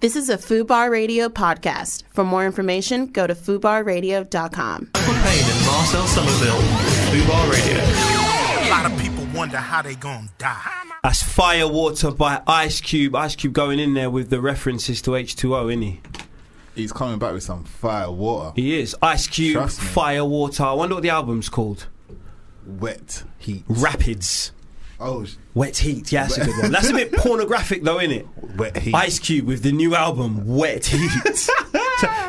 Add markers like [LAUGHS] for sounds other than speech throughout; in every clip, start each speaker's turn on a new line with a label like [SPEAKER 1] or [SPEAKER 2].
[SPEAKER 1] This is a FUBAR Radio podcast. For more information, go to FUBARradio.com.
[SPEAKER 2] Michael Payne and Marcel Somerville, Fubar Radio.
[SPEAKER 3] A lot of people wonder how they gonna die.
[SPEAKER 4] That's Firewater by Ice Cube. Ice Cube going in there with the references to H2O, isn't he?
[SPEAKER 5] He's coming back with some fire water.
[SPEAKER 4] He is. Ice Cube,
[SPEAKER 5] Trust me.
[SPEAKER 4] Firewater. I wonder what the album's called.
[SPEAKER 5] Wet heat.
[SPEAKER 4] Rapids.
[SPEAKER 5] Oh, sh-
[SPEAKER 4] Wet Heat. Yeah, that's a good one. That's
[SPEAKER 5] [LAUGHS]
[SPEAKER 4] a bit pornographic, though, isn't it?
[SPEAKER 5] wet heat.
[SPEAKER 4] Ice Cube with the new album,
[SPEAKER 5] [LAUGHS]
[SPEAKER 4] Wet Heat. So-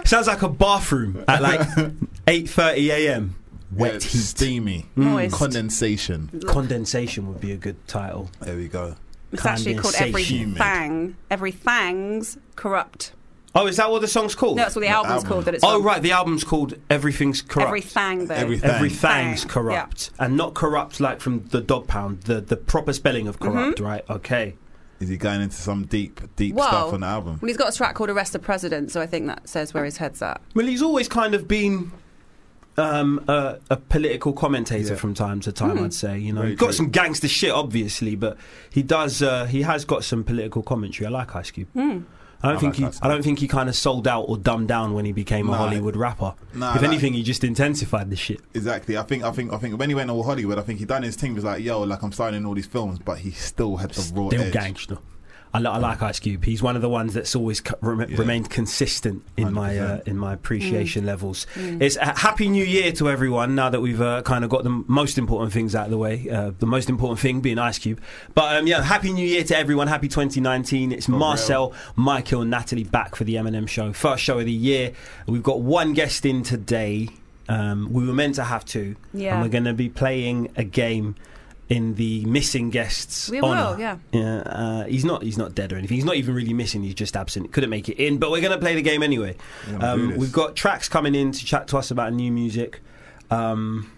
[SPEAKER 4] sounds like a bathroom at like 8.30 a.m.
[SPEAKER 5] Yeah,
[SPEAKER 4] Wet
[SPEAKER 5] it's
[SPEAKER 4] Heat.
[SPEAKER 5] Steamy.
[SPEAKER 6] Moist.
[SPEAKER 5] Mm. Condensation.
[SPEAKER 4] Condensation would be a good title.
[SPEAKER 5] There we go.
[SPEAKER 6] It's actually called Every
[SPEAKER 4] Condensation.
[SPEAKER 6] Fang. Every Fang's Corrupt.
[SPEAKER 4] Oh, is that what the song's called?
[SPEAKER 6] No, that's what the album's
[SPEAKER 5] album.
[SPEAKER 6] called. That it's
[SPEAKER 4] oh,
[SPEAKER 6] on.
[SPEAKER 4] right. The album's called Everything's Corrupt.
[SPEAKER 6] Every Fang, though.
[SPEAKER 5] Every-
[SPEAKER 4] Every
[SPEAKER 6] Fang.
[SPEAKER 4] fang's corrupt, and not corrupt like from the dog pound. The the proper spelling of corrupt, right? Okay.
[SPEAKER 5] Is he going into some deep, deep
[SPEAKER 6] Well,
[SPEAKER 5] stuff on the album?
[SPEAKER 6] Well, he's got a track called Arrest the President, so I think that says where his head's at.
[SPEAKER 4] Well, he's always kind of been um, a, a political commentator
[SPEAKER 5] Yeah.
[SPEAKER 4] from time to time. I'd say you know
[SPEAKER 5] Very
[SPEAKER 4] he's got
[SPEAKER 5] true.
[SPEAKER 4] some gangster shit, obviously, but he does uh, he has got some political commentary. I like Ice Cube. I don't
[SPEAKER 5] I
[SPEAKER 4] think
[SPEAKER 5] like Ice
[SPEAKER 4] he, I don't think he kind of sold out or dumbed down when he became a
[SPEAKER 5] No.
[SPEAKER 4] Hollywood rapper.
[SPEAKER 5] No,
[SPEAKER 4] if
[SPEAKER 5] like-
[SPEAKER 4] anything, he just intensified the shit.
[SPEAKER 5] Exactly. I think. I think. I think. When he went all Hollywood, I think he done his thing. He Was like, yo, like I'm starting in all these films, but he still had the raw
[SPEAKER 4] Still
[SPEAKER 5] edge.
[SPEAKER 4] gangster. I, li- I like Ice Cube. He's one of the ones that's always co- rem-
[SPEAKER 5] Yeah.
[SPEAKER 4] remained consistent in my uh,
[SPEAKER 5] 100%.
[SPEAKER 4] in my
[SPEAKER 6] Mm.
[SPEAKER 4] appreciation levels. It's a happy New Year to everyone. Now that we've uh, kind of got the m- most important things out of the way, uh, the most important thing being Ice Cube. But um, yeah, happy New Year to everyone. Happy 2019. It's
[SPEAKER 5] real.
[SPEAKER 4] Marcel, Michael, and Natalie back for the Eminem Show, first show of the year. We've got one guest in today. Um, we were meant to have two,
[SPEAKER 6] Yeah.
[SPEAKER 4] and we're going to be playing a game in the missing guests
[SPEAKER 6] We
[SPEAKER 4] honour.
[SPEAKER 6] will, yeah.
[SPEAKER 4] Yeah, uh, he's not. He's not dead or anything. He's not even really missing. He's just absent. Couldn't make it in. But we're going to play the game anyway.
[SPEAKER 5] Yeah, we'll do
[SPEAKER 4] Um,
[SPEAKER 5] this.
[SPEAKER 4] we've got tracks coming in to chat to us about new music. Um,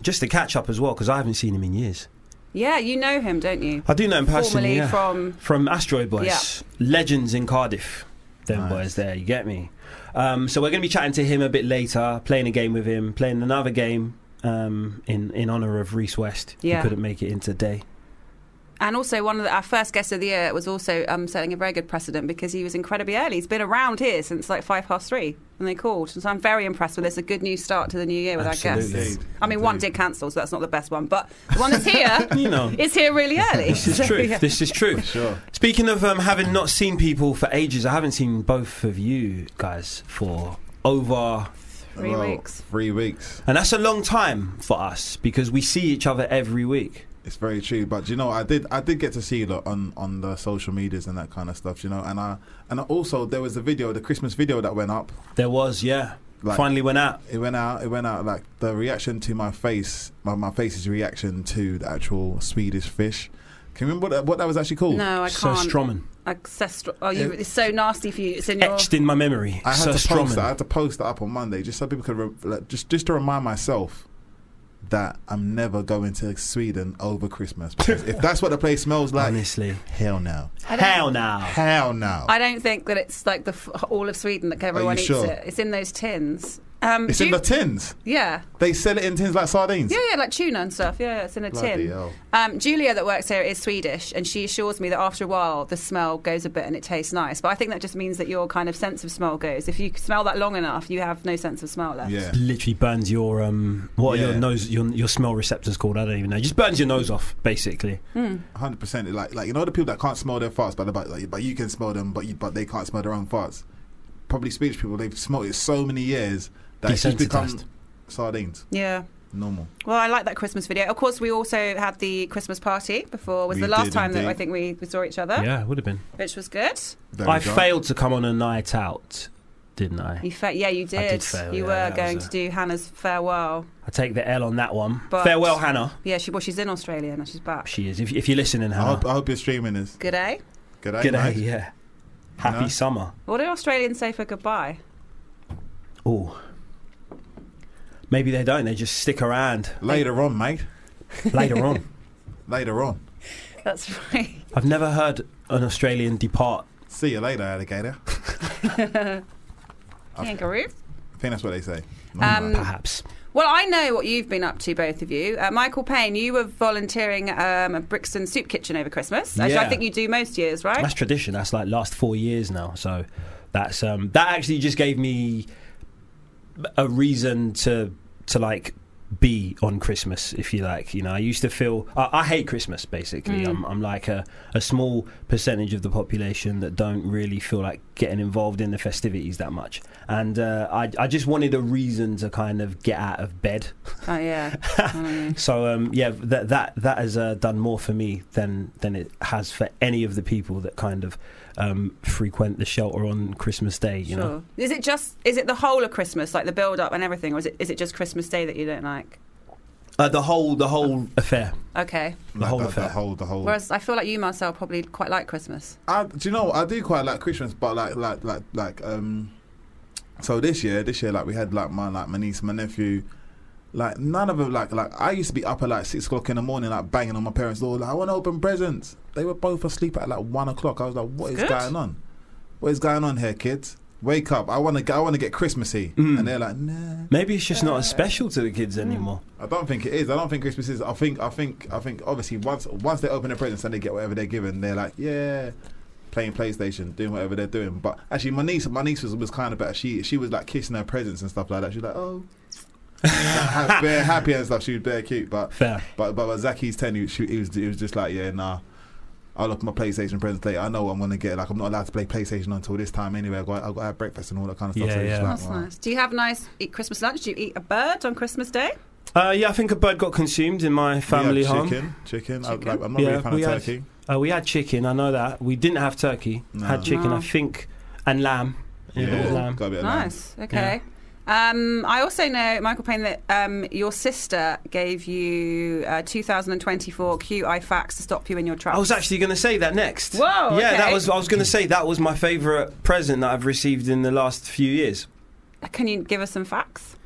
[SPEAKER 4] just to catch up as well, because I haven't seen him in years.
[SPEAKER 6] Yeah, you know him, don't you?
[SPEAKER 4] I do know him personally.
[SPEAKER 6] Formerly
[SPEAKER 4] yeah.
[SPEAKER 6] from.
[SPEAKER 4] From Asteroid Boys, legends in Cardiff. Them
[SPEAKER 5] Nice.
[SPEAKER 4] boys there, you get me. Um, so we're going to be chatting to him a bit later, playing a game with him, playing another game um, in in honor of Reese West,
[SPEAKER 6] Yeah.
[SPEAKER 4] who couldn't make it in today.
[SPEAKER 6] And also, one of the, our first guests of the year was also um, setting a very good precedent because he was incredibly early. He's been around here since like five past three, and they called. So I'm very impressed with this. A good new start to the new year with our
[SPEAKER 4] Absolutely.
[SPEAKER 6] guests. I mean, one did cancel, so that's not the best one, but the one
[SPEAKER 4] [LAUGHS]
[SPEAKER 6] that's here [LAUGHS]
[SPEAKER 4] You know.
[SPEAKER 6] is here really early.
[SPEAKER 4] This is
[SPEAKER 6] [LAUGHS] So,
[SPEAKER 4] true.
[SPEAKER 6] yeah.
[SPEAKER 4] This is true.
[SPEAKER 5] Sure.
[SPEAKER 4] Speaking of um, having not seen people for ages, I haven't seen both of you guys for over,
[SPEAKER 6] Three
[SPEAKER 5] Well,
[SPEAKER 6] weeks.
[SPEAKER 5] Three weeks.
[SPEAKER 4] and that's a long time for us because we see each other every week.
[SPEAKER 5] It's very true. But you know, I did. I did get to see you lot on on the social medias and that kind of stuff. You know, and I and also there was a video, the Christmas video that went up.
[SPEAKER 4] There was, yeah.
[SPEAKER 5] Like-
[SPEAKER 4] Finally went out.
[SPEAKER 5] It went out. It went out. Like the reaction to my face, my, my face's reaction to the actual Swedish fish. Can you remember what that, what that was actually called?
[SPEAKER 6] No, I
[SPEAKER 4] Sir
[SPEAKER 6] can't.
[SPEAKER 4] Stroman.
[SPEAKER 6] Ancestral. Oh, you,
[SPEAKER 5] Oh, Yeah.
[SPEAKER 6] it's so nasty for you. It's in your.
[SPEAKER 4] Etched in my memory.
[SPEAKER 5] I had
[SPEAKER 4] Sir
[SPEAKER 5] to post
[SPEAKER 4] Stroman.
[SPEAKER 5] that. I had to post that up on Monday just so people could re- like, just just to remind myself that I'm never going to Sweden over Christmas. Because if that's what the place smells like,
[SPEAKER 4] Honestly.
[SPEAKER 5] [LAUGHS] hell no,
[SPEAKER 4] How now?
[SPEAKER 5] hell no.
[SPEAKER 6] I don't think that it's like the f- all of Sweden that everyone eats
[SPEAKER 5] sure?
[SPEAKER 6] it. It's in those tins. Um,
[SPEAKER 5] It's
[SPEAKER 6] do
[SPEAKER 5] in
[SPEAKER 6] you-
[SPEAKER 5] the tins.
[SPEAKER 6] Yeah.
[SPEAKER 5] They sell it in tins like sardines.
[SPEAKER 6] Yeah, yeah, like tuna and stuff. Yeah, yeah, it's in a
[SPEAKER 5] Bloody
[SPEAKER 6] tin.
[SPEAKER 5] hell.
[SPEAKER 6] Um, Julia, that works here, is Swedish, and she assures me that after a while the smell goes a bit and it tastes nice. But I think that just means that your kind of sense of smell goes. If you smell that long enough, you have no sense of smell left.
[SPEAKER 5] Yeah.
[SPEAKER 4] Literally burns your um. What are your
[SPEAKER 5] Yeah.
[SPEAKER 4] nose your your smell receptors called? I don't even know. Just burns your nose off, basically.
[SPEAKER 5] Hundred percent. Like like you know the people that can't smell their farts, but but like, but you can smell them, but you, but they can't smell their own farts. Probably Swedish people they've smelled it so many years that it's just become
[SPEAKER 4] Desensitized.
[SPEAKER 5] sardines.
[SPEAKER 6] Yeah.
[SPEAKER 5] Normal.
[SPEAKER 6] Well, I like that Christmas video. Of course, we also had the Christmas party before. Was
[SPEAKER 5] We
[SPEAKER 6] the last
[SPEAKER 5] did
[SPEAKER 6] time that
[SPEAKER 5] indeed.
[SPEAKER 6] I think we, we saw each other,
[SPEAKER 4] Yeah, it would have been.
[SPEAKER 6] which was good.
[SPEAKER 5] There we
[SPEAKER 4] I
[SPEAKER 5] go.
[SPEAKER 4] failed to come on a night out, didn't I?
[SPEAKER 6] You fa- yeah, you did.
[SPEAKER 4] did fail, yeah,
[SPEAKER 6] you
[SPEAKER 4] that
[SPEAKER 6] were
[SPEAKER 4] was
[SPEAKER 6] going
[SPEAKER 4] a-
[SPEAKER 6] to do Hannah's farewell.
[SPEAKER 4] I take the L on that one.
[SPEAKER 6] But-
[SPEAKER 4] Farewell, Hannah.
[SPEAKER 6] Yeah, she well, she's in Australia now. She's back.
[SPEAKER 4] She is. If, if you're listening,
[SPEAKER 5] I
[SPEAKER 4] Hannah.
[SPEAKER 5] hope, I hope your streaming is
[SPEAKER 6] Good eh?
[SPEAKER 5] good.
[SPEAKER 4] Good day.
[SPEAKER 5] night.
[SPEAKER 4] Yeah. Happy
[SPEAKER 5] No.
[SPEAKER 4] summer.
[SPEAKER 6] What do Australians say for goodbye?
[SPEAKER 4] Oh. Maybe they don't. They just stick around
[SPEAKER 5] Later on, mate.
[SPEAKER 4] later on.
[SPEAKER 5] Later on.
[SPEAKER 6] That's right.
[SPEAKER 5] [LAUGHS]
[SPEAKER 4] I've never heard an Australian depart.
[SPEAKER 5] See you later, alligator. I
[SPEAKER 6] Kangaroo.
[SPEAKER 5] think that's what they say.
[SPEAKER 6] Um,
[SPEAKER 4] Perhaps.
[SPEAKER 6] Well, I know what you've been up to, both of you. Uh, Michael Payne, you were volunteering um, at Brixton Soup Kitchen over Christmas, as
[SPEAKER 4] Yeah.
[SPEAKER 6] I think you do most years, right?
[SPEAKER 4] That's tradition. That's like last four years now. So that's um, that actually just gave me a reason to to like be on Christmas, if you like. You know, I used to feel I, I hate Christmas. Basically, I'm, I'm like a, a small percentage of the population that don't really feel like getting involved in the festivities that much, and uh, I I just wanted a reason to kind of get out of bed.
[SPEAKER 5] [LAUGHS]
[SPEAKER 6] oh, yeah.
[SPEAKER 4] So um, yeah, that that that has uh, done more for me than than it has for any of the people that kind of um, frequent the shelter on Christmas Day. You know,
[SPEAKER 6] Sure. Is it just is it the whole of Christmas, like the build up and everything, or is it is it just Christmas Day that you don't like?
[SPEAKER 4] uh, the whole the whole affair.
[SPEAKER 6] Okay.
[SPEAKER 4] The whole
[SPEAKER 5] the,
[SPEAKER 4] affair.
[SPEAKER 5] the whole, the whole.
[SPEAKER 6] Whereas I feel like you, Marcel, probably quite like Christmas.
[SPEAKER 5] I, do you know what? I do quite like Christmas, but like like like like um. So this year, this year, like we had like my like my niece, my nephew, like none of them like like I used to be up at like six o'clock in the morning, like banging on my parents' door, like I want to open presents. They were both asleep at like one o'clock. I was like, what is
[SPEAKER 6] Good.
[SPEAKER 5] going on? What is going on here, kids? Wake up! I want to I want to get Christmassy, and they're like, nah.
[SPEAKER 4] Maybe it's just not
[SPEAKER 6] Uh,
[SPEAKER 4] as special to the kids
[SPEAKER 6] mm.
[SPEAKER 4] anymore.
[SPEAKER 5] I don't think it is. I don't think Christmas is. I think I think I think obviously once once they open their presents and they get whatever they're given, they're like, yeah, playing PlayStation, doing whatever they're doing. But actually, my niece, my niece was, was kind of better. She she was like kissing her presents and stuff like that. She was like,
[SPEAKER 4] [LAUGHS]
[SPEAKER 5] oh, ha- bare happy and stuff. She was bare cute, but
[SPEAKER 4] Fair.
[SPEAKER 5] but but, but Zaki's ten, he, she, he was he was just like, yeah, nah. I look at my PlayStation presents later. I know what I'm gonna get. Like I'm not allowed to play PlayStation until this time anyway. I got I got to have breakfast and all that kind of stuff.
[SPEAKER 4] Yeah,
[SPEAKER 5] so it's
[SPEAKER 4] yeah.
[SPEAKER 5] like,
[SPEAKER 6] That's
[SPEAKER 5] wow.
[SPEAKER 6] nice. Do you have nice eat Christmas lunch? Do you eat a bird on Christmas Day?
[SPEAKER 4] Uh, yeah, I think a bird got consumed in my
[SPEAKER 5] We have
[SPEAKER 4] family home.
[SPEAKER 5] chicken, chicken. I,
[SPEAKER 6] Chicken.
[SPEAKER 5] like, I'm not really a fan of
[SPEAKER 4] we had,
[SPEAKER 5] turkey.
[SPEAKER 4] Uh, we had chicken. I know that we didn't have turkey.
[SPEAKER 5] No.
[SPEAKER 4] Had chicken,
[SPEAKER 6] No.
[SPEAKER 4] I think, and lamb. Yeah, it was lamb.
[SPEAKER 5] got a bit of lamb.
[SPEAKER 6] Nice. Okay. Um, I also know, Michael Payne, that um, your sister gave you uh, 2024 QI facts to stop you in your tracks.
[SPEAKER 4] I was Oh, actually going to say that next.
[SPEAKER 6] Whoa,
[SPEAKER 4] Yeah, that
[SPEAKER 6] okay.
[SPEAKER 4] was. I was going to say that was my favourite present that I've received in the last few years.
[SPEAKER 6] Can you give us some facts?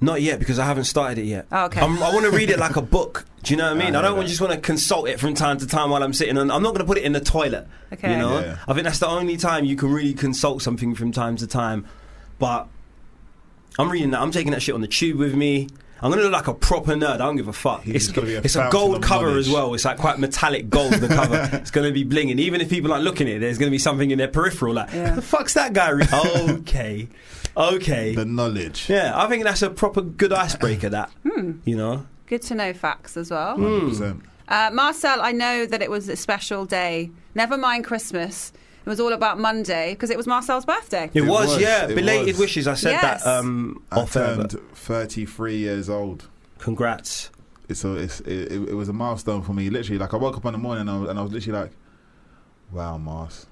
[SPEAKER 4] Not yet because I haven't started it yet.
[SPEAKER 6] Oh, okay.
[SPEAKER 4] I'm, I want to read it
[SPEAKER 6] [LAUGHS]
[SPEAKER 4] like a book. Do you know what I mean?
[SPEAKER 5] I
[SPEAKER 4] I don't
[SPEAKER 5] hear that.
[SPEAKER 4] just want to consult it from time to time while I'm sitting on. I'm not going to put it in the toilet.
[SPEAKER 6] Okay.
[SPEAKER 4] You know,
[SPEAKER 5] Yeah.
[SPEAKER 4] I think that's the only time you can really consult something from time to time. But I'm reading that. I'm taking that shit on the tube with me. I'm gonna look like a proper nerd. I don't give a fuck.
[SPEAKER 5] He's
[SPEAKER 4] it's
[SPEAKER 5] gonna be a
[SPEAKER 4] it's a
[SPEAKER 5] fountain
[SPEAKER 4] gold
[SPEAKER 5] of
[SPEAKER 4] cover
[SPEAKER 5] knowledge.
[SPEAKER 4] as well. It's like quite metallic gold.
[SPEAKER 5] [LAUGHS]
[SPEAKER 4] The cover. it's gonna be blinging. Even if people aren't looking at it, there's gonna be something in their peripheral. Like,
[SPEAKER 6] Yeah.
[SPEAKER 4] the fuck's that guy? Re-? okay, okay.
[SPEAKER 5] [LAUGHS] The knowledge.
[SPEAKER 4] Yeah, I think that's a proper good icebreaker. That
[SPEAKER 6] Hmm.
[SPEAKER 4] you know,
[SPEAKER 6] Good to know facts as
[SPEAKER 4] Hmm.
[SPEAKER 6] well.
[SPEAKER 5] 100%.
[SPEAKER 6] Uh, Marcel, I know that it was a special day. Never mind Christmas. It was all about Monday because it was Marcel's birthday.
[SPEAKER 5] It
[SPEAKER 4] it, was,
[SPEAKER 5] was,
[SPEAKER 4] Yeah,
[SPEAKER 5] it
[SPEAKER 4] belated
[SPEAKER 5] was.
[SPEAKER 4] wishes. I said
[SPEAKER 6] Yes.
[SPEAKER 4] that um,
[SPEAKER 5] I
[SPEAKER 4] off air.
[SPEAKER 5] turned
[SPEAKER 4] but
[SPEAKER 5] 33 years old.
[SPEAKER 4] Congrats.
[SPEAKER 5] It's a, it's, it, it it was a milestone for me. Literally, like I woke up in the morning and I was, and I was literally like, "Wow, Mars,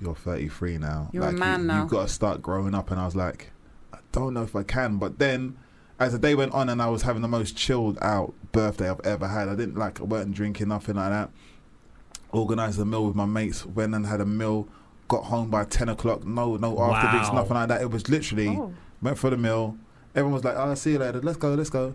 [SPEAKER 5] you're 33 now.
[SPEAKER 6] You're a
[SPEAKER 5] like,
[SPEAKER 6] man
[SPEAKER 5] you,
[SPEAKER 6] now."
[SPEAKER 5] You've got to start growing up." And I was like, "I don't know if I can." But then, as the day went on, and I was having the most chilled out birthday I've ever had. I didn't like I weren't drinking nothing like that. Organized a meal with my mates. Went and had a meal. Got home by 10 o'clock. No, no after drinks,
[SPEAKER 4] Wow.
[SPEAKER 5] nothing like that. It was literally
[SPEAKER 6] Oh.
[SPEAKER 5] went for the meal. Everyone was like, "Oh, see you later. Let's go, let's go."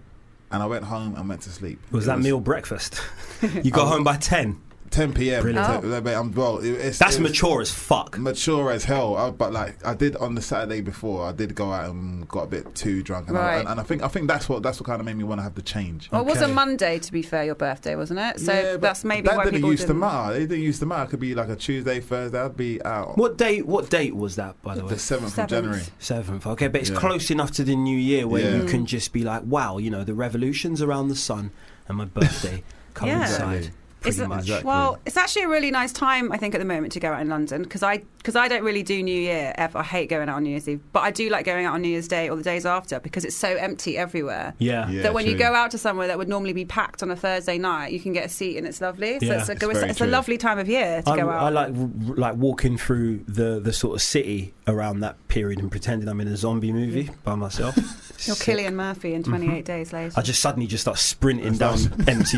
[SPEAKER 5] And I went home and went to sleep.
[SPEAKER 4] Was
[SPEAKER 5] It
[SPEAKER 4] that meal breakfast? [LAUGHS] you got home by ten.
[SPEAKER 5] 10 p.m.
[SPEAKER 4] Brilliant.
[SPEAKER 6] Oh.
[SPEAKER 5] So, like, I'm, well, it- it's,
[SPEAKER 4] That's
[SPEAKER 5] it was
[SPEAKER 4] mature as fuck.
[SPEAKER 5] mature as hell. I, but like, I did on the Saturday before. I did go out and got a bit too drunk, and, I,
[SPEAKER 6] Right.
[SPEAKER 5] and, and I think I think that's what that's what kind of made me want to have the change.
[SPEAKER 6] Well, it was a
[SPEAKER 4] Okay.
[SPEAKER 6] Monday, to be fair, your birthday, wasn't it? So
[SPEAKER 5] Yeah, but
[SPEAKER 6] that's maybe
[SPEAKER 5] that
[SPEAKER 6] why
[SPEAKER 5] didn't
[SPEAKER 6] people
[SPEAKER 5] used
[SPEAKER 6] didn't.
[SPEAKER 5] to matter. It didn't used to matter. It could be like a Tuesday, Thursday. I'd be out
[SPEAKER 4] What date? What date was that? By the
[SPEAKER 5] the
[SPEAKER 4] way,
[SPEAKER 5] seventh of
[SPEAKER 6] Seventh.
[SPEAKER 5] January.
[SPEAKER 4] seventh. Okay, but it's
[SPEAKER 5] Yeah.
[SPEAKER 4] close enough to the new year where
[SPEAKER 5] Yeah.
[SPEAKER 4] you can just be like, wow, you know, the revolutions around the sun and my
[SPEAKER 6] [LAUGHS]
[SPEAKER 4] birthday coincide.
[SPEAKER 6] It's
[SPEAKER 4] Pretty
[SPEAKER 6] a-
[SPEAKER 4] much.
[SPEAKER 6] Well, it's actually a really nice time, I think, at the moment to go out in London because I because I don't really do New Year ever. I hate going out on New Year's Eve, but I do like going out on New Year's Day or the days after because it's so empty everywhere.
[SPEAKER 4] Yeah.
[SPEAKER 5] Yeah.
[SPEAKER 6] that when you
[SPEAKER 5] true.
[SPEAKER 6] go out to somewhere that would normally be packed on a Thursday night, you can get a seat and it's lovely. So
[SPEAKER 4] Yeah.
[SPEAKER 6] it's, a,
[SPEAKER 4] It's
[SPEAKER 6] it's,
[SPEAKER 5] very
[SPEAKER 6] it's a
[SPEAKER 5] true.
[SPEAKER 6] lovely time of year to
[SPEAKER 4] I,
[SPEAKER 6] go out.
[SPEAKER 4] I like w- like walking through the, the sort of city around that period and pretending I'm in a zombie movie by myself.
[SPEAKER 6] [LAUGHS] You're
[SPEAKER 4] Sick.
[SPEAKER 6] Killian Murphy in 28
[SPEAKER 5] Mm-hmm.
[SPEAKER 6] days later.
[SPEAKER 4] I just suddenly just start sprinting down empty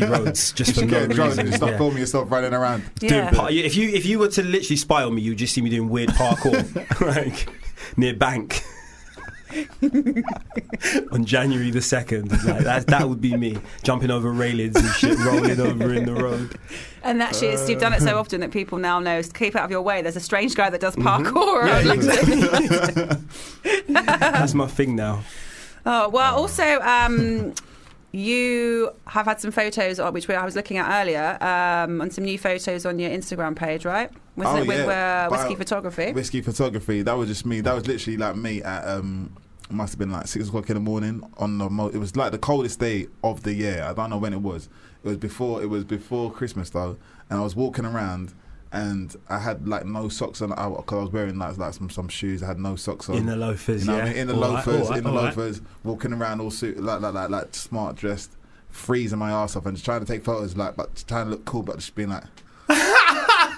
[SPEAKER 5] [LAUGHS]
[SPEAKER 4] roads just for
[SPEAKER 5] You
[SPEAKER 4] no
[SPEAKER 5] get drunk
[SPEAKER 6] [LAUGHS]
[SPEAKER 4] reason.
[SPEAKER 5] and you start
[SPEAKER 4] Yeah.
[SPEAKER 5] filming yourself running around.
[SPEAKER 6] yeah.
[SPEAKER 4] Doing par- if you if you were to literally spy on me, you'd just see me doing weird parkour [LAUGHS] like near bank [LAUGHS] on January the second. Like that that would be me jumping over railings and shit, rolling over in the road.
[SPEAKER 6] And actually, it's, you've done it so often that people now know to keep out of your way. There's a strange guy
[SPEAKER 5] Mm-hmm.
[SPEAKER 4] [LAUGHS]
[SPEAKER 6] that does parkour. around London.
[SPEAKER 4] That's my thing now.
[SPEAKER 6] [LAUGHS] Oh well, also um, you have had some photos on which we, I was looking at earlier, um, and some new photos on your Instagram page, right? With,
[SPEAKER 5] Oh,
[SPEAKER 6] with,
[SPEAKER 5] yeah.
[SPEAKER 6] uh, whiskey
[SPEAKER 5] Bio-
[SPEAKER 6] photography.
[SPEAKER 5] Whiskey photography. That was just me. That was literally like me at um must have been like six o'clock in the morning on the mo- it was like the coldest day of the year. I don't know when it was. It was before it was before Christmas though, and I was walking around and I had like no socks on. I, cause I was wearing like like some some shoes. I had no socks on.
[SPEAKER 4] In the loafers,
[SPEAKER 5] You know
[SPEAKER 4] yeah.
[SPEAKER 5] what I mean? In the
[SPEAKER 4] All right,
[SPEAKER 5] loafers,
[SPEAKER 4] all right,
[SPEAKER 5] in the
[SPEAKER 4] all right.
[SPEAKER 5] loafers, walking around all suit like like like, like smart dressed, freezing my ass off and just trying to take photos like but just trying to look cool but just
[SPEAKER 4] [LAUGHS]
[SPEAKER 5] being like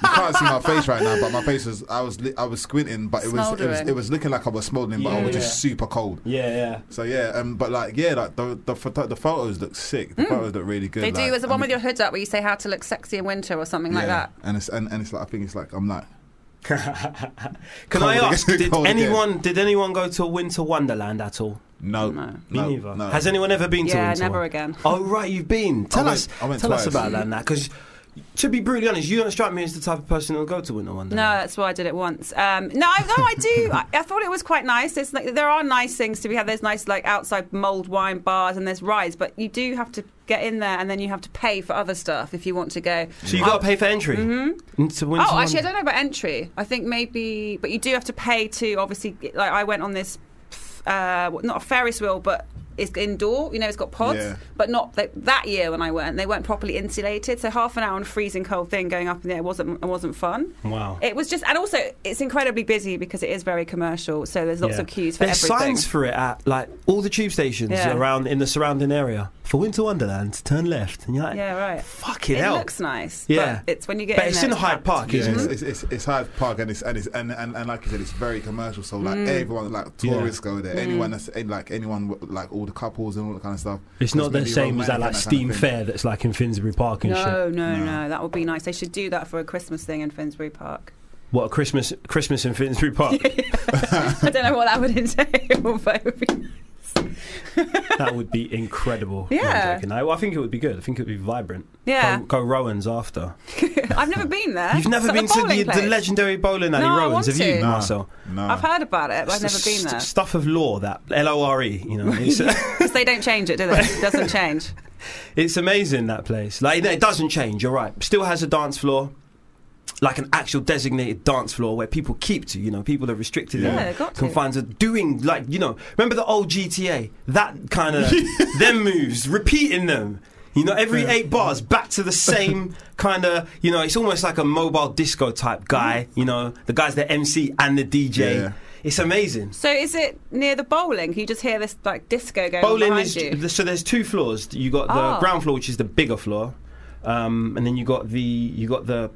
[SPEAKER 5] you can't see my face right now, but my face was I was li- I was squinting, but it was, it was
[SPEAKER 6] Smouldering.
[SPEAKER 5] it was looking like I was smoldering, but I
[SPEAKER 4] Yeah,
[SPEAKER 5] was
[SPEAKER 4] yeah.
[SPEAKER 5] just super cold.
[SPEAKER 4] Yeah, yeah.
[SPEAKER 5] So yeah, um, but like yeah, like the the, photo- the photos look sick.
[SPEAKER 4] Mm.
[SPEAKER 5] The photos look really good.
[SPEAKER 6] They do.
[SPEAKER 5] like,
[SPEAKER 6] There's the
[SPEAKER 5] and
[SPEAKER 6] one
[SPEAKER 5] it-
[SPEAKER 6] with your hood up where you say how to look sexy in winter or something like
[SPEAKER 5] yeah,
[SPEAKER 6] that.
[SPEAKER 5] And it's and, and it's like I think it's like I'm like
[SPEAKER 4] Can I
[SPEAKER 5] Cold
[SPEAKER 4] ask?
[SPEAKER 5] [LAUGHS] again,
[SPEAKER 4] Did
[SPEAKER 5] cold again.
[SPEAKER 4] anyone did anyone go to Winter Wonderland at all?
[SPEAKER 5] no,
[SPEAKER 6] No.
[SPEAKER 4] Me
[SPEAKER 5] no,
[SPEAKER 4] neither.
[SPEAKER 5] no.
[SPEAKER 4] Has anyone ever been to
[SPEAKER 6] Yeah,
[SPEAKER 4] Winter?
[SPEAKER 6] never
[SPEAKER 4] Won-
[SPEAKER 6] again.
[SPEAKER 4] Oh right, you've been. Tell
[SPEAKER 5] went-
[SPEAKER 4] us.
[SPEAKER 5] I went
[SPEAKER 4] tell us
[SPEAKER 5] twice.
[SPEAKER 4] about that and that because. To be brutally honest, you don't strike me as the type of person who'll go to Winter
[SPEAKER 6] No,
[SPEAKER 4] Wonderland.
[SPEAKER 6] that's why I did it once. Um, no, I, no, I do. I, I thought it was quite nice. It's like there are nice things to be had. There's nice like outside mulled wine bars and there's rides, but you do have to get in there and then you have to pay for other stuff if you want to go.
[SPEAKER 4] So you got to pay for entry mm-hmm. into Winter.
[SPEAKER 6] Oh, actually, I
[SPEAKER 4] Wonder-
[SPEAKER 6] don't know about entry. I think maybe, but you do have to pay to obviously. Like I went on this, uh, not a Ferris wheel, but it's indoor. You know, it's got pods,
[SPEAKER 5] Yeah.
[SPEAKER 6] but not like, that year when I went. They weren't properly insulated, so half an hour on a freezing cold thing going up in there wasn't it wasn't fun.
[SPEAKER 4] Wow.
[SPEAKER 6] It was just, and also it's incredibly busy because it is very commercial. So there's lots
[SPEAKER 4] Yeah.
[SPEAKER 6] of queues for
[SPEAKER 4] There's
[SPEAKER 6] everything.
[SPEAKER 4] signs for it at like all the tube stations
[SPEAKER 6] Yeah.
[SPEAKER 4] around in the surrounding area. For Winter Wonderland, turn left, and you're like,
[SPEAKER 6] yeah, right.
[SPEAKER 4] fucking
[SPEAKER 6] it
[SPEAKER 4] hell.
[SPEAKER 6] looks nice.
[SPEAKER 4] Yeah.
[SPEAKER 6] but it's when you get.
[SPEAKER 4] but
[SPEAKER 6] in
[SPEAKER 4] it's
[SPEAKER 6] there,
[SPEAKER 4] in Hyde
[SPEAKER 6] packed.
[SPEAKER 4] Park,
[SPEAKER 5] Yeah,
[SPEAKER 4] isn't it?
[SPEAKER 5] it's, it's, it's, it's Hyde Park and it's and it's and, and, and like you said, it's very commercial. So like everyone, like
[SPEAKER 4] Mm. Yeah. Mm.
[SPEAKER 5] tourists go there. Anyone that's any- like anyone, w- like all the couples and all that kind of stuff.
[SPEAKER 4] It's not the
[SPEAKER 5] maybe
[SPEAKER 4] same as that like
[SPEAKER 5] romantic and
[SPEAKER 4] Steam
[SPEAKER 5] that kind of thing.
[SPEAKER 4] Fair that's like in Finsbury Park and shit.
[SPEAKER 6] No, no,
[SPEAKER 5] No.
[SPEAKER 6] no, That would be nice. They should do that for a Christmas thing in Finsbury Park. [LAUGHS]
[SPEAKER 4] What a Christmas Christmas in Finsbury Park?
[SPEAKER 6] I don't know what that would [LAUGHS] entail, but it would be-
[SPEAKER 4] that would be incredible. No, I'm
[SPEAKER 6] Yeah.
[SPEAKER 4] joking. I, well, I think it would be good. I think it would be vibrant.
[SPEAKER 6] yeah.
[SPEAKER 4] Go, go Rowan's after.
[SPEAKER 6] [LAUGHS] I've never been there.
[SPEAKER 4] You've never
[SPEAKER 6] Is that
[SPEAKER 4] been to the, Oh.
[SPEAKER 6] bowling
[SPEAKER 4] the
[SPEAKER 6] place?
[SPEAKER 4] legendary bowling alley
[SPEAKER 6] No, I
[SPEAKER 4] Rowan's,
[SPEAKER 6] want
[SPEAKER 4] have you,
[SPEAKER 6] to.
[SPEAKER 5] No.
[SPEAKER 4] Marcel?
[SPEAKER 5] No,
[SPEAKER 6] I've heard about it, but I've
[SPEAKER 4] It's
[SPEAKER 6] never been
[SPEAKER 4] st- [LAUGHS]
[SPEAKER 6] there
[SPEAKER 4] Stuff of law, that L O R E.
[SPEAKER 6] [LAUGHS]
[SPEAKER 4] You know, it's,
[SPEAKER 6] because they don't change it, do they? It doesn't change.
[SPEAKER 4] it's amazing that place. Like it doesn't change. You're right. Still has a dance floor, like an actual designated dance floor where people keep to. You know, people are restricted.
[SPEAKER 5] Yeah.
[SPEAKER 4] and
[SPEAKER 6] Yeah, got to.
[SPEAKER 4] Confined to doing like you know. Remember the old GTA? That kind of them moves, repeating them. You know, every eight bars back to the same kind of, you know, it's almost like a mobile disco type guy. You know, the guy's the MC and the DJ.
[SPEAKER 5] Yeah.
[SPEAKER 4] It's amazing.
[SPEAKER 6] So is it near the bowling? Can you just hear this like disco going on
[SPEAKER 4] Bowling
[SPEAKER 6] behind
[SPEAKER 4] is
[SPEAKER 6] you?
[SPEAKER 4] th- so. There's two floors. You got the
[SPEAKER 6] Oh.
[SPEAKER 4] ground floor, which is the bigger floor, um, and then you got the you got the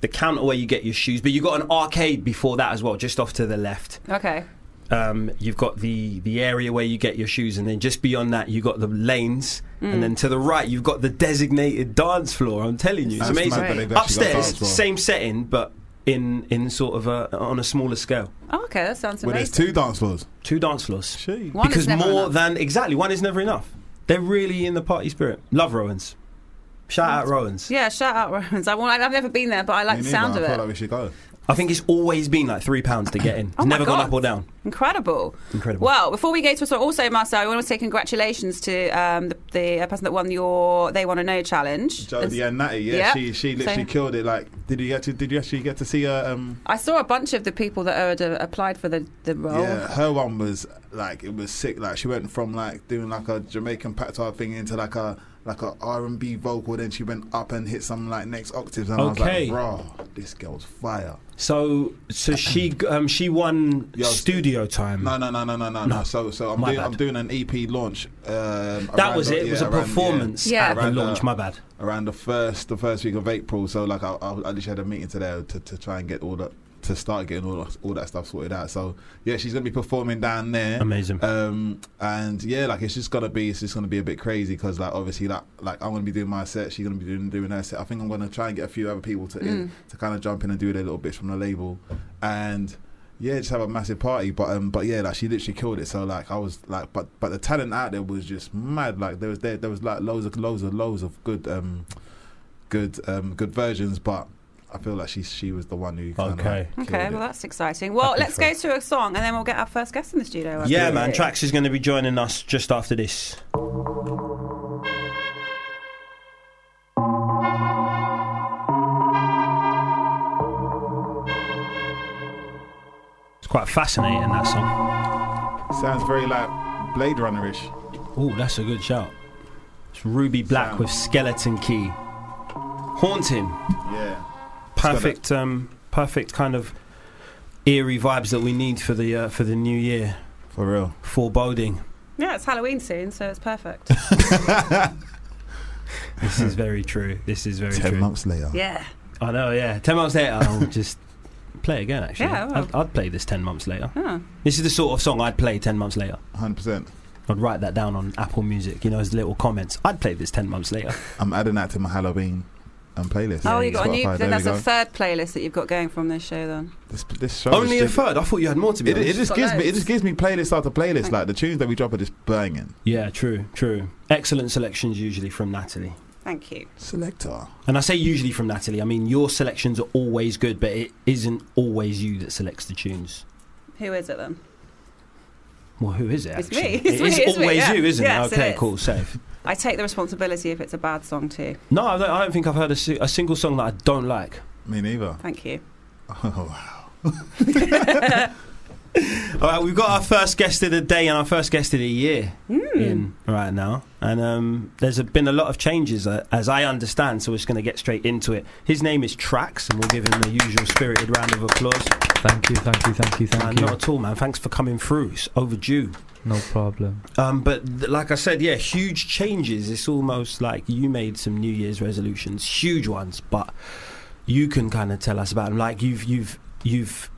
[SPEAKER 4] the counter where you get your shoes. But you got an arcade before that as well, just off to the left.
[SPEAKER 6] okay.
[SPEAKER 4] Um, you've got the the area where you get your shoes, and then just beyond that, you got the lanes,
[SPEAKER 6] Mm.
[SPEAKER 4] and then to the right, you've got the designated dance floor. I'm telling you, it's
[SPEAKER 5] That's
[SPEAKER 4] amazing.
[SPEAKER 5] mad, but they've actually got
[SPEAKER 4] Upstairs,
[SPEAKER 5] dance floor.
[SPEAKER 4] same setting, but in in sort of a on a smaller scale.
[SPEAKER 6] Oh, okay, that sounds
[SPEAKER 5] Well, there's
[SPEAKER 6] amazing.
[SPEAKER 5] two dance floors.
[SPEAKER 4] Two dance floors
[SPEAKER 5] She.
[SPEAKER 6] One is
[SPEAKER 4] because
[SPEAKER 6] never
[SPEAKER 4] more
[SPEAKER 6] enough.
[SPEAKER 4] than exactly one is never enough. They're really in the party spirit. Love Rowans. Shout out Rowans.
[SPEAKER 6] Yeah, shout out [LAUGHS] Rowans. I want, I've never been there, but I like the sound
[SPEAKER 5] I
[SPEAKER 6] of
[SPEAKER 5] feel
[SPEAKER 6] it.
[SPEAKER 5] like we should go.
[SPEAKER 4] I think it's always been like three pounds to get in. It's
[SPEAKER 6] Oh my
[SPEAKER 4] never gone
[SPEAKER 6] God.
[SPEAKER 4] up or down.
[SPEAKER 6] Incredible.
[SPEAKER 4] Incredible.
[SPEAKER 6] Well, before we go to a song, also Marcel, I want to say congratulations to um, the, the uh, person that won your They Want to Know challenge.
[SPEAKER 5] Jodie and Natty, yeah,
[SPEAKER 6] Yeah.
[SPEAKER 5] she she literally
[SPEAKER 6] So-
[SPEAKER 5] killed it. Like, did you actually did you actually get to see her? Um,
[SPEAKER 6] I saw a bunch of the people that had uh, applied for the, the role.
[SPEAKER 4] Oh.
[SPEAKER 5] Yeah, her one was like it was sick. Like she went from like doing like a Jamaican pop type thing into like a like a R and B vocal. Then she went up and hit some like next octaves, and
[SPEAKER 4] Okay.
[SPEAKER 5] I was like, "Bro, this girl's fire."
[SPEAKER 4] So so she um, she won
[SPEAKER 5] Yo,
[SPEAKER 4] studio time.
[SPEAKER 5] No, no, no, no, no, no, no. So so I'm
[SPEAKER 4] My
[SPEAKER 5] doing
[SPEAKER 4] bad.
[SPEAKER 5] I'm doing an EP launch. Um,
[SPEAKER 4] that
[SPEAKER 5] around
[SPEAKER 4] was
[SPEAKER 5] the-
[SPEAKER 4] it. It was
[SPEAKER 5] yeah,
[SPEAKER 4] a
[SPEAKER 5] around- yeah,
[SPEAKER 4] performance
[SPEAKER 6] Yeah.
[SPEAKER 4] at the
[SPEAKER 5] Around, uh,
[SPEAKER 4] launch. My bad.
[SPEAKER 5] around the first the first week of April. So like I, I, I literally had a meeting today to, to try and get all that to start getting all that, all that stuff sorted out. So yeah, she's gonna be performing down there.
[SPEAKER 4] Amazing.
[SPEAKER 5] Um, and yeah, like it's just gonna be it's just gonna be a bit crazy because like obviously like like I'm gonna be doing my set, she's gonna be doing doing her set. I think I'm gonna try and get a few other people to in,
[SPEAKER 6] Mm.
[SPEAKER 5] to kind of jump in and do their little bits from the label, and yeah, just have a massive party. But um, but yeah, like she literally killed it. So like I was like, but but the talent out there was just mad. Like there was there there was like loads of loads of loads of good um good um good versions, but I feel like she she was the one who kind
[SPEAKER 4] Okay.
[SPEAKER 5] of like,
[SPEAKER 6] Okay,
[SPEAKER 5] killed
[SPEAKER 6] well
[SPEAKER 5] it.
[SPEAKER 6] that's exciting. Well,
[SPEAKER 4] Happy
[SPEAKER 6] let's
[SPEAKER 4] for
[SPEAKER 6] go
[SPEAKER 4] her.
[SPEAKER 6] to a song and then we'll get our first guest in the studio. I
[SPEAKER 4] Yeah,
[SPEAKER 6] think.
[SPEAKER 4] man. Trax is going to be joining us just after this. It's quite fascinating that song.
[SPEAKER 5] sounds very like Blade Runner ish.
[SPEAKER 4] Oh, that's a good shout. It's Ruby Black
[SPEAKER 5] Sound.
[SPEAKER 4] with Skeleton Key. Haunting.
[SPEAKER 5] Yeah, got
[SPEAKER 4] Perfect. Um, perfect kind of eerie vibes that we need for the uh, for the new year.
[SPEAKER 5] for real.
[SPEAKER 4] Foreboding.
[SPEAKER 6] Yeah, it's Halloween soon, so it's perfect.
[SPEAKER 5] [LAUGHS]
[SPEAKER 4] This is very true. This is very
[SPEAKER 5] Ten
[SPEAKER 4] true.
[SPEAKER 5] months later.
[SPEAKER 6] yeah.
[SPEAKER 4] I know, yeah. Ten months later, I'll just play again. Actually,
[SPEAKER 6] Yeah, well.
[SPEAKER 4] I'd, I'd play this ten months later.
[SPEAKER 6] Huh.
[SPEAKER 4] This is the sort of song I'd play ten months later.
[SPEAKER 5] Hundred percent.
[SPEAKER 4] I'd write that down on Apple Music, you know, as little comments. I'd play this ten months later.
[SPEAKER 5] I'm adding that to my Halloween um, playlist.
[SPEAKER 6] oh, you got a new.
[SPEAKER 5] Spotify,
[SPEAKER 6] Then
[SPEAKER 5] there we
[SPEAKER 6] that's a
[SPEAKER 5] go.
[SPEAKER 6] third playlist that you've got going from this show. Then
[SPEAKER 5] This, this show
[SPEAKER 4] Only
[SPEAKER 5] is
[SPEAKER 4] a
[SPEAKER 5] just-
[SPEAKER 4] third. I thought you had more to be
[SPEAKER 5] It, it
[SPEAKER 4] honest.
[SPEAKER 5] just
[SPEAKER 6] Got
[SPEAKER 5] gives me it
[SPEAKER 6] loads.
[SPEAKER 5] just gives me playlist after playlist. Like the tunes that we drop are just banging.
[SPEAKER 4] yeah, true, true. Excellent selections usually from Natalie.
[SPEAKER 6] thank you.
[SPEAKER 5] Selector.
[SPEAKER 4] And I say usually from Natalie. I mean, your selections are always good, but it isn't always you that selects the tunes.
[SPEAKER 6] Who is it then?
[SPEAKER 4] Well, who is it?
[SPEAKER 6] It's
[SPEAKER 4] actually?
[SPEAKER 6] me. It's
[SPEAKER 4] It
[SPEAKER 6] me,
[SPEAKER 4] is
[SPEAKER 6] it's me,
[SPEAKER 4] always
[SPEAKER 6] yeah.
[SPEAKER 4] you, isn't
[SPEAKER 6] Yes,
[SPEAKER 4] it?
[SPEAKER 6] it
[SPEAKER 4] Okay,
[SPEAKER 6] is.
[SPEAKER 4] cool, safe.
[SPEAKER 6] I take the responsibility if it's a bad song too.
[SPEAKER 4] No, I don't, I don't think I've heard a, si- a single song that I don't like.
[SPEAKER 5] Me neither. [LAUGHS] Oh,
[SPEAKER 6] Thank you.
[SPEAKER 4] All right, we've got our first guest of the day and our first guest of the year
[SPEAKER 7] Hmm.
[SPEAKER 4] in right now, and um, there's a, been a lot of changes uh, as I understand. So we're just going to get straight into it. His name is Trax, and we'll give him the usual spirited round of applause.
[SPEAKER 7] Thank you, thank you, thank you, thank
[SPEAKER 4] Uh,
[SPEAKER 7] you.
[SPEAKER 4] not at all, man. Thanks for coming through. It's overdue.
[SPEAKER 7] No problem.
[SPEAKER 4] Um, but th- like I said, yeah, huge changes. It's almost like you made some New Year's resolutions, huge ones, but you can kind of tell us about them. Like you've, you've, you've.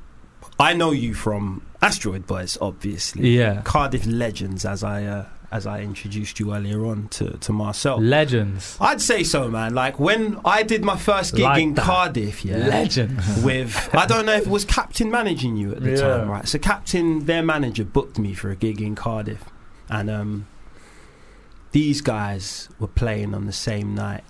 [SPEAKER 4] I know you from Asteroid Boys, obviously.
[SPEAKER 7] Yeah.
[SPEAKER 4] Cardiff Legends, as I uh, as I introduced you earlier on to to Marcel.
[SPEAKER 7] Legends.
[SPEAKER 4] I'd say so, man. Like when I did my first gig
[SPEAKER 7] Like
[SPEAKER 4] in
[SPEAKER 7] that.
[SPEAKER 4] Cardiff, yeah
[SPEAKER 7] Legends. [LAUGHS]
[SPEAKER 4] with I don't know if it was Captain managing you at the
[SPEAKER 7] Yeah.
[SPEAKER 4] time, right? So Captain, their manager, booked me for a gig in Cardiff, and um, these guys were playing on the same night,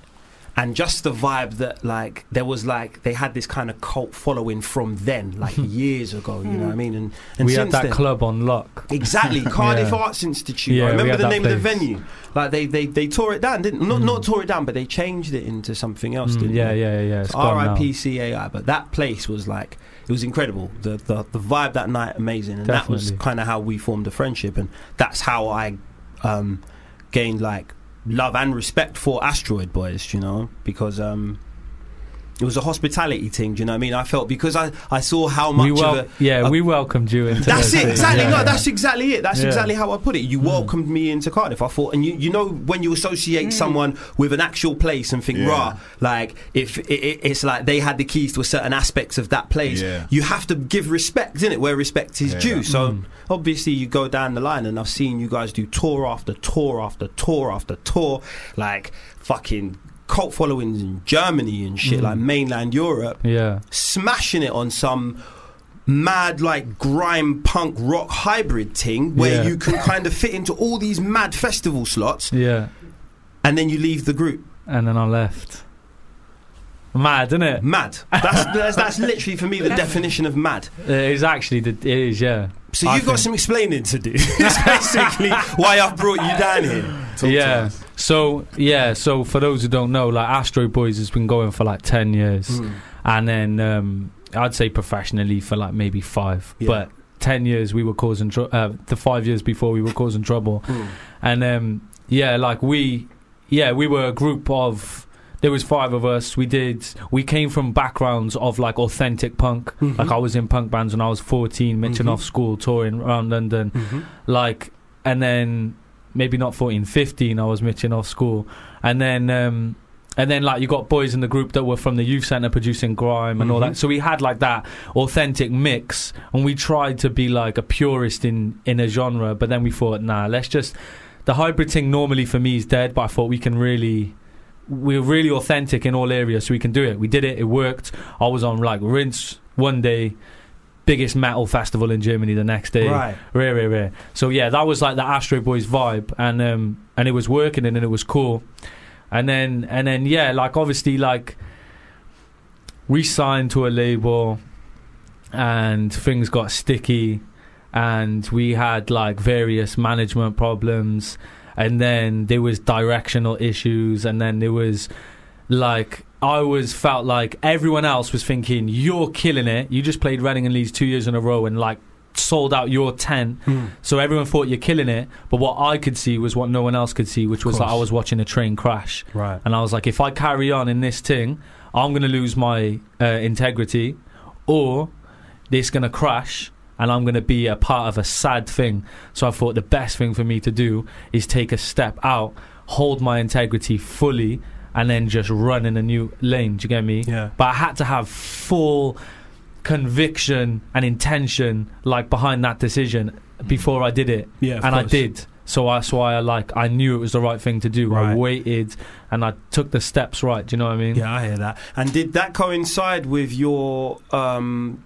[SPEAKER 4] and just the vibe that like there was like they had this kind of cult following from then,
[SPEAKER 7] [LAUGHS]
[SPEAKER 4] like years ago. You know what I mean? And, and
[SPEAKER 7] Hmm. we
[SPEAKER 4] since
[SPEAKER 7] had that
[SPEAKER 4] then,
[SPEAKER 7] club on lock.
[SPEAKER 4] Exactly, Cardiff
[SPEAKER 7] [LAUGHS] Yeah.
[SPEAKER 4] Arts Institute.
[SPEAKER 7] Yeah,
[SPEAKER 4] I
[SPEAKER 7] we
[SPEAKER 4] remember
[SPEAKER 7] had
[SPEAKER 4] the
[SPEAKER 7] that
[SPEAKER 4] name of the
[SPEAKER 7] place.
[SPEAKER 4] venue. Like they, they, they tore it down, didn't? Not
[SPEAKER 7] Mm.
[SPEAKER 4] not tore it down, but they changed it into something else.
[SPEAKER 7] Mm,
[SPEAKER 4] didn't
[SPEAKER 7] yeah,
[SPEAKER 4] they?
[SPEAKER 7] yeah, yeah. It's gone now.
[SPEAKER 4] RIPCAI, but that place was like it was incredible. The the, the vibe that night amazing, and that was
[SPEAKER 7] Definitely.
[SPEAKER 4] kind of how we formed a friendship, and that's how I um, gained like love and respect for Asteroid Boys, you know, because um, it was a hospitality thing. Do you know what I mean? I felt because I I saw how much
[SPEAKER 7] We
[SPEAKER 4] of
[SPEAKER 7] wel-
[SPEAKER 4] a
[SPEAKER 7] yeah,
[SPEAKER 4] a-
[SPEAKER 7] we welcomed you into
[SPEAKER 4] that's
[SPEAKER 7] the
[SPEAKER 4] it
[SPEAKER 7] city.
[SPEAKER 4] exactly.
[SPEAKER 7] Yeah,
[SPEAKER 4] no,
[SPEAKER 7] yeah.
[SPEAKER 4] that's exactly it. That's
[SPEAKER 7] Yeah.
[SPEAKER 4] exactly how I put it. You
[SPEAKER 5] Hmm.
[SPEAKER 4] welcomed me into Cardiff. I thought, and you, you know, when you associate someone with an actual place and think,
[SPEAKER 5] Yeah.
[SPEAKER 4] rah, like if it, it, it's like they had the keys to a certain aspects of that place,
[SPEAKER 5] Yeah.
[SPEAKER 4] you have to give respect in it where respect is
[SPEAKER 5] Yeah. Hmm.
[SPEAKER 4] due. So
[SPEAKER 7] Mm,
[SPEAKER 4] obviously, you go down the line, and I've seen you guys do tour after tour after tour after tour, like fucking cult followings in Germany and shit,
[SPEAKER 5] Hmm.
[SPEAKER 4] like mainland Europe
[SPEAKER 7] Yeah.
[SPEAKER 4] smashing it on some mad like grime punk rock hybrid thing where
[SPEAKER 7] Yeah.
[SPEAKER 4] you can kind of fit into all these mad festival slots
[SPEAKER 7] Yeah.
[SPEAKER 4] and then you leave the group
[SPEAKER 7] And then I left. Mad, isn't it?
[SPEAKER 4] mad that's that's, that's literally for me the definition of mad
[SPEAKER 7] It is actually the it is, yeah.
[SPEAKER 4] so
[SPEAKER 7] I
[SPEAKER 4] you've got
[SPEAKER 7] think-
[SPEAKER 4] some explaining to do [LAUGHS] it's basically why i've brought you down here
[SPEAKER 5] Talk
[SPEAKER 7] yeah.
[SPEAKER 5] To us. [LAUGHS]
[SPEAKER 7] So yeah, so for those who don't know, like Astro Boys has been going for like ten years, and then um, I'd say professionally for like maybe five,
[SPEAKER 4] Yeah.
[SPEAKER 7] but ten years we were causing tr- uh, the five years before we were causing trouble, and um, yeah, like we, yeah, we were a group of. There was five of us. We did. We came from backgrounds of like authentic punk.
[SPEAKER 4] Mm-hmm.
[SPEAKER 7] Like I was in punk bands when I was fourteen, mentioned
[SPEAKER 4] Mhm.
[SPEAKER 7] off school, touring around London
[SPEAKER 4] Mm-hmm.
[SPEAKER 7] like and then maybe not 14 15 i was mitching off school and then um and then like you got boys in the group that were from the youth center producing grime and all
[SPEAKER 4] Mhm.
[SPEAKER 7] that so we had like that authentic mix and we tried to be like a purist in in a genre but then we thought nah let's just the hybrid thing normally for me is dead but i thought we can really we're really authentic in all areas so we can do it we did it it worked i was on like rinse one day biggest metal festival in germany the next day
[SPEAKER 4] right
[SPEAKER 7] Rare, rare, rare. So yeah, that was like the Astro Boys vibe, and um, and it was working, and then it was cool, and then and then yeah, like obviously like we signed to a label and things got sticky and we had like various management problems and then there was directional issues and then there was like I always felt like everyone else was thinking you're killing it you just played Reading and Leeds 2 years in a row and like sold out your tent
[SPEAKER 4] Mm.
[SPEAKER 7] so everyone thought you're killing it but what I could see was what no one else could see which was that I
[SPEAKER 4] course.
[SPEAKER 7] was watching a train crash
[SPEAKER 4] Right.
[SPEAKER 7] and I was like, if I carry on in this thing, I'm going to lose my uh, integrity, or this going to crash, and I'm going to be a part of a sad thing. So I thought the best thing for me to do is take a step out, hold my integrity fully, and then just run in a new lane. Do you get me?
[SPEAKER 4] Yeah.
[SPEAKER 7] But I had to have full conviction and intention, like behind that decision, before I did it
[SPEAKER 4] Yeah. Mm. of
[SPEAKER 7] and I
[SPEAKER 4] course.
[SPEAKER 7] did. So that's why I like I knew it was the right thing to do. I
[SPEAKER 4] Right.
[SPEAKER 7] waited and I took the steps right. Do you know what I mean?
[SPEAKER 4] Yeah, I hear that. And did that coincide with your um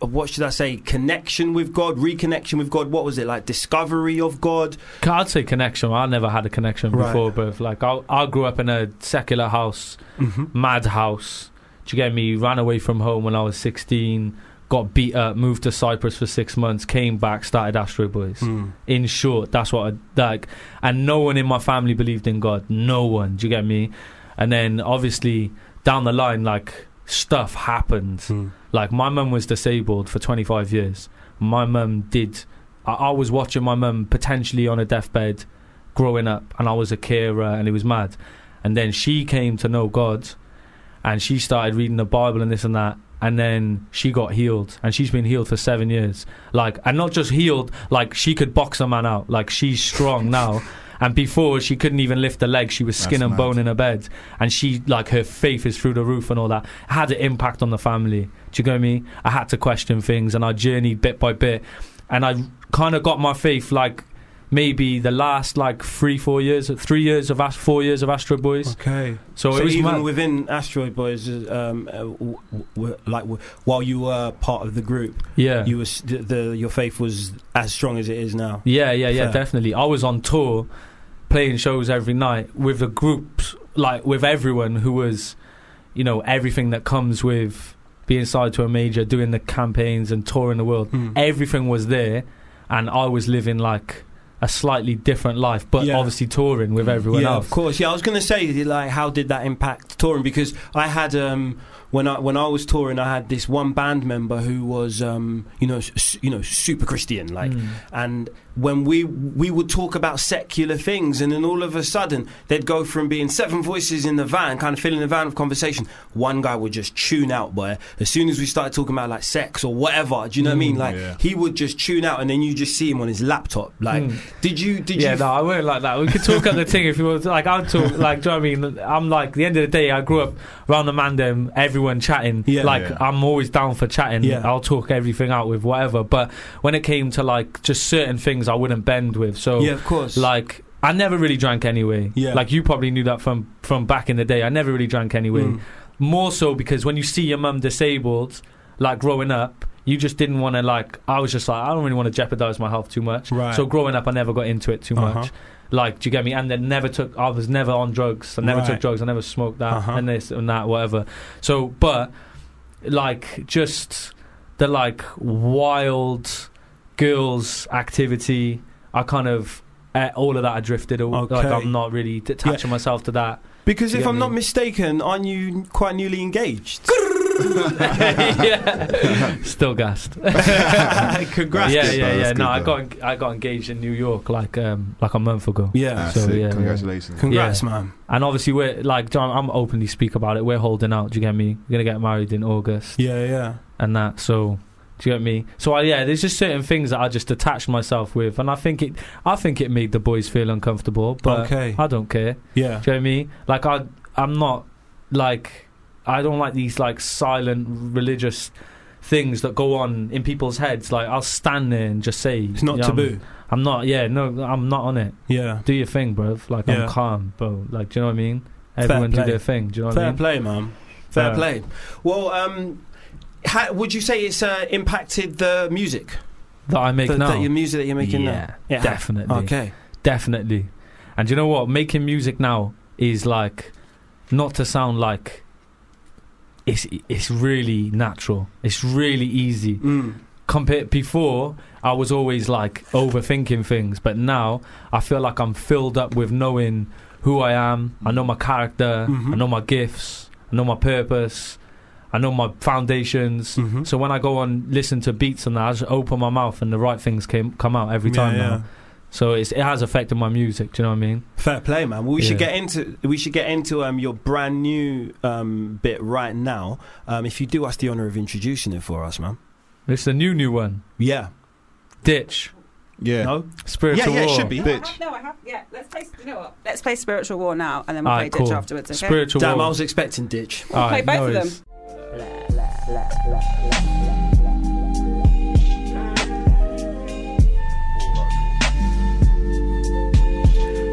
[SPEAKER 4] what should I say? Connection with God, reconnection with God. What was it like? Discovery of God.
[SPEAKER 7] C- I'd say connection. I never had a connection
[SPEAKER 4] Right.
[SPEAKER 7] before birth. Like I, I grew up in a secular house,
[SPEAKER 4] Mm-hmm.
[SPEAKER 7] mad house. Do you get me? Ran away from home when I was sixteen. Got beat up. Moved to Cyprus for six months. Came back. Started Astro Boys.
[SPEAKER 4] Hmm,
[SPEAKER 7] In short, that's what I like. And no one in my family believed in God. No one. Do you get me? And then obviously down the line, like stuff happened.
[SPEAKER 4] hmm.
[SPEAKER 7] Like my mum was disabled for 25 years. My mum did. I, I was watching my mum potentially on a deathbed, growing up, and I was a carer, and it was mad. And then she came to know God, and she started reading the Bible and this and that. And then she got healed, and she's been healed for seven years. Like, and not just healed, like she could box a man out. Like she's
[SPEAKER 5] [LAUGHS]
[SPEAKER 7] strong now. And before she couldn't even lift a leg, she was skin
[SPEAKER 5] That's
[SPEAKER 7] and
[SPEAKER 5] mad.
[SPEAKER 7] bone in her bed. And she, like, her faith is through the roof and all that. Had an impact on the family. Do you get me? I had to question things, and I journeyed bit by bit. And I kind of got my faith, like, maybe the last, like, three, four years, three years of, Ast- four years of Astro Boys.
[SPEAKER 4] Okay.
[SPEAKER 7] So,
[SPEAKER 4] So,
[SPEAKER 7] it was
[SPEAKER 4] even
[SPEAKER 7] mad.
[SPEAKER 4] within Asteroid Boys, um, uh, w- w- like w- while you were part of the group,
[SPEAKER 7] yeah.
[SPEAKER 4] you was the, the your faith was as strong as it is now.
[SPEAKER 7] Yeah, yeah, yeah,
[SPEAKER 4] Fair.
[SPEAKER 7] definitely. I was on tour, playing shows every night with the groups, like with everyone who was, you know, everything that comes with being signed to a major, doing the campaigns and touring the world.
[SPEAKER 4] Hmm.
[SPEAKER 7] Everything was there, and I was living like a slightly different life, but
[SPEAKER 4] Yeah.
[SPEAKER 7] obviously touring with everyone
[SPEAKER 4] yeah,
[SPEAKER 7] else.
[SPEAKER 4] "Oh, of course. Yeah, I was going to say like how did that impact touring because I had um when I when I was touring I had this one band member who was um you know s- you know super Christian like
[SPEAKER 7] Mm.
[SPEAKER 4] and when we we would talk about secular things and then all of a sudden they'd go from being seven voices in the van kind of filling the van with conversation one guy would just tune out boy as soon as we started talking about like sex or whatever do you know what I mean
[SPEAKER 7] Mm,
[SPEAKER 4] like
[SPEAKER 5] yeah.
[SPEAKER 4] he would just tune out and then you just see him on his laptop like
[SPEAKER 7] Mm.
[SPEAKER 4] did you did
[SPEAKER 7] yeah,
[SPEAKER 4] you
[SPEAKER 7] no, I weren't like that. We could talk at the thing if you want. to- Like, I'll talk. Like, do you know what I mean? I'm like, the end of the day, I grew up round the mandem, everyone chatting.
[SPEAKER 4] Yeah.
[SPEAKER 7] like,
[SPEAKER 5] Yeah.
[SPEAKER 7] I'm always down for chatting.
[SPEAKER 4] Yeah.
[SPEAKER 7] I'll talk everything out with whatever. But when it came to like just certain things, I wouldn't bend with. So,
[SPEAKER 4] yeah of course
[SPEAKER 7] oh, like, I never really drank anyway.
[SPEAKER 4] Yeah.
[SPEAKER 7] Like, you probably knew that from from back in the day. I never really drank anyway.
[SPEAKER 4] Mm.
[SPEAKER 7] More so because when you see your mum disabled, like growing up. You just didn't want to like. I was just like, I don't really want to jeopardize my health too much.
[SPEAKER 4] Right.
[SPEAKER 7] So growing up, I never got into it too
[SPEAKER 4] Uh-huh.
[SPEAKER 7] much. Like, do you get me? And then never took. I was never on drugs. I never took
[SPEAKER 4] Right.
[SPEAKER 7] drugs. I never smoked that
[SPEAKER 4] Uh-huh.
[SPEAKER 7] and this and that, whatever. So, but like, just the like wild girls activity. I kind of eh, all of that. I drifted. away. Like,
[SPEAKER 4] Okay.
[SPEAKER 7] I'm not really detaching myself to
[SPEAKER 4] [LAUGHS]
[SPEAKER 7] that.
[SPEAKER 4] Because if
[SPEAKER 7] Yeah,
[SPEAKER 4] I'm
[SPEAKER 7] I
[SPEAKER 4] not
[SPEAKER 7] mean-
[SPEAKER 4] mistaken, aren't you quite newly engaged?
[SPEAKER 7] yeah, still gassed.
[SPEAKER 4] [LAUGHS] Congrats.
[SPEAKER 7] yeah,
[SPEAKER 5] good,
[SPEAKER 7] yeah,
[SPEAKER 5] though,
[SPEAKER 7] yeah.
[SPEAKER 5] Oh, that's
[SPEAKER 7] No,
[SPEAKER 5] good,
[SPEAKER 7] I
[SPEAKER 5] though.
[SPEAKER 7] got I got engaged in New York like um like a month ago.
[SPEAKER 4] Yeah.
[SPEAKER 5] Ah,
[SPEAKER 7] So,
[SPEAKER 5] sick.
[SPEAKER 7] yeah, yeah.
[SPEAKER 5] Congratulations.
[SPEAKER 4] Congrats, man.
[SPEAKER 7] And obviously, we're like, John, I'm openly speak about it. We're holding out. Do you get me? We're gonna get married in August
[SPEAKER 4] Yeah, yeah.
[SPEAKER 7] and that. So, do you get me? So, I, yeah, there's just certain things that I just attached myself with, and I think it, I think it made the boys feel uncomfortable. But
[SPEAKER 4] Okay.
[SPEAKER 7] I don't care.
[SPEAKER 4] Yeah.
[SPEAKER 7] Do you know what I mean? Like, I, I'm not like, I don't like these like silent religious things that go on in people's heads. Like, I'll stand there and just say,
[SPEAKER 4] It's not
[SPEAKER 7] you know, I'm-
[SPEAKER 4] taboo.
[SPEAKER 7] I'm not. Yeah, no, I'm not on it
[SPEAKER 4] Yeah.
[SPEAKER 7] do your thing, bruv. Like
[SPEAKER 4] Yeah.
[SPEAKER 7] I'm calm, bro. Like do you know what I mean? Everyone do
[SPEAKER 4] play.
[SPEAKER 7] their thing. Do you know what I
[SPEAKER 4] Fair
[SPEAKER 7] mean?
[SPEAKER 4] play, man. Fair
[SPEAKER 7] Yeah.
[SPEAKER 4] play. Well, um, ha would you say it's uh, impacted the music?
[SPEAKER 7] That I make
[SPEAKER 4] the,
[SPEAKER 7] now.
[SPEAKER 4] the- your music that you're making
[SPEAKER 7] yeah,
[SPEAKER 4] Yeah.
[SPEAKER 7] definitely,
[SPEAKER 4] now? Okay.
[SPEAKER 7] definitely. And do you know what? Making music now is like not to sound like it's it's really natural. It's really easy.
[SPEAKER 4] Mm.
[SPEAKER 7] Compared before, I was always like overthinking things, but now I feel like I'm filled up with knowing who I am. I know my character.
[SPEAKER 4] Mhm.
[SPEAKER 7] I know my gifts. I know my purpose. I know my foundations.
[SPEAKER 4] Mhm.
[SPEAKER 7] Mm-hmm. So when I go and listen to beats and that, I just open my mouth and the right things came, come out every
[SPEAKER 4] Yeah,
[SPEAKER 7] time
[SPEAKER 4] yeah.
[SPEAKER 7] now. So it's, it has affected my music. Do you know what I mean?
[SPEAKER 4] Fair play, man. Well, we should
[SPEAKER 7] Yeah.
[SPEAKER 4] get into we should get into um, your brand new um, bit right now. Um, if you do us the honor of introducing it for us, man.
[SPEAKER 7] It's the new new one.
[SPEAKER 4] Yeah.
[SPEAKER 7] Ditch
[SPEAKER 5] Yeah.
[SPEAKER 4] No.
[SPEAKER 7] spiritual
[SPEAKER 4] yeah, yeah, it
[SPEAKER 7] war.
[SPEAKER 4] should be.
[SPEAKER 6] No, I have, no, I have. Yeah, let's play. You know what? Let's play Spiritual War now, and then we'll
[SPEAKER 7] Alright,
[SPEAKER 6] play Ditch
[SPEAKER 7] cool.
[SPEAKER 6] afterwards. Okay.
[SPEAKER 7] Spiritual
[SPEAKER 4] Damn, I
[SPEAKER 7] war.
[SPEAKER 4] was expecting ditch.
[SPEAKER 6] We'll play
[SPEAKER 7] Alright,
[SPEAKER 6] both
[SPEAKER 7] no
[SPEAKER 6] of them.
[SPEAKER 7] worries.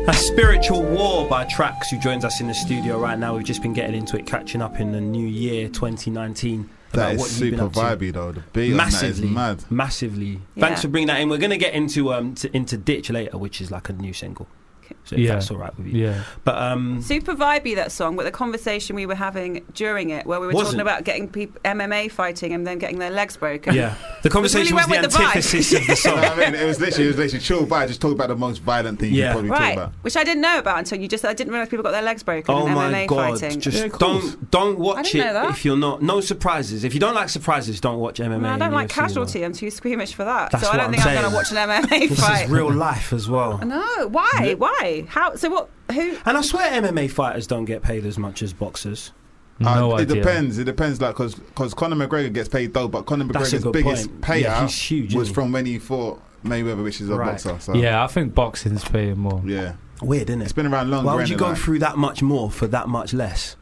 [SPEAKER 4] A spiritual war by Trax, who joins us in the studio right now. We've just been getting into it, catching up in the new year 2019.
[SPEAKER 5] That
[SPEAKER 4] about
[SPEAKER 5] is
[SPEAKER 4] what you've been
[SPEAKER 5] super
[SPEAKER 4] up to.
[SPEAKER 5] vibey though. The beat on that is
[SPEAKER 4] Massively,
[SPEAKER 5] mad.
[SPEAKER 4] massively.
[SPEAKER 6] Yeah.
[SPEAKER 4] Thanks for bringing that in. We're going to get into um to, into ditch later, which is like a new single.
[SPEAKER 6] Okay.
[SPEAKER 4] So if
[SPEAKER 7] Yeah.
[SPEAKER 4] that's all right with you.
[SPEAKER 7] Yeah.
[SPEAKER 4] But um,
[SPEAKER 6] Super vibey that song, but the conversation we were having during it, where we were
[SPEAKER 4] Wasn't.
[SPEAKER 6] talking about getting people MMA fighting and them getting their legs broken. [LAUGHS]
[SPEAKER 4] yeah, the conversation
[SPEAKER 6] really
[SPEAKER 4] was,
[SPEAKER 6] went
[SPEAKER 4] the
[SPEAKER 6] with the vibe.
[SPEAKER 4] antithesis of the
[SPEAKER 5] You
[SPEAKER 6] [LAUGHS]
[SPEAKER 4] song.
[SPEAKER 5] know what I mean? It was literally, it was literally chill vibe. Just talk about the most violent thing
[SPEAKER 4] Yeah.
[SPEAKER 5] you could probably
[SPEAKER 6] Right,
[SPEAKER 5] talk about.
[SPEAKER 6] which I didn't know about until you just. I didn't realize people got their legs broken
[SPEAKER 4] Oh
[SPEAKER 6] in
[SPEAKER 4] my
[SPEAKER 6] MMA
[SPEAKER 4] god!
[SPEAKER 6] fighting.
[SPEAKER 4] Just
[SPEAKER 5] Yeah, of course.
[SPEAKER 4] don't don't
[SPEAKER 6] I
[SPEAKER 4] watch
[SPEAKER 6] didn't know
[SPEAKER 4] it
[SPEAKER 6] that.
[SPEAKER 4] if you're not. No surprises. If you don't like surprises, don't watch MMA.
[SPEAKER 6] No, I
[SPEAKER 4] and
[SPEAKER 6] don't like
[SPEAKER 4] UFC, though.
[SPEAKER 6] casualty. I'm too squeamish for that.
[SPEAKER 4] That's
[SPEAKER 6] so
[SPEAKER 4] what
[SPEAKER 6] I don't
[SPEAKER 4] I'm
[SPEAKER 6] think I'm
[SPEAKER 4] saying.
[SPEAKER 6] going to watch an
[SPEAKER 4] [LAUGHS]
[SPEAKER 6] MMA
[SPEAKER 4] This
[SPEAKER 6] fight.
[SPEAKER 4] is real life as well.
[SPEAKER 6] No, why? Why? How? So what? Who?
[SPEAKER 4] And I swear, MMA fighters don't get paid as much as boxers.
[SPEAKER 7] No
[SPEAKER 5] Uh,
[SPEAKER 7] idea.
[SPEAKER 5] It depends. It depends, like, because Conor McGregor gets paid though, but Conor
[SPEAKER 4] That's a
[SPEAKER 5] McGregor's
[SPEAKER 4] good
[SPEAKER 5] biggest
[SPEAKER 4] point.
[SPEAKER 5] payout
[SPEAKER 4] Yeah, he's huge,
[SPEAKER 5] was
[SPEAKER 4] isn't he?
[SPEAKER 5] from when he fought Mayweather, which is a
[SPEAKER 4] Right.
[SPEAKER 5] boxer. So,
[SPEAKER 7] Yeah, I think boxing's paying more.
[SPEAKER 5] yeah.
[SPEAKER 4] Weird, isn't it?
[SPEAKER 5] It's been around longer.
[SPEAKER 4] Why would you
[SPEAKER 5] innit,
[SPEAKER 4] go
[SPEAKER 5] like,
[SPEAKER 4] through that much more for that much less?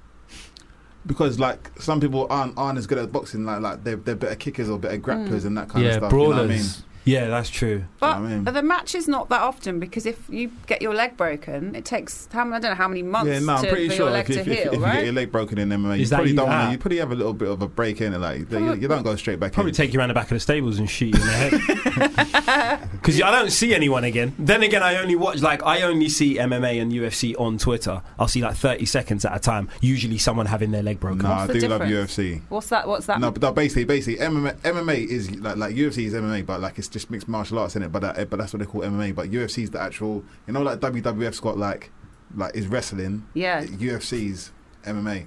[SPEAKER 5] Because like some people aren't aren't as good at boxing. Like like they're they're better kickers or better
[SPEAKER 6] Mm.
[SPEAKER 5] grapplers and that kind of
[SPEAKER 7] yeah,
[SPEAKER 5] stuff. You know what I mean?
[SPEAKER 7] brawlers.
[SPEAKER 4] Yeah, that's true.
[SPEAKER 6] But
[SPEAKER 5] I mean?
[SPEAKER 6] the match is not that often because if you get your leg broken, it takes how, I don't know how many months
[SPEAKER 5] Yeah, no, I'm
[SPEAKER 6] to,
[SPEAKER 5] pretty
[SPEAKER 6] for
[SPEAKER 5] sure
[SPEAKER 6] your
[SPEAKER 5] if,
[SPEAKER 6] leg
[SPEAKER 5] if,
[SPEAKER 6] to
[SPEAKER 5] if,
[SPEAKER 6] heal,
[SPEAKER 5] if you get
[SPEAKER 6] right?
[SPEAKER 5] your leg broken in MMA, you
[SPEAKER 4] Is that
[SPEAKER 5] probably
[SPEAKER 4] you-
[SPEAKER 5] don't
[SPEAKER 4] ah.
[SPEAKER 5] wanna, you probably have a little bit of a break in it. Like you, you don't go straight back
[SPEAKER 4] Probably
[SPEAKER 5] in.
[SPEAKER 4] take you around the back of the stables and shoot you in the head. [LAUGHS] Because I don't see anyone again. Then again, I only watch, like, I only see MMA and UFC on Twitter. I'll see like 30 seconds at a time, usually someone having their leg broken.
[SPEAKER 5] Nah, I
[SPEAKER 6] the
[SPEAKER 5] do love
[SPEAKER 6] difference?
[SPEAKER 5] UFC.
[SPEAKER 6] What's that? What's that?
[SPEAKER 5] No, but no, basically, basically, MMA, MMA is like like UFC is MMA, but like it's just mixed martial arts in it. But that, eh, but that's what they call MMA. But UFC is the actual, you know, like WWF's got like like is wrestling.
[SPEAKER 6] yeah.
[SPEAKER 5] UFC's MMA.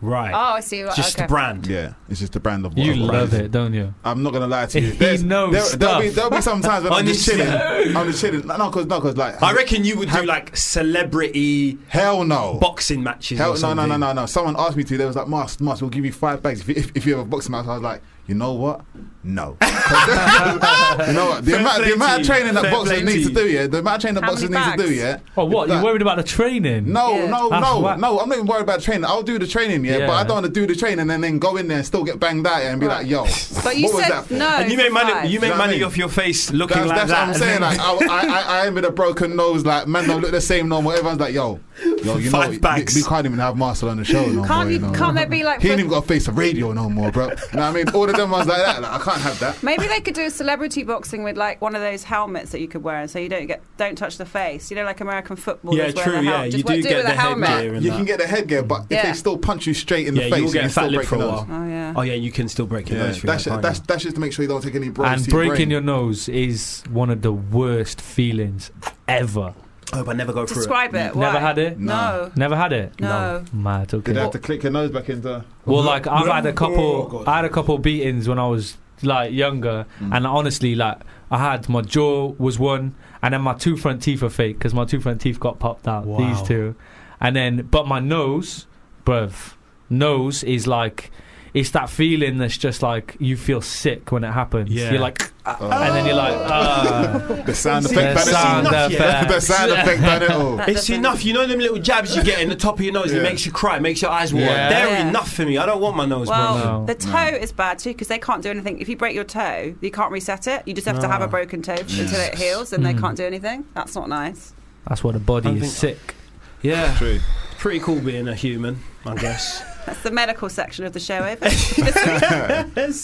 [SPEAKER 4] Right.
[SPEAKER 6] Oh, I see. Right,
[SPEAKER 4] Just
[SPEAKER 6] okay.
[SPEAKER 4] the brand.
[SPEAKER 5] Yeah, it's just the brand of.
[SPEAKER 7] You
[SPEAKER 5] of
[SPEAKER 7] love
[SPEAKER 5] brands.
[SPEAKER 7] it, don't you?
[SPEAKER 5] I'm not gonna lie to you.
[SPEAKER 7] He
[SPEAKER 5] There's-
[SPEAKER 7] knows
[SPEAKER 5] there, there'll, be,
[SPEAKER 7] stuff.
[SPEAKER 5] there'll be some times when I'm just
[SPEAKER 4] Honestly.
[SPEAKER 5] chilling. I'm just chilling. No, because no, because like
[SPEAKER 4] I reckon you would do
[SPEAKER 5] Have-
[SPEAKER 4] like celebrity
[SPEAKER 5] hell no.
[SPEAKER 4] boxing matches.
[SPEAKER 5] Oh. Hell,
[SPEAKER 4] or
[SPEAKER 5] no, no,
[SPEAKER 4] something.
[SPEAKER 5] no, no, no. Someone asked me to. They was like, "Must, must. We'll give you five bags if you, if, if you have a boxing match." I was like, "You know what? No. [LAUGHS] you know what? The,
[SPEAKER 4] Fair
[SPEAKER 5] amount,
[SPEAKER 4] play
[SPEAKER 5] the amount
[SPEAKER 4] to
[SPEAKER 5] of
[SPEAKER 4] you.
[SPEAKER 5] training that
[SPEAKER 4] Fair
[SPEAKER 5] boxers
[SPEAKER 4] play to
[SPEAKER 5] need to
[SPEAKER 4] you.
[SPEAKER 5] do, yeah. The amount of training that
[SPEAKER 6] How
[SPEAKER 5] boxers
[SPEAKER 6] many
[SPEAKER 5] need to do,
[SPEAKER 6] bags?
[SPEAKER 5] yeah.
[SPEAKER 7] Oh, what?
[SPEAKER 5] That-
[SPEAKER 7] You're worried about the training?
[SPEAKER 5] No,
[SPEAKER 6] Yeah.
[SPEAKER 5] no,
[SPEAKER 7] Ah,
[SPEAKER 5] no,
[SPEAKER 7] wha-
[SPEAKER 5] no. I'm not even worried about training. I'll do the training, yeah, but
[SPEAKER 7] Yeah.
[SPEAKER 5] I don't want to do the training and then go in there and still get banged out and be
[SPEAKER 6] Right.
[SPEAKER 5] like, "Yo,
[SPEAKER 6] But you
[SPEAKER 5] what was
[SPEAKER 6] said
[SPEAKER 5] that for?"
[SPEAKER 6] no.
[SPEAKER 4] And you make
[SPEAKER 6] for
[SPEAKER 4] money.
[SPEAKER 6] five.
[SPEAKER 5] Do
[SPEAKER 4] You make
[SPEAKER 5] you know what I
[SPEAKER 4] money
[SPEAKER 5] mean?
[SPEAKER 4] off your face looking
[SPEAKER 5] That's,
[SPEAKER 4] like
[SPEAKER 5] that's
[SPEAKER 4] that.
[SPEAKER 5] what I'm saying.
[SPEAKER 4] [LAUGHS]
[SPEAKER 5] Like, I, I, I am with a broken nose. Like, man, don't look the same no more. Everyone's like, yo, yo, you
[SPEAKER 4] Five
[SPEAKER 5] know,
[SPEAKER 4] bags.
[SPEAKER 5] We, we can't even have Marcel on the show no
[SPEAKER 6] Can't
[SPEAKER 7] Oh,
[SPEAKER 5] more.
[SPEAKER 6] you?
[SPEAKER 5] know.
[SPEAKER 6] Can't there be like?
[SPEAKER 5] He
[SPEAKER 6] for-
[SPEAKER 5] ain't even got to face the radio no more, bro. You know what I mean? All of them ones like that. Like, I can't have that.
[SPEAKER 6] Maybe they could do a celebrity boxing with like one of those helmets that you could wear, and so you don't get don't touch the face. You know, like American footballers
[SPEAKER 4] Yeah,
[SPEAKER 6] wear
[SPEAKER 4] true,
[SPEAKER 6] the
[SPEAKER 4] yeah,
[SPEAKER 6] helmet.
[SPEAKER 4] you
[SPEAKER 6] Just what-
[SPEAKER 4] do
[SPEAKER 6] do
[SPEAKER 4] get
[SPEAKER 6] with
[SPEAKER 4] the
[SPEAKER 6] a helmet.
[SPEAKER 4] headgear. and
[SPEAKER 5] You
[SPEAKER 4] that.
[SPEAKER 5] can get the headgear, but if
[SPEAKER 6] Yeah.
[SPEAKER 5] they still punch you straight in the
[SPEAKER 4] yeah,
[SPEAKER 5] face,
[SPEAKER 4] you'll get
[SPEAKER 5] you
[SPEAKER 4] a
[SPEAKER 5] can still
[SPEAKER 4] fat lip
[SPEAKER 5] break
[SPEAKER 4] for a
[SPEAKER 5] your nose.
[SPEAKER 4] while.
[SPEAKER 6] Oh yeah.
[SPEAKER 4] Oh yeah, you can still break your
[SPEAKER 5] Yeah,
[SPEAKER 4] nose. through
[SPEAKER 5] that's,
[SPEAKER 4] that,
[SPEAKER 5] that's,
[SPEAKER 4] can't
[SPEAKER 5] that's just to make sure you don't take any blows.
[SPEAKER 7] And
[SPEAKER 5] to your
[SPEAKER 7] breaking
[SPEAKER 5] brain.
[SPEAKER 7] your nose is one of the worst feelings ever.
[SPEAKER 4] you? I hope I never go through it. Mm.
[SPEAKER 6] Describe it. Why?
[SPEAKER 7] Never had it?
[SPEAKER 6] No.
[SPEAKER 7] Never had it?
[SPEAKER 6] No.
[SPEAKER 7] Mad, okay.
[SPEAKER 5] Did they have to click your nose back into?
[SPEAKER 7] Well, like I've had a
[SPEAKER 4] Oh,
[SPEAKER 7] couple,
[SPEAKER 4] God. Mm.
[SPEAKER 7] I had a couple beatings when I was like younger, and honestly, like I had my jaw was one, and then my two front teeth are fake because my two front teeth got popped out.
[SPEAKER 4] Wow.
[SPEAKER 7] These two, and then but my nose, bruv, nose is like. It's that feeling that's just like you feel sick when it happens.
[SPEAKER 4] Yeah.
[SPEAKER 7] You're like, "Ah," and then you're like, ah.
[SPEAKER 5] uh, The sound
[SPEAKER 4] The
[SPEAKER 7] the
[SPEAKER 5] effect. done it
[SPEAKER 7] sound
[SPEAKER 5] all.
[SPEAKER 4] enough
[SPEAKER 5] [LAUGHS] The
[SPEAKER 4] yet.
[SPEAKER 7] effects.
[SPEAKER 4] [LAUGHS]
[SPEAKER 5] sound effect. oh. done it all.
[SPEAKER 4] It's
[SPEAKER 6] doesn't-
[SPEAKER 4] enough. You know them little jabs you get in the top of your nose. It
[SPEAKER 5] Yeah.
[SPEAKER 4] makes you cry. Makes your eyes water.
[SPEAKER 7] Yeah.
[SPEAKER 4] They're
[SPEAKER 6] Yeah.
[SPEAKER 4] enough for me. I don't want my nose
[SPEAKER 6] Well,
[SPEAKER 4] broken.
[SPEAKER 7] No.
[SPEAKER 6] the toe is bad too because they can't do anything. If you break your toe, you can't reset it. You just have to have
[SPEAKER 4] No.
[SPEAKER 6] a broken toe until it heals, and they can't do anything. That's not nice.
[SPEAKER 7] That's why the body
[SPEAKER 4] Don't
[SPEAKER 7] is
[SPEAKER 4] think-
[SPEAKER 7] sick.
[SPEAKER 4] Yeah,
[SPEAKER 5] [LAUGHS] True.
[SPEAKER 4] pretty cool being a human, I guess.
[SPEAKER 5] [LAUGHS]
[SPEAKER 6] That's the medical section of the
[SPEAKER 4] [LAUGHS]
[SPEAKER 6] show over.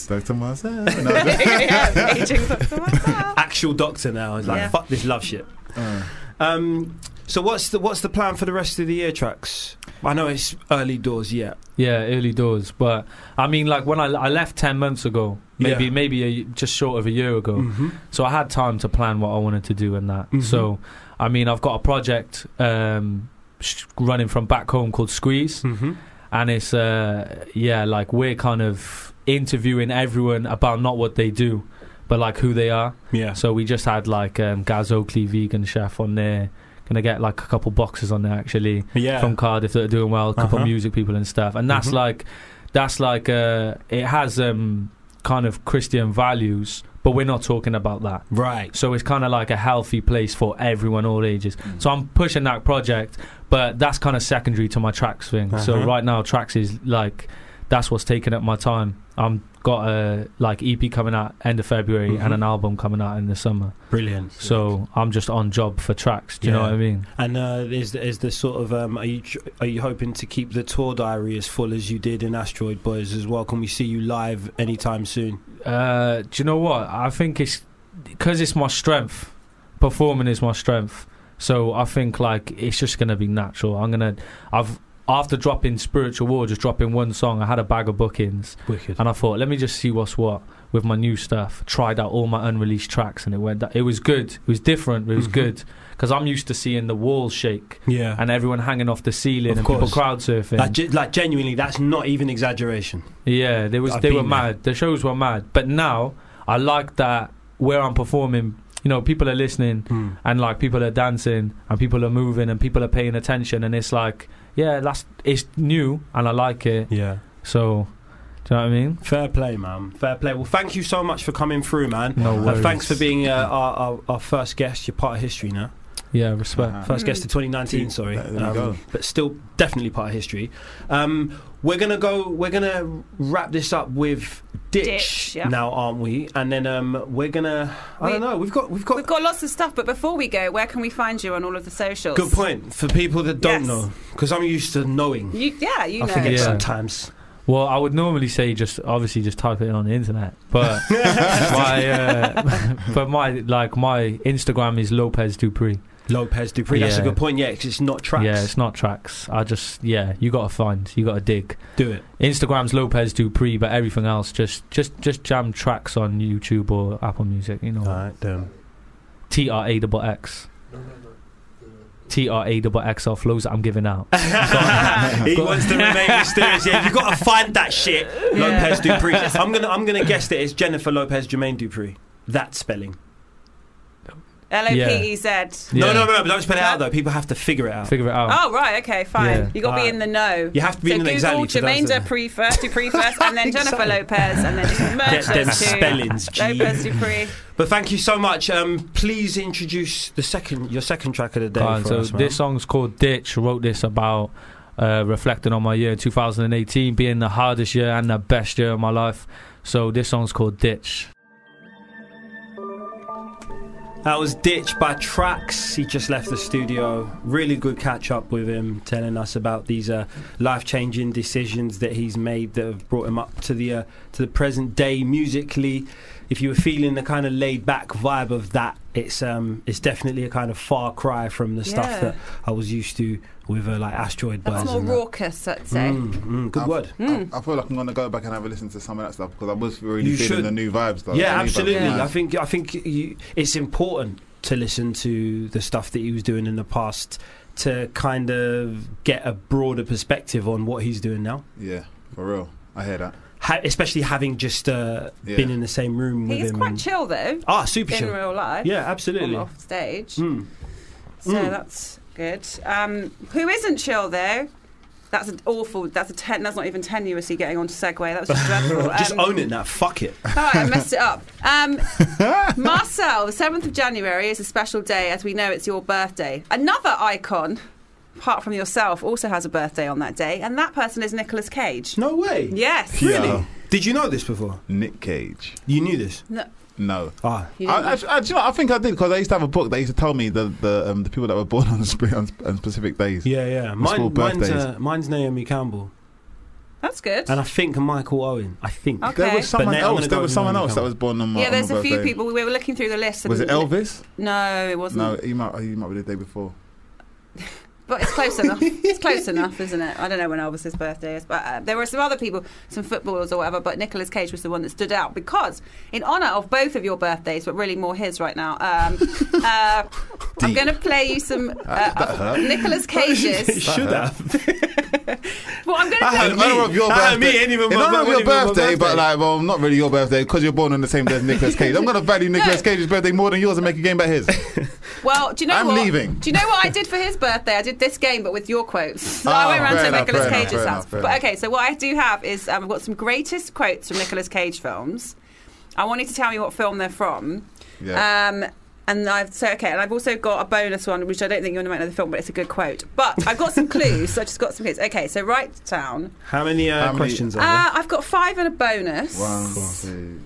[SPEAKER 5] Dr. Marcel. No,
[SPEAKER 4] [LAUGHS]
[SPEAKER 6] Yeah, aging Dr. Marcel.
[SPEAKER 4] Actual doctor now is like
[SPEAKER 6] Yeah.
[SPEAKER 4] fuck this love shit.
[SPEAKER 5] Uh.
[SPEAKER 4] Um, So what's the what's the plan for the rest of the year tracks? I know it's early doors yet.
[SPEAKER 7] Yeah, early doors. But I mean, like when I, I left ten months ago, maybe
[SPEAKER 4] Yeah.
[SPEAKER 7] maybe a, just short of a year ago.
[SPEAKER 4] Mm-hmm.
[SPEAKER 7] So I had time to plan what I wanted to do and that.
[SPEAKER 4] Mhm.
[SPEAKER 7] So I mean, I've got a project um, sh- running from back home called Squeeze,
[SPEAKER 4] Mm-hmm.
[SPEAKER 7] and it's uh, yeah, like we're kind of interviewing everyone about not what they do, but like who they are.
[SPEAKER 4] Yeah.
[SPEAKER 7] So we just had like um, Gaz Oakley, vegan chef, on there. Gonna get like a couple boxes on there actually
[SPEAKER 4] Yeah.
[SPEAKER 7] from Cardiff that are doing well, a couple
[SPEAKER 4] Uh-huh.
[SPEAKER 7] music people and stuff. And that's
[SPEAKER 4] Mhm.
[SPEAKER 7] like, that's like, uh, it has um, kind of Christian values, but we're not talking about that.
[SPEAKER 4] right.
[SPEAKER 7] So it's kind of like a healthy place for everyone, all ages. So I'm pushing that project, but that's kind of secondary to my tracks thing. So
[SPEAKER 4] Uh-huh.
[SPEAKER 7] right now, tracks is like that's what's taking up my time. I'm got a like EP coming out end of February and
[SPEAKER 4] Mhm.
[SPEAKER 7] an album coming out in the summer.
[SPEAKER 4] Brilliant.
[SPEAKER 7] So I'm just on job for tracks. Do you know
[SPEAKER 4] Yeah.
[SPEAKER 7] what I mean?
[SPEAKER 4] And uh, is is the sort of um, are you tr- are you hoping to keep the tour diary as full as you did in Asteroid Boys as well? Can we see you live anytime soon?
[SPEAKER 7] Uh, do you know what? I think it's because it's my strength. Performing is my strength. So I think like it's just gonna be natural. I'm gonna. I've after dropping Spiritual War, just dropping one song. I had a bag of bookings,
[SPEAKER 4] Wicked.
[SPEAKER 7] and I thought, let me just see what's what with my new stuff. Tried out all my unreleased tracks, and it went. It was good. It was different. It was
[SPEAKER 4] Mhm.
[SPEAKER 7] good because I'm used to seeing the walls shake
[SPEAKER 4] Yeah.
[SPEAKER 7] and everyone hanging off the ceiling
[SPEAKER 4] Of
[SPEAKER 7] and
[SPEAKER 4] course.
[SPEAKER 7] people crowd surfing.
[SPEAKER 4] Like, ge- like genuinely, that's not even exaggeration.
[SPEAKER 7] Yeah, they was
[SPEAKER 4] I've
[SPEAKER 7] they were
[SPEAKER 4] been there.
[SPEAKER 7] mad. The shows were mad. But now I like that where I'm performing, you know, people are listening
[SPEAKER 4] Hmm.
[SPEAKER 7] and like people are dancing and people are moving and people are paying attention and it's like, yeah, that's it's new and I like it.
[SPEAKER 4] Yeah.
[SPEAKER 7] So do you know what I mean?
[SPEAKER 4] Fair play, man. Fair play. Well, thank you so much for coming through, man.
[SPEAKER 7] No
[SPEAKER 4] And
[SPEAKER 7] worries.
[SPEAKER 4] thanks for being uh, our, our, our first guest. You're part of history now.
[SPEAKER 7] Yeah, respect.
[SPEAKER 5] Uh-huh.
[SPEAKER 4] First guest of 2019,
[SPEAKER 5] Mm.
[SPEAKER 4] sorry. Um,
[SPEAKER 5] There we go.
[SPEAKER 4] But still definitely part of history. Um, we're gonna go. We're gonna wrap this up with ditch,
[SPEAKER 6] Ditch, yeah.
[SPEAKER 4] now, aren't we? And then um, we're gonna. I
[SPEAKER 6] We-
[SPEAKER 4] don't know. We've got. We've got.
[SPEAKER 6] We've got lots of stuff, but before we go, where can we find you on all of the socials?
[SPEAKER 4] good point for people that don't
[SPEAKER 6] Yes.
[SPEAKER 4] know, because I'm used to knowing.
[SPEAKER 6] You, yeah, you
[SPEAKER 4] I
[SPEAKER 6] know.
[SPEAKER 4] forget
[SPEAKER 7] Yeah.
[SPEAKER 4] sometimes. [LAUGHS]
[SPEAKER 7] Well, I would normally say just obviously just type it in on the internet, but my uh, [LAUGHS] but my like my Instagram is Lopez Dupree.
[SPEAKER 4] Lopez Dupree. That's a
[SPEAKER 7] Yeah.
[SPEAKER 4] good point. Yeah, 'cause it's not tracks.
[SPEAKER 7] Yeah, it's not tracks. I just yeah, you got to find, you got to dig.
[SPEAKER 4] Do it.
[SPEAKER 7] Instagram's Lopez Dupree, but everything else just just just jam tracks on YouTube or Apple Music. You know,
[SPEAKER 4] right, damn.
[SPEAKER 7] T R A double X. T R A double X are flows that I'm giving out.
[SPEAKER 4] he wants to remain mysterious. Yeah, you got to find that shit. Lopez Dupree. I'm gonna. I'm gonna guess that it's Jennifer Lopez Jermaine Dupree. That spelling.
[SPEAKER 6] L O P E Z.
[SPEAKER 7] Yeah.
[SPEAKER 4] No, Ah. no, no, but don't spell it out though. People have to figure it out.
[SPEAKER 7] Figure it out.
[SPEAKER 6] Oh right, okay, fine.
[SPEAKER 7] Yeah.
[SPEAKER 6] You got to be
[SPEAKER 4] Alright.
[SPEAKER 6] in the know.
[SPEAKER 4] You have to be
[SPEAKER 6] so
[SPEAKER 4] in the
[SPEAKER 6] Google
[SPEAKER 4] exactly for
[SPEAKER 6] Jermaine
[SPEAKER 4] those-
[SPEAKER 6] Dupree first,
[SPEAKER 4] [LAUGHS]
[SPEAKER 6] Dupree first, and then Jennifer
[SPEAKER 4] Exactly.
[SPEAKER 6] Lopez, and then just merge
[SPEAKER 4] [LAUGHS] Get them
[SPEAKER 6] those two.
[SPEAKER 4] spellings, G.
[SPEAKER 6] Lopez Dupree.
[SPEAKER 4] But thank you so much. Um, please introduce the second, your second track of the day.
[SPEAKER 7] Alright,
[SPEAKER 4] for
[SPEAKER 7] so
[SPEAKER 4] us, man.
[SPEAKER 7] this song's called Ditch. Wrote this about uh, reflecting on my year 2018 being the hardest year and the best year of my life. So this song's called Ditch.
[SPEAKER 4] That was Ditch by Trax. He just left the studio. Really good catch up with him, telling us about these uh, life changing decisions that he's made that have brought him up to the uh, to the present day musically. If you were feeling the kind of laid back vibe of that, it's um it's definitely a kind of far cry from the
[SPEAKER 6] Yeah.
[SPEAKER 4] stuff that I was used to with uh, like Asteroid
[SPEAKER 6] That's
[SPEAKER 4] Buzz.
[SPEAKER 6] more
[SPEAKER 4] and that.
[SPEAKER 6] raucous, I'd say.
[SPEAKER 4] Mm, mm, good
[SPEAKER 5] I've-
[SPEAKER 4] word.
[SPEAKER 5] I, I feel like I'm gonna go back and have a listen to some of that stuff because I was really
[SPEAKER 4] You
[SPEAKER 5] feeling
[SPEAKER 4] should.
[SPEAKER 5] the new vibes. Though.
[SPEAKER 4] Yeah,
[SPEAKER 5] The new vibes
[SPEAKER 4] absolutely.
[SPEAKER 5] were nice.
[SPEAKER 4] I think I think you, it's important to listen to the stuff that he was doing in the past to kind of get a broader perspective on what he's doing now.
[SPEAKER 5] Yeah, for real. I hear that.
[SPEAKER 4] Ha- especially having just uh,
[SPEAKER 5] Yeah.
[SPEAKER 4] been in the same room with
[SPEAKER 6] He is
[SPEAKER 4] him.
[SPEAKER 6] quite
[SPEAKER 4] and-
[SPEAKER 6] chill though,
[SPEAKER 4] ah, super
[SPEAKER 6] in
[SPEAKER 4] chill.
[SPEAKER 6] real life.
[SPEAKER 4] Yeah,
[SPEAKER 6] on
[SPEAKER 4] absolutely.
[SPEAKER 6] off stage.
[SPEAKER 4] Mm.
[SPEAKER 6] So
[SPEAKER 4] Mm.
[SPEAKER 6] that's good. Um, who isn't chill though? That's an awful. That's a ten. That's not even tenuously getting onto segue. That was just dreadful.
[SPEAKER 4] [LAUGHS] Just
[SPEAKER 6] Um,
[SPEAKER 4] own it now. Fuck it.
[SPEAKER 6] All right, I messed it up. Um,
[SPEAKER 4] [LAUGHS]
[SPEAKER 6] Marcel, the 7th of January is a special day. As we know, it's your birthday. Another icon, apart from yourself, also has a birthday on that day, and that person is Nicolas Cage.
[SPEAKER 4] No way.
[SPEAKER 6] Yes.
[SPEAKER 5] Yeah.
[SPEAKER 4] Really? Did you know this before?
[SPEAKER 5] Nick Cage.
[SPEAKER 4] You knew this.
[SPEAKER 6] No,
[SPEAKER 5] No.
[SPEAKER 4] Ah,
[SPEAKER 6] you didn't.
[SPEAKER 5] I, I, I, do you know, what? I think I did because I used to have a book that used to tell me the the, um, the people that were born on, spe- on, sp- on specific days.
[SPEAKER 4] yeah, yeah. Mine,
[SPEAKER 5] called
[SPEAKER 4] mine's,
[SPEAKER 5] birthdays.
[SPEAKER 4] uh, mine's Naomi Campbell,
[SPEAKER 6] that's good.
[SPEAKER 4] and I think Michael Owen. I think. [LAUGHS]
[SPEAKER 6] Okay.
[SPEAKER 5] There was someone
[SPEAKER 4] now I'm
[SPEAKER 5] else.
[SPEAKER 4] gonna
[SPEAKER 5] There
[SPEAKER 4] go
[SPEAKER 5] was
[SPEAKER 4] with
[SPEAKER 5] someone
[SPEAKER 4] Naomi
[SPEAKER 5] else that
[SPEAKER 4] Campbell.
[SPEAKER 5] was born on my.
[SPEAKER 6] yeah,
[SPEAKER 5] on
[SPEAKER 6] there's
[SPEAKER 5] my
[SPEAKER 6] a few
[SPEAKER 5] birthday.
[SPEAKER 6] people. We were looking through the list. And
[SPEAKER 5] Was it Elvis?
[SPEAKER 6] No, it wasn't.
[SPEAKER 5] No, he might. He might be the day before.
[SPEAKER 6] But it's close enough.
[SPEAKER 5] [LAUGHS]
[SPEAKER 6] It's close enough, isn't it? I don't know when Elvis's birthday is, but uh, there were some other people, some footballers or whatever. But Nicolas Cage was the one that stood out because, in honour of both of your birthdays, but really more his right now.
[SPEAKER 5] [LAUGHS]
[SPEAKER 6] Um, uh, I'm
[SPEAKER 5] Deep.
[SPEAKER 6] going to play you
[SPEAKER 5] [LAUGHS]
[SPEAKER 6] some uh, Nicolas Cage's.
[SPEAKER 4] Should have.
[SPEAKER 6] well, I'm going to
[SPEAKER 5] I
[SPEAKER 6] play.
[SPEAKER 5] had in honor of your
[SPEAKER 4] I
[SPEAKER 5] birthday.
[SPEAKER 4] had me, any of
[SPEAKER 5] in
[SPEAKER 4] my-
[SPEAKER 5] honor of
[SPEAKER 4] my-
[SPEAKER 5] your
[SPEAKER 4] any of my
[SPEAKER 5] birthday,
[SPEAKER 4] birthday.
[SPEAKER 5] but like, well, not really your birthday because you're born on the same day as
[SPEAKER 6] [LAUGHS]
[SPEAKER 5] Nicolas Cage. I'm gonna value Nicolas Cage's birthday more than yours and make a game about his.
[SPEAKER 6] Well, do you know
[SPEAKER 5] I'm
[SPEAKER 6] what?
[SPEAKER 5] leaving.
[SPEAKER 6] Do you know what I did for his birthday? I did this game, but with your quotes. [LAUGHS] So
[SPEAKER 5] Ah,
[SPEAKER 6] I went round
[SPEAKER 5] fair
[SPEAKER 6] to
[SPEAKER 5] enough,
[SPEAKER 6] Nicolas
[SPEAKER 5] fair enough,
[SPEAKER 6] Cage's
[SPEAKER 5] fair
[SPEAKER 6] house.
[SPEAKER 5] enough, fair
[SPEAKER 6] but
[SPEAKER 5] enough.
[SPEAKER 6] okay, so what I do have is um, I've got some greatest quotes from Nicolas Cage films. I want you to tell me what film they're from.
[SPEAKER 5] Yeah.
[SPEAKER 6] Um, and I've so okay, and I've also got a bonus one, which I don't think you might know the film, but it's a good quote. But
[SPEAKER 5] [LAUGHS]
[SPEAKER 6] I've got some clues, so I just got some clues. Okay, so write down.
[SPEAKER 4] How many,
[SPEAKER 5] How
[SPEAKER 4] uh,
[SPEAKER 5] many- Ah,
[SPEAKER 4] questions are there?
[SPEAKER 6] Uh, I've got five and a bonus,
[SPEAKER 5] One, two,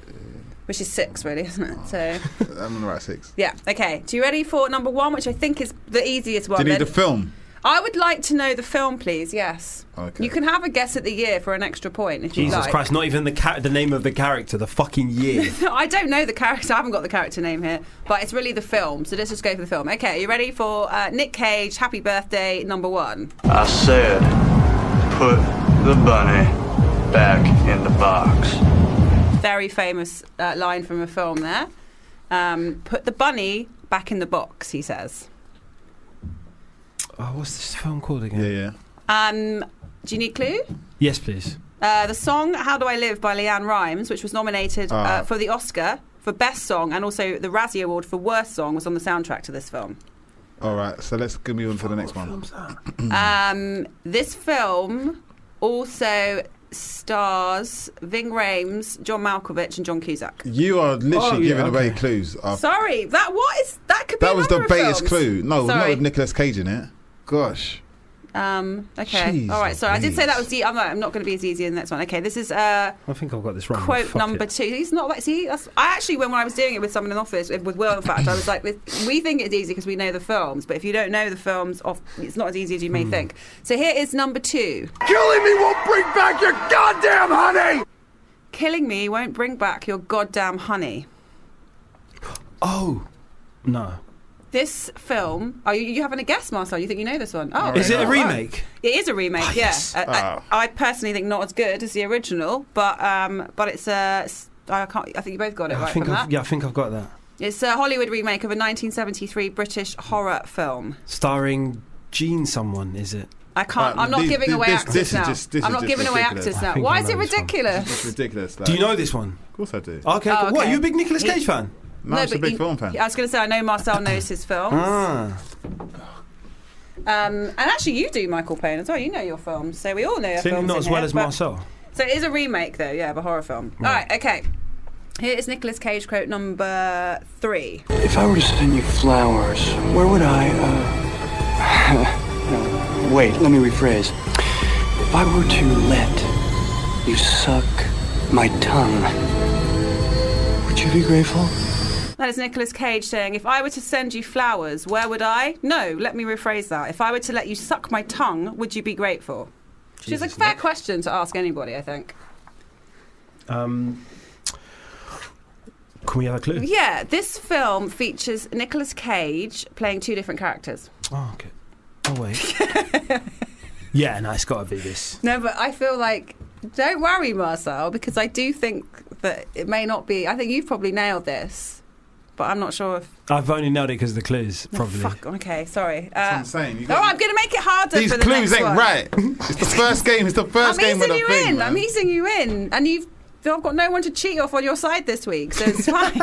[SPEAKER 6] which is six, really, isn't it? So
[SPEAKER 5] I'm gonna write six.
[SPEAKER 6] yeah, okay. Do you ready for number one, which I think is the easiest one?
[SPEAKER 5] Do you need
[SPEAKER 6] then?
[SPEAKER 5] the film?
[SPEAKER 6] I would like to know the film, please. Yes.
[SPEAKER 5] Okay.
[SPEAKER 6] You can have a guess at the year for an extra point if you
[SPEAKER 4] Jesus
[SPEAKER 6] like.
[SPEAKER 4] Christ! Not even the ca- the name of the character. The
[SPEAKER 5] [LAUGHS]
[SPEAKER 4] fucking year.
[SPEAKER 6] [LAUGHS] I don't know the character. [LAUGHS] I haven't got the character name here, but it's really the film. So let's just go for the film. Okay, are you ready for uh, Nick Cage? Happy birthday, number one.
[SPEAKER 8] I said, put the bunny back in the box.
[SPEAKER 6] Very famous uh, line from a film there. Um, put the bunny back in the box. He says.
[SPEAKER 4] oh, what's this film called again?
[SPEAKER 5] Yeah, yeah.
[SPEAKER 6] Um, do you need clue?
[SPEAKER 4] Yes, please.
[SPEAKER 6] Uh, the song "How Do I Live" by Leanne Rhymes, which was nominated uh,
[SPEAKER 5] Ah.
[SPEAKER 6] for the Oscar for Best Song and also the Razzie Award for Worst Song, was on the soundtrack to this film.
[SPEAKER 5] All right, so let's go move on to the next one. Mm.
[SPEAKER 6] Um, this film also stars Ving Rhames, John Malkovich, and John Cusack.
[SPEAKER 5] You are literally
[SPEAKER 4] Oh, yeah,
[SPEAKER 5] giving away
[SPEAKER 4] okay.
[SPEAKER 5] clues. Uh,
[SPEAKER 6] Sorry, that what is that could be
[SPEAKER 5] that was the
[SPEAKER 6] another
[SPEAKER 5] biggest
[SPEAKER 6] films.
[SPEAKER 5] clue. No, not
[SPEAKER 6] Sorry.
[SPEAKER 5] with Nicolas Cage in it. Gosh.
[SPEAKER 6] Um, okay,
[SPEAKER 5] Jeez
[SPEAKER 6] all right. Sorry, I did say that was
[SPEAKER 5] Louise.
[SPEAKER 6] the. I'm not, I'm not going to be as easy in the next one. Okay, this is uh,
[SPEAKER 4] I think I've got this wrong.
[SPEAKER 6] quote
[SPEAKER 4] Fuck
[SPEAKER 6] number
[SPEAKER 4] it.
[SPEAKER 6] two. He's not like see. That's, I actually when, when I was doing it with someone in office with Will. In fact, I was like, this- we think it's easy because we know the films, but if you don't know the films, off, it's not as easy as you
[SPEAKER 4] Hmm.
[SPEAKER 6] may think. So here is number two. Killing me won't bring back your goddamn honey. Killing me won't bring back your goddamn honey.
[SPEAKER 4] Oh no!
[SPEAKER 6] This film, are you, you having a guess, Marcel? You think you know this one? Oh,
[SPEAKER 4] Is it a
[SPEAKER 6] all right.
[SPEAKER 4] remake?
[SPEAKER 6] It is a
[SPEAKER 5] Ah,
[SPEAKER 6] remake. yeah,
[SPEAKER 4] yes.
[SPEAKER 6] Uh, I, I personally think not as good as the original, but um, but it's a. s- I can't. I think you both got it
[SPEAKER 4] I
[SPEAKER 6] right
[SPEAKER 4] think
[SPEAKER 6] from
[SPEAKER 4] I've,
[SPEAKER 6] that.
[SPEAKER 4] yeah, I think I've got that.
[SPEAKER 6] It's a Hollywood remake of a 1973 British horror film.
[SPEAKER 4] Starring Gene, someone is it?
[SPEAKER 6] I can't.
[SPEAKER 5] Right,
[SPEAKER 6] I'm not
[SPEAKER 5] this-
[SPEAKER 6] giving
[SPEAKER 5] this-
[SPEAKER 6] away
[SPEAKER 5] this-
[SPEAKER 6] actors
[SPEAKER 5] this is
[SPEAKER 6] now.
[SPEAKER 5] just- this
[SPEAKER 6] I'm
[SPEAKER 5] is
[SPEAKER 6] not
[SPEAKER 5] just
[SPEAKER 6] giving away
[SPEAKER 5] ridiculous.
[SPEAKER 6] actors
[SPEAKER 4] I
[SPEAKER 6] now.
[SPEAKER 4] think
[SPEAKER 6] Why
[SPEAKER 4] I
[SPEAKER 6] is it
[SPEAKER 4] know this one.
[SPEAKER 5] It's
[SPEAKER 6] ridiculous?
[SPEAKER 5] ridiculous. Like,
[SPEAKER 4] Do you know this one?
[SPEAKER 5] Of course I do.
[SPEAKER 4] Okay.
[SPEAKER 6] Oh,
[SPEAKER 4] cool. What?
[SPEAKER 6] okay.
[SPEAKER 4] You a big Nicolas
[SPEAKER 6] He-
[SPEAKER 4] Cage fan?
[SPEAKER 5] No, I'm just a
[SPEAKER 6] but
[SPEAKER 5] big
[SPEAKER 6] you-
[SPEAKER 5] film fan.
[SPEAKER 6] I was going to say I know Marcel knows his films, um,
[SPEAKER 4] Ah.
[SPEAKER 6] and actually you do Michael Payne as well. You know your films, so we all know your
[SPEAKER 4] Certainly
[SPEAKER 6] films.
[SPEAKER 4] not
[SPEAKER 6] in
[SPEAKER 4] as well
[SPEAKER 6] here,
[SPEAKER 4] as
[SPEAKER 6] but-
[SPEAKER 4] Marcel.
[SPEAKER 6] So it is a remake, though, yeah, of a horror film. All
[SPEAKER 4] Right.
[SPEAKER 6] right, okay. Here is Nicolas Cage quote number three.
[SPEAKER 8] If I were to send you flowers, where would I, uh. no, [LAUGHS] wait, let me rephrase. If I were to let you suck my tongue, would you be grateful?
[SPEAKER 6] That is Nicolas Cage saying, "If I were to send you flowers, where would I? No, let me rephrase that. If I were to let you suck my tongue, would you be grateful?" Which is a
[SPEAKER 4] Jesus,
[SPEAKER 6] fair
[SPEAKER 4] Nick.
[SPEAKER 6] question to ask anybody, I [LAUGHS] think.
[SPEAKER 4] Um, can we have a clue?
[SPEAKER 6] Yeah, this film features Nicolas Cage playing two different characters.
[SPEAKER 4] Oh, okay. Oh wait. [LAUGHS] yeah, no, it's got to be this.
[SPEAKER 6] No, but I feel like don't worry, Marcel, because I do think that it may not be. I think you've probably nailed this, but I'm not sure if.
[SPEAKER 4] I've only nailed it because of the clues, probably.
[SPEAKER 6] Fuck. Okay, sorry.
[SPEAKER 5] That's what
[SPEAKER 6] Uh,
[SPEAKER 5] I'm saying. You
[SPEAKER 6] oh,
[SPEAKER 5] got-
[SPEAKER 6] I'm going to make it harder.
[SPEAKER 5] These
[SPEAKER 6] for the
[SPEAKER 5] clues
[SPEAKER 6] next
[SPEAKER 5] ain't
[SPEAKER 6] one.
[SPEAKER 5] right. It's the first game. It's the
[SPEAKER 6] I'm
[SPEAKER 5] first game with
[SPEAKER 6] easing
[SPEAKER 5] the
[SPEAKER 6] you
[SPEAKER 5] thing.
[SPEAKER 6] in. I'm
[SPEAKER 5] man.
[SPEAKER 6] easing you in, and you've. I've got no one to cheat off on your side this week, so
[SPEAKER 4] [LAUGHS]
[SPEAKER 6] it's fine.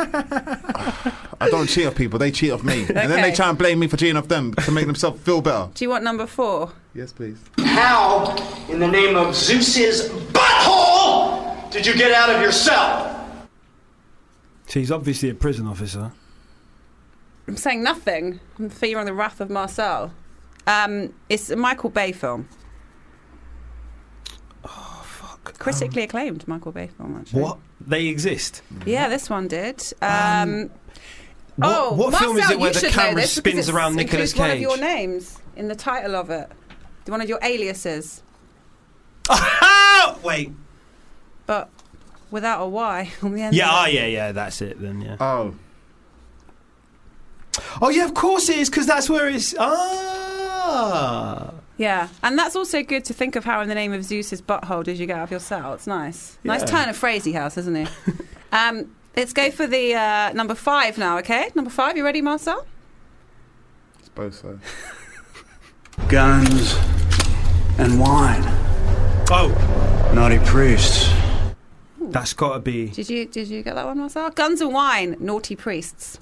[SPEAKER 5] I don't cheat off people. They cheat off me, and then they
[SPEAKER 6] Okay.
[SPEAKER 5] try and blame me for cheating off them to make themselves feel better.
[SPEAKER 6] Do you want number four?
[SPEAKER 5] Yes, please.
[SPEAKER 8] How, in the name of Zeus's butthole, did you get out of your cell?
[SPEAKER 4] So he's obviously a prison officer.
[SPEAKER 6] I'm saying nothing. I'm fearing the wrath of Marcel. Um, it's a Michael Bay film. Oh fuck! Critically acclaimed Michael Bay film. Actually,
[SPEAKER 4] Um, What? They exist.
[SPEAKER 6] Yeah, this one did. Um,
[SPEAKER 4] What,
[SPEAKER 6] oh,
[SPEAKER 4] what film is
[SPEAKER 6] Marcel,
[SPEAKER 4] it where
[SPEAKER 6] you
[SPEAKER 4] the
[SPEAKER 6] should know
[SPEAKER 4] camera
[SPEAKER 6] this because
[SPEAKER 4] spins
[SPEAKER 6] it's
[SPEAKER 4] around Nicolas
[SPEAKER 6] includes
[SPEAKER 4] Cage?
[SPEAKER 6] One of your names in the title of it. One of your aliases,
[SPEAKER 4] Ah, [LAUGHS] wait.
[SPEAKER 6] but without a Y [LAUGHS] on the end.
[SPEAKER 4] Yeah,
[SPEAKER 6] of
[SPEAKER 4] ah,
[SPEAKER 6] it.
[SPEAKER 4] yeah, yeah. That's it then. Yeah.
[SPEAKER 5] Oh,
[SPEAKER 4] Oh yeah, of course it is because that's where it's. Ah, Ah.
[SPEAKER 6] Yeah, and that's also good to think of how in the name of Zeus's butthole did you get out of your cell. It's nice. Nice turn of phrase he has, isn't he? um, let's go for the uh, number five now, okay? Number five, you ready, Marcel?
[SPEAKER 5] I suppose so.
[SPEAKER 8] Guns and wine.
[SPEAKER 4] Oh,
[SPEAKER 8] Naughty priests.
[SPEAKER 4] that's got to be.
[SPEAKER 6] Did you did you get that one, Marcel? Guns and wine, naughty priests.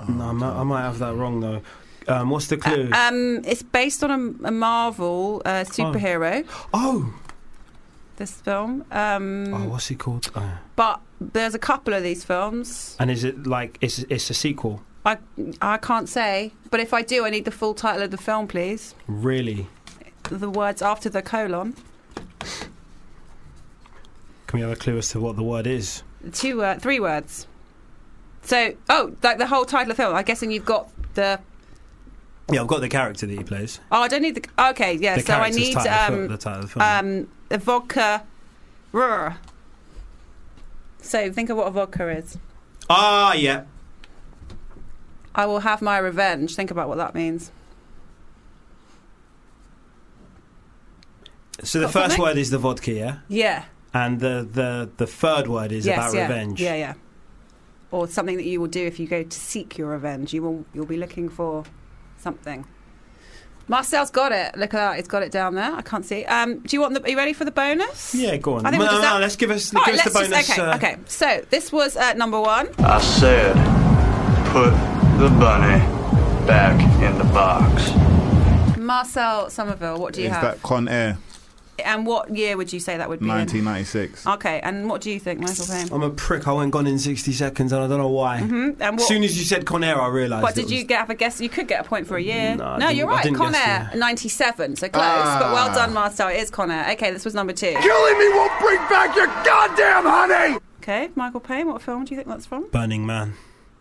[SPEAKER 6] Oh,
[SPEAKER 4] No, I might, I might have that wrong though. Um, what's the clue?
[SPEAKER 6] Um, it's based on a, a Marvel uh, superhero.
[SPEAKER 4] oh.
[SPEAKER 6] This film,
[SPEAKER 4] Oh,
[SPEAKER 6] um,
[SPEAKER 4] what's it called? Oh.
[SPEAKER 6] but there's a couple of these films.
[SPEAKER 4] And is it like it's it's a sequel?
[SPEAKER 6] I I can't say, but if I do, I need the full title of the film, please.
[SPEAKER 4] Really?
[SPEAKER 6] The words after the colon.
[SPEAKER 4] Can we have a clue as to what the word is?
[SPEAKER 6] two uh, three words so oh like the whole title of the film i'm guessing you've got the
[SPEAKER 4] Yeah, I've got the character that he plays.
[SPEAKER 6] oh i don't need the okay yeah
[SPEAKER 4] the
[SPEAKER 6] Uh, so i
[SPEAKER 4] character's
[SPEAKER 6] need
[SPEAKER 4] title, of the film-
[SPEAKER 6] um
[SPEAKER 4] the title of the film.
[SPEAKER 6] um a vodka rrr. so think of what a vodka is
[SPEAKER 4] ah, yeah.
[SPEAKER 6] i will have my revenge think about what that means
[SPEAKER 4] So the
[SPEAKER 6] Got
[SPEAKER 4] first
[SPEAKER 6] something?
[SPEAKER 4] word is the vodka, yeah,
[SPEAKER 6] yeah
[SPEAKER 4] and the the the third word is
[SPEAKER 6] yes
[SPEAKER 4] about
[SPEAKER 6] yeah
[SPEAKER 4] revenge.
[SPEAKER 6] yeah yeah or something that you will do if you go to seek your revenge you will you'll be looking for something Marcel's got it. Look at that. He's got it down there. I can't see. Um, do you want the? Are you ready for the bonus?
[SPEAKER 4] Yeah, go on.
[SPEAKER 6] I think
[SPEAKER 4] no,
[SPEAKER 6] we'll
[SPEAKER 4] no,
[SPEAKER 6] just-
[SPEAKER 4] no, let's give us,
[SPEAKER 6] All
[SPEAKER 4] give
[SPEAKER 6] right,
[SPEAKER 4] us the
[SPEAKER 6] let's
[SPEAKER 4] bonus.
[SPEAKER 6] just- okay,
[SPEAKER 4] uh,
[SPEAKER 6] okay. So this was uh, number one.
[SPEAKER 9] I said, put the bunny back in the box.
[SPEAKER 6] Marcel Somerville, what do you
[SPEAKER 5] Is
[SPEAKER 6] have?
[SPEAKER 5] that Con Air
[SPEAKER 6] And what year would you say that would be? in? Uh,
[SPEAKER 5] 1996?
[SPEAKER 6] Okay, and what do you think, Michael Payne?
[SPEAKER 4] I'm a prick. I went gone in 60 seconds, and I don't know why.
[SPEAKER 6] Hmm? And
[SPEAKER 4] As
[SPEAKER 6] what,
[SPEAKER 4] soon as you said Conair, I realised.
[SPEAKER 6] what
[SPEAKER 4] it
[SPEAKER 6] did
[SPEAKER 4] was-
[SPEAKER 6] you get? Have a guess. You could get a point for a year.
[SPEAKER 4] No, I
[SPEAKER 6] no,
[SPEAKER 4] didn't-
[SPEAKER 6] you're
[SPEAKER 4] I
[SPEAKER 6] right.
[SPEAKER 4] didn't
[SPEAKER 6] Con
[SPEAKER 4] guess,
[SPEAKER 6] Air,
[SPEAKER 4] yeah.
[SPEAKER 6] 97, so close. But
[SPEAKER 5] Ah.
[SPEAKER 6] well done, Marcel. It is Con Air. Okay, this was number two.
[SPEAKER 8] Killing me won't bring back your goddamn honey!
[SPEAKER 6] Okay, Michael Payne, what film do you think that's from?
[SPEAKER 4] Burning Man.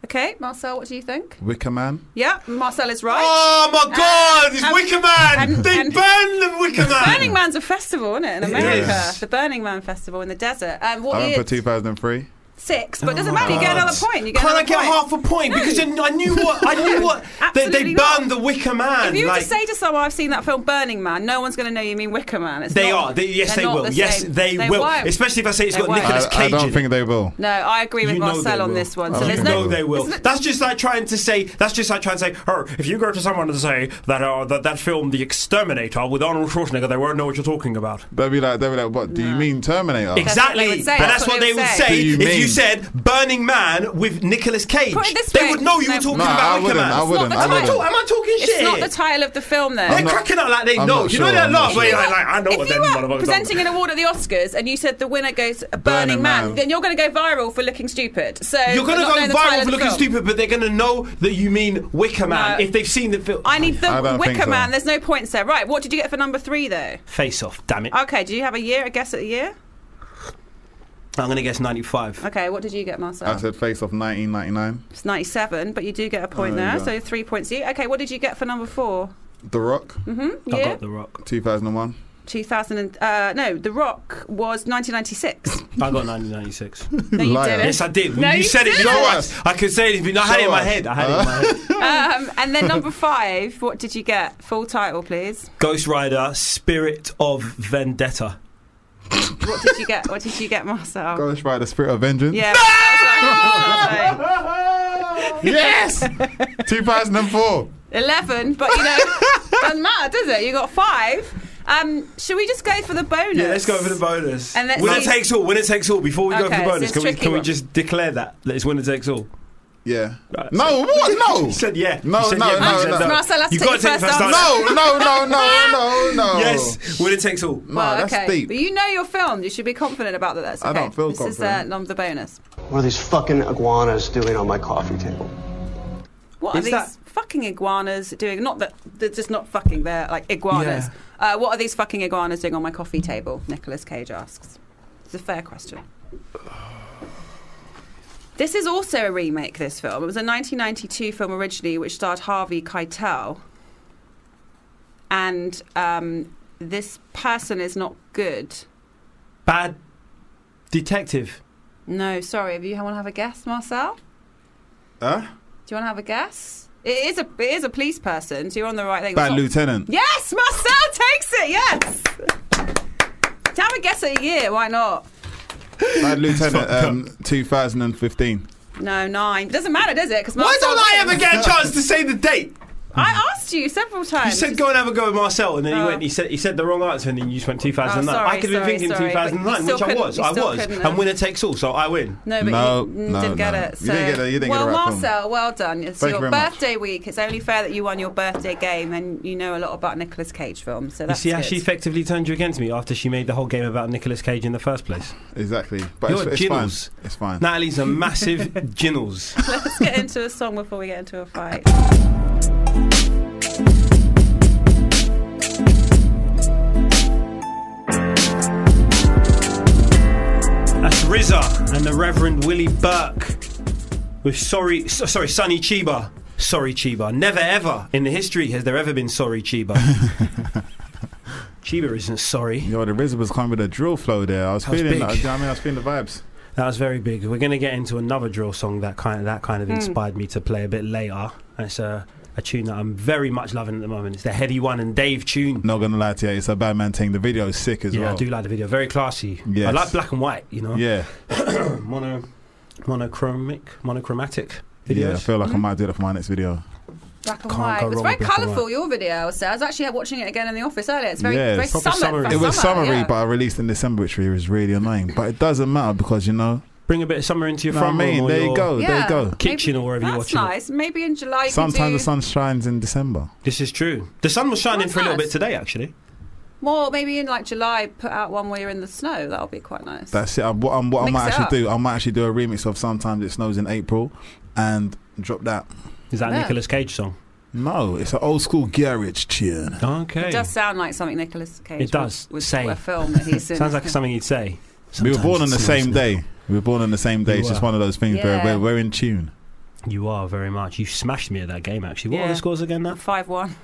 [SPEAKER 6] Okay, Marcel, what do you think?
[SPEAKER 5] Wicker Man.
[SPEAKER 6] Yeah, Marcel is right.
[SPEAKER 4] Oh my God! It's
[SPEAKER 6] and-
[SPEAKER 4] Wicker Man.
[SPEAKER 6] Uh, and-
[SPEAKER 4] they
[SPEAKER 6] and-
[SPEAKER 4] burn the Wicker Man.
[SPEAKER 6] Burning Man's a festival, isn't it, in America?
[SPEAKER 4] is.
[SPEAKER 6] The Burning Man Festival in the desert. Um, what
[SPEAKER 5] I went
[SPEAKER 6] year?
[SPEAKER 5] for 2003.
[SPEAKER 6] Six, but
[SPEAKER 4] Oh
[SPEAKER 6] doesn't
[SPEAKER 4] my
[SPEAKER 6] matter. You get
[SPEAKER 4] God.
[SPEAKER 6] another point. You get
[SPEAKER 4] Can't I
[SPEAKER 6] another
[SPEAKER 4] get half
[SPEAKER 6] point.
[SPEAKER 4] a point because then I knew what I knew
[SPEAKER 6] [LAUGHS]
[SPEAKER 4] what they, they
[SPEAKER 6] absolutely not.
[SPEAKER 4] burned the Wicker Man.
[SPEAKER 6] If you were
[SPEAKER 4] like,
[SPEAKER 6] to say to someone, "I've seen that film Burning Man," no one's going to know you mean Wicker Man. It's
[SPEAKER 4] they
[SPEAKER 6] not-
[SPEAKER 4] are. They, yes,
[SPEAKER 6] they're
[SPEAKER 4] they
[SPEAKER 6] not
[SPEAKER 4] will.
[SPEAKER 6] the
[SPEAKER 4] yes,
[SPEAKER 6] same.
[SPEAKER 4] they, will.
[SPEAKER 6] won't.
[SPEAKER 4] Especially if I say it's
[SPEAKER 6] They
[SPEAKER 4] got
[SPEAKER 6] won't.
[SPEAKER 4] Nicolas
[SPEAKER 5] I,
[SPEAKER 4] Cage.
[SPEAKER 5] I
[SPEAKER 4] in
[SPEAKER 5] don't
[SPEAKER 4] it.
[SPEAKER 5] think they will.
[SPEAKER 6] No, I agree with
[SPEAKER 4] You know they
[SPEAKER 6] Marcel on
[SPEAKER 4] will. Oh,
[SPEAKER 6] this one.
[SPEAKER 5] I
[SPEAKER 6] So
[SPEAKER 5] don't
[SPEAKER 6] there's
[SPEAKER 4] you
[SPEAKER 5] think
[SPEAKER 6] no.
[SPEAKER 4] know
[SPEAKER 5] will.
[SPEAKER 4] they will.
[SPEAKER 6] Isn't it-
[SPEAKER 4] That's just like trying to say. That's just like trying to say. Oh, if you go to someone and say that uh, that that film, The Exterminator, with Arnold Schwarzenegger, they won't know what you're talking about.
[SPEAKER 5] They'll be like, they'll be like, what? Do you mean Terminator?
[SPEAKER 6] That's what they
[SPEAKER 4] Exactly,
[SPEAKER 6] would say.
[SPEAKER 4] and that's what they would say,
[SPEAKER 5] Do you
[SPEAKER 4] if you
[SPEAKER 5] mean-
[SPEAKER 4] said "Burning Man" with Nicolas Cage.
[SPEAKER 6] Put it this
[SPEAKER 4] they
[SPEAKER 6] way.
[SPEAKER 4] would know you
[SPEAKER 6] No.
[SPEAKER 4] were talking
[SPEAKER 5] No,
[SPEAKER 4] about
[SPEAKER 5] I
[SPEAKER 4] Wicker
[SPEAKER 5] wouldn't,
[SPEAKER 4] Man.
[SPEAKER 5] I wouldn't,
[SPEAKER 4] am,
[SPEAKER 5] I
[SPEAKER 4] I
[SPEAKER 5] wouldn't.
[SPEAKER 4] talk- am I talking shit?
[SPEAKER 6] It's not
[SPEAKER 4] here?
[SPEAKER 6] the title of the film, though.
[SPEAKER 4] They're
[SPEAKER 5] not-
[SPEAKER 4] cracking out like they
[SPEAKER 5] I'm
[SPEAKER 4] know.
[SPEAKER 5] not
[SPEAKER 4] You know
[SPEAKER 5] sure,
[SPEAKER 4] that
[SPEAKER 5] I'm
[SPEAKER 4] laugh
[SPEAKER 5] not
[SPEAKER 4] where you're
[SPEAKER 5] sure.
[SPEAKER 4] like, I know what
[SPEAKER 6] if
[SPEAKER 4] that
[SPEAKER 6] you were
[SPEAKER 4] motherfucker's
[SPEAKER 6] presenting
[SPEAKER 4] done.
[SPEAKER 6] an award at the Oscars and you said the winner goes a Burning,
[SPEAKER 5] Burning
[SPEAKER 6] Man,
[SPEAKER 5] Man.
[SPEAKER 6] then you're going to go viral for looking stupid. So
[SPEAKER 4] You're
[SPEAKER 6] going to
[SPEAKER 4] go viral for looking stupid, but they're going to know that you mean Wicker Man
[SPEAKER 6] No.
[SPEAKER 4] if they've seen the film.
[SPEAKER 6] I need
[SPEAKER 5] I
[SPEAKER 6] the
[SPEAKER 5] don't think
[SPEAKER 6] Wicker
[SPEAKER 5] so.
[SPEAKER 6] Man. There's no points there. Right, what did you get for number three, though?
[SPEAKER 4] Face off, damn it.
[SPEAKER 6] Okay, do you have a year? A guess at a year?
[SPEAKER 4] I'm going to guess 95.
[SPEAKER 6] Okay, what did you get, Marcel?
[SPEAKER 5] I said face off 1999.
[SPEAKER 6] It's 97, but you do get a point
[SPEAKER 5] Oh, yeah.
[SPEAKER 6] there, so three points to you. Okay, what did you get for number four?
[SPEAKER 5] The Rock,
[SPEAKER 4] I
[SPEAKER 6] Yeah,
[SPEAKER 4] got The Rock.
[SPEAKER 5] 2001.
[SPEAKER 6] 2000. And, uh, no, The Rock
[SPEAKER 4] [LAUGHS]
[SPEAKER 6] was
[SPEAKER 4] I
[SPEAKER 6] 1996.
[SPEAKER 4] got
[SPEAKER 6] [LAUGHS]
[SPEAKER 4] 1996.
[SPEAKER 6] No, you
[SPEAKER 5] Liar.
[SPEAKER 6] didn't.
[SPEAKER 4] yes, I did.
[SPEAKER 6] No,
[SPEAKER 4] you
[SPEAKER 6] you
[SPEAKER 4] said it. You
[SPEAKER 5] didn't.
[SPEAKER 4] know
[SPEAKER 5] Show
[SPEAKER 4] what?
[SPEAKER 5] us.
[SPEAKER 4] I could say it. but I had it in
[SPEAKER 5] Show
[SPEAKER 4] my
[SPEAKER 5] us.
[SPEAKER 4] head. I had it in my
[SPEAKER 5] [LAUGHS]
[SPEAKER 4] head.
[SPEAKER 6] Um, and then number five, what did you get? Full title, please.
[SPEAKER 4] Ghost Rider, Spirit of Vendetta.
[SPEAKER 6] What did you get? What did you get, Marcel?
[SPEAKER 5] Ghost Rider, Spirit of Vengeance.
[SPEAKER 4] [LAUGHS]
[SPEAKER 6] Yeah. that's right.
[SPEAKER 5] Yes! 2004.
[SPEAKER 6] Eleven, but you know, doesn't matter, does it? You got five. Um, should we just go for the
[SPEAKER 4] [LAUGHS]
[SPEAKER 6] bonus?
[SPEAKER 4] Yeah, let's go for the bonus.
[SPEAKER 6] And let's
[SPEAKER 4] winner
[SPEAKER 6] see-
[SPEAKER 4] takes all. Winner takes all. Before we go
[SPEAKER 6] Okay,
[SPEAKER 4] for the
[SPEAKER 6] so
[SPEAKER 4] bonus,
[SPEAKER 6] it's
[SPEAKER 4] can, we,
[SPEAKER 6] tricky
[SPEAKER 4] can we
[SPEAKER 6] one.
[SPEAKER 4] just declare that? That it's winner takes all?
[SPEAKER 5] Yeah.
[SPEAKER 4] Right,
[SPEAKER 5] no, what? No.
[SPEAKER 4] You [LAUGHS] said yeah.
[SPEAKER 5] No,
[SPEAKER 4] You said
[SPEAKER 5] no,
[SPEAKER 4] yeah, but you
[SPEAKER 5] no,
[SPEAKER 4] said
[SPEAKER 5] no.
[SPEAKER 6] Marcel, let's
[SPEAKER 4] You've
[SPEAKER 6] take
[SPEAKER 4] got to
[SPEAKER 6] the
[SPEAKER 4] take
[SPEAKER 6] first
[SPEAKER 4] first
[SPEAKER 6] answer.
[SPEAKER 4] answer.
[SPEAKER 5] No, no, no, no, no, no.
[SPEAKER 4] Yes, winner takes all.
[SPEAKER 5] No,
[SPEAKER 6] Well,
[SPEAKER 5] that's
[SPEAKER 6] okay.
[SPEAKER 5] deep.
[SPEAKER 6] But you know your film. You should be confident about that. That's
[SPEAKER 5] I
[SPEAKER 6] okay.
[SPEAKER 5] don't feel
[SPEAKER 6] this This is uh,
[SPEAKER 5] confident.
[SPEAKER 6] number bonus.
[SPEAKER 8] What are these fucking iguanas doing on my coffee table?
[SPEAKER 6] What are
[SPEAKER 4] Is
[SPEAKER 6] these
[SPEAKER 4] that-
[SPEAKER 6] fucking iguanas doing? Not that they're just not fucking. They're like iguanas. Uh, what are these fucking iguanas doing on my coffee table? Nicolas Cage asks. It's a fair question. This is also a remake. This film. It was a 1992 film originally, which starred Harvey Keitel. And um, this person is not good.
[SPEAKER 4] Bad detective.
[SPEAKER 6] No, sorry. If you want to have a guess, Marcel,
[SPEAKER 5] Huh?
[SPEAKER 6] do you want to have a guess? It is a it is a police person, so you're on the right thing.
[SPEAKER 5] Bad
[SPEAKER 6] Oh.
[SPEAKER 5] lieutenant.
[SPEAKER 6] Yes, Marcel takes it. Yes. Have a guess at a year. Why not?
[SPEAKER 4] [LAUGHS]
[SPEAKER 5] Bad lieutenant. Um, 2015.
[SPEAKER 6] No, nine. Doesn't matter, does it? Because
[SPEAKER 4] Why don't I ever get a chance to say the date?
[SPEAKER 6] I asked you several
[SPEAKER 4] You
[SPEAKER 6] times.
[SPEAKER 4] said go and have a go with Marcel, and then he
[SPEAKER 6] Oh.
[SPEAKER 4] went. He said he said the wrong answer, and then you just went 2009.
[SPEAKER 6] Oh, sorry,
[SPEAKER 4] I could have
[SPEAKER 6] sorry,
[SPEAKER 4] been thinking
[SPEAKER 6] sorry, but you
[SPEAKER 4] 2009,
[SPEAKER 6] still
[SPEAKER 4] which I
[SPEAKER 6] couldn't-
[SPEAKER 4] was.
[SPEAKER 6] you
[SPEAKER 4] I
[SPEAKER 6] still
[SPEAKER 4] was,
[SPEAKER 6] couldn't
[SPEAKER 4] and
[SPEAKER 6] have.
[SPEAKER 4] winner takes all, so I win.
[SPEAKER 6] No, but
[SPEAKER 5] No,
[SPEAKER 6] you mm,
[SPEAKER 5] no,
[SPEAKER 6] didn't get
[SPEAKER 5] no.
[SPEAKER 6] it. So.
[SPEAKER 5] You didn't get it, you didn't get
[SPEAKER 6] well,
[SPEAKER 5] it right from-
[SPEAKER 6] Marcel, well done. It's
[SPEAKER 5] Thank you
[SPEAKER 6] your
[SPEAKER 5] very much.
[SPEAKER 6] birthday week. It's only fair that you won your birthday game, and you know a lot about Nicolas Cage films. So
[SPEAKER 4] You
[SPEAKER 6] that's
[SPEAKER 4] see how
[SPEAKER 6] good.
[SPEAKER 4] she
[SPEAKER 6] [LAUGHS]
[SPEAKER 4] effectively turned you against me after she made the whole game about Nicolas Cage in the first [LAUGHS] place.
[SPEAKER 5] Exactly. But
[SPEAKER 4] You're
[SPEAKER 5] it's, it's fine.
[SPEAKER 4] Jinnels.
[SPEAKER 5] It's fine.
[SPEAKER 4] Natalie's a massive ginnels.
[SPEAKER 6] Let's get into a song before we get into a fight.
[SPEAKER 4] That's RZA and the Reverend Willie Burke with sorry, so- sorry, Sonny Chiba. Sorry, Chiba. Never ever in the history has there ever been
[SPEAKER 5] [LAUGHS]
[SPEAKER 4] sorry, Chiba. Chiba isn't sorry.
[SPEAKER 5] Yo, the RZA was coming with a drill flow there. I was
[SPEAKER 4] That was
[SPEAKER 5] feeling
[SPEAKER 4] big.
[SPEAKER 5] that. you know what I mean, I was feeling the vibes.
[SPEAKER 4] That was very big. We're going to get into another drill song that kind of, that kind of inspired me to play a bit later. It's a, a tune that I'm very much loving at the moment. It's the Heady One and Dave tune.
[SPEAKER 5] Not gonna lie to you, it's a bad man thing. The video is sick as
[SPEAKER 4] yeah,
[SPEAKER 5] well.
[SPEAKER 4] I do like the video. Very classy. I
[SPEAKER 5] Yes.
[SPEAKER 4] like black and white. You know,
[SPEAKER 5] Yeah,
[SPEAKER 4] mono, monochromic, monochromatic videos.
[SPEAKER 5] yeah. I feel
[SPEAKER 6] Hmm?
[SPEAKER 5] like I might do that for my next video.
[SPEAKER 6] Black and
[SPEAKER 4] Can't
[SPEAKER 6] white.
[SPEAKER 4] go
[SPEAKER 6] It's
[SPEAKER 4] wrong
[SPEAKER 6] very
[SPEAKER 4] with black and
[SPEAKER 6] colourful. Your video, so I was actually watching it again in the office earlier. It's very,
[SPEAKER 5] Yeah,
[SPEAKER 6] very
[SPEAKER 5] it's
[SPEAKER 6] summer.
[SPEAKER 4] proper summery.
[SPEAKER 6] for
[SPEAKER 5] It was
[SPEAKER 6] summer,
[SPEAKER 5] summary,
[SPEAKER 6] yeah.
[SPEAKER 5] but I released in December, which was really annoying. But it doesn't matter because you know,
[SPEAKER 4] Bring a bit of summer into your
[SPEAKER 5] you know what I
[SPEAKER 4] front room.
[SPEAKER 5] mean.
[SPEAKER 4] or
[SPEAKER 5] There
[SPEAKER 4] your
[SPEAKER 5] you go. Oh, There
[SPEAKER 6] Yeah.
[SPEAKER 5] you go.
[SPEAKER 4] Kitchen or wherever
[SPEAKER 6] That's
[SPEAKER 4] you're watching. it.
[SPEAKER 6] nice. Maybe in July. You can
[SPEAKER 5] Sometimes
[SPEAKER 6] do
[SPEAKER 5] the sun shines in December.
[SPEAKER 4] This is true. The sun was shining
[SPEAKER 6] That's
[SPEAKER 4] for a little
[SPEAKER 6] nice.
[SPEAKER 4] bit today, actually.
[SPEAKER 6] Well, maybe in like July, put out one where you're in the snow. That'll be quite nice.
[SPEAKER 5] That's it. I, what I'm, what I
[SPEAKER 6] Mix
[SPEAKER 5] might
[SPEAKER 6] it
[SPEAKER 5] actually
[SPEAKER 6] up.
[SPEAKER 5] do, I might actually do a remix of "Sometimes It Snows in April" and drop that.
[SPEAKER 4] Is that a
[SPEAKER 6] Yeah.
[SPEAKER 4] Nicolas Cage song?
[SPEAKER 5] No, it's an old school garage tune.
[SPEAKER 4] Okay.
[SPEAKER 6] It does sound like something Nicolas Cage.
[SPEAKER 4] It does.
[SPEAKER 6] would- would-
[SPEAKER 4] Say.
[SPEAKER 6] a film that
[SPEAKER 4] [LAUGHS]
[SPEAKER 6] he's in.
[SPEAKER 4] Sounds like something he'd say.
[SPEAKER 5] we were born on
[SPEAKER 4] Sometimes
[SPEAKER 5] the
[SPEAKER 4] it's
[SPEAKER 5] same
[SPEAKER 4] nice.
[SPEAKER 5] day. We were born on the same day.
[SPEAKER 4] You
[SPEAKER 5] It's just
[SPEAKER 4] were.
[SPEAKER 5] one of those things where
[SPEAKER 6] Yeah.
[SPEAKER 5] we're, we're in tune.
[SPEAKER 4] You are very much. You smashed me at that game, actually. What were
[SPEAKER 6] Yeah.
[SPEAKER 4] the scores again now?
[SPEAKER 6] [LAUGHS] Five one.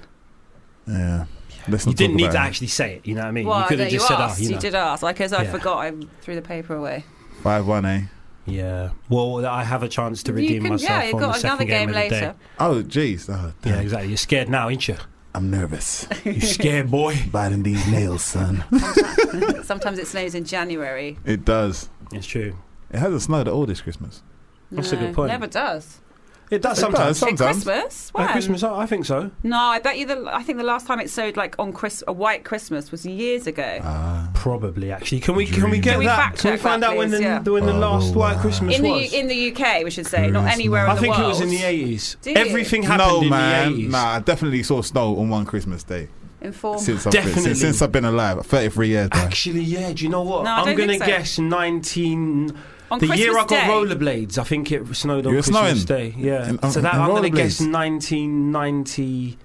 [SPEAKER 5] Yeah. Let's
[SPEAKER 4] You
[SPEAKER 5] not
[SPEAKER 4] didn't
[SPEAKER 5] talk
[SPEAKER 4] need
[SPEAKER 5] about
[SPEAKER 4] to
[SPEAKER 5] it.
[SPEAKER 4] actually say it, you know what I mean?
[SPEAKER 6] Well,
[SPEAKER 4] you could
[SPEAKER 6] no,
[SPEAKER 4] have just
[SPEAKER 6] you
[SPEAKER 4] said,
[SPEAKER 6] asked.
[SPEAKER 4] oh, you know.
[SPEAKER 6] did ask. Like, because I
[SPEAKER 4] Yeah.
[SPEAKER 6] forgot, I threw the paper away.
[SPEAKER 5] five one eh?
[SPEAKER 4] Yeah. Well, I have a chance to redeem
[SPEAKER 6] you can,
[SPEAKER 4] myself
[SPEAKER 6] yeah, you've
[SPEAKER 4] on the
[SPEAKER 6] got
[SPEAKER 4] second
[SPEAKER 6] another game,
[SPEAKER 4] game, of the
[SPEAKER 6] later.
[SPEAKER 4] day.
[SPEAKER 5] Oh, jeez. Oh,
[SPEAKER 4] Yeah,
[SPEAKER 5] damn.
[SPEAKER 4] exactly. You're scared now, ain't
[SPEAKER 6] [LAUGHS]
[SPEAKER 4] you?
[SPEAKER 5] I'm nervous.
[SPEAKER 4] You scared, boy.
[SPEAKER 5] Biting these nails, son.
[SPEAKER 6] [LAUGHS] Sometimes it snows in January.
[SPEAKER 5] it does.
[SPEAKER 4] It's true.
[SPEAKER 5] It hasn't snowed at all this Christmas.
[SPEAKER 4] That's a
[SPEAKER 6] No,
[SPEAKER 4] good point.
[SPEAKER 6] Never does.
[SPEAKER 4] It does
[SPEAKER 5] It
[SPEAKER 4] sometimes.
[SPEAKER 5] does.
[SPEAKER 6] At
[SPEAKER 5] Sometimes.
[SPEAKER 6] Christmas?
[SPEAKER 4] At
[SPEAKER 6] When?
[SPEAKER 4] Christmas, I I think so.
[SPEAKER 6] No, I bet you. The, I think the last time it snowed like on Chris, a white Christmas was years ago.
[SPEAKER 5] Ah.
[SPEAKER 4] Probably, actually. Can we can we get
[SPEAKER 6] Can we
[SPEAKER 4] that?
[SPEAKER 6] fact
[SPEAKER 4] Can we
[SPEAKER 6] check
[SPEAKER 4] find
[SPEAKER 6] that,
[SPEAKER 4] out when the,
[SPEAKER 6] please? Yeah.
[SPEAKER 4] the- when the last White
[SPEAKER 5] Oh, wow.
[SPEAKER 4] Christmas
[SPEAKER 6] in the
[SPEAKER 4] was?
[SPEAKER 6] U- in the UK, we should say, not anywhere
[SPEAKER 4] I
[SPEAKER 6] in the
[SPEAKER 4] think
[SPEAKER 6] world.
[SPEAKER 4] it was in the eighties.
[SPEAKER 6] Do you?
[SPEAKER 4] Everything happened
[SPEAKER 5] no,
[SPEAKER 4] in
[SPEAKER 5] man.
[SPEAKER 4] the eighties.
[SPEAKER 5] Nah, I definitely saw snow on one Christmas day
[SPEAKER 6] Inform.
[SPEAKER 5] since I've, been,
[SPEAKER 4] Definitely.
[SPEAKER 5] since, since I've been alive. 33 years, bro.
[SPEAKER 4] Actually, yeah. Do you know what?
[SPEAKER 6] No, I
[SPEAKER 4] I'm
[SPEAKER 6] don't
[SPEAKER 4] gonna
[SPEAKER 6] think so.
[SPEAKER 4] guess nineteen.
[SPEAKER 6] On
[SPEAKER 4] the year I
[SPEAKER 6] Christmas
[SPEAKER 4] got
[SPEAKER 6] Day?
[SPEAKER 4] rollerblades, I think it snowed on
[SPEAKER 5] You were
[SPEAKER 4] Christmas
[SPEAKER 5] snowing?
[SPEAKER 4] Day. Yeah.
[SPEAKER 5] In- on-
[SPEAKER 4] so that
[SPEAKER 5] on
[SPEAKER 4] I'm gonna guess
[SPEAKER 5] rollerblades?
[SPEAKER 4] nineteen ninety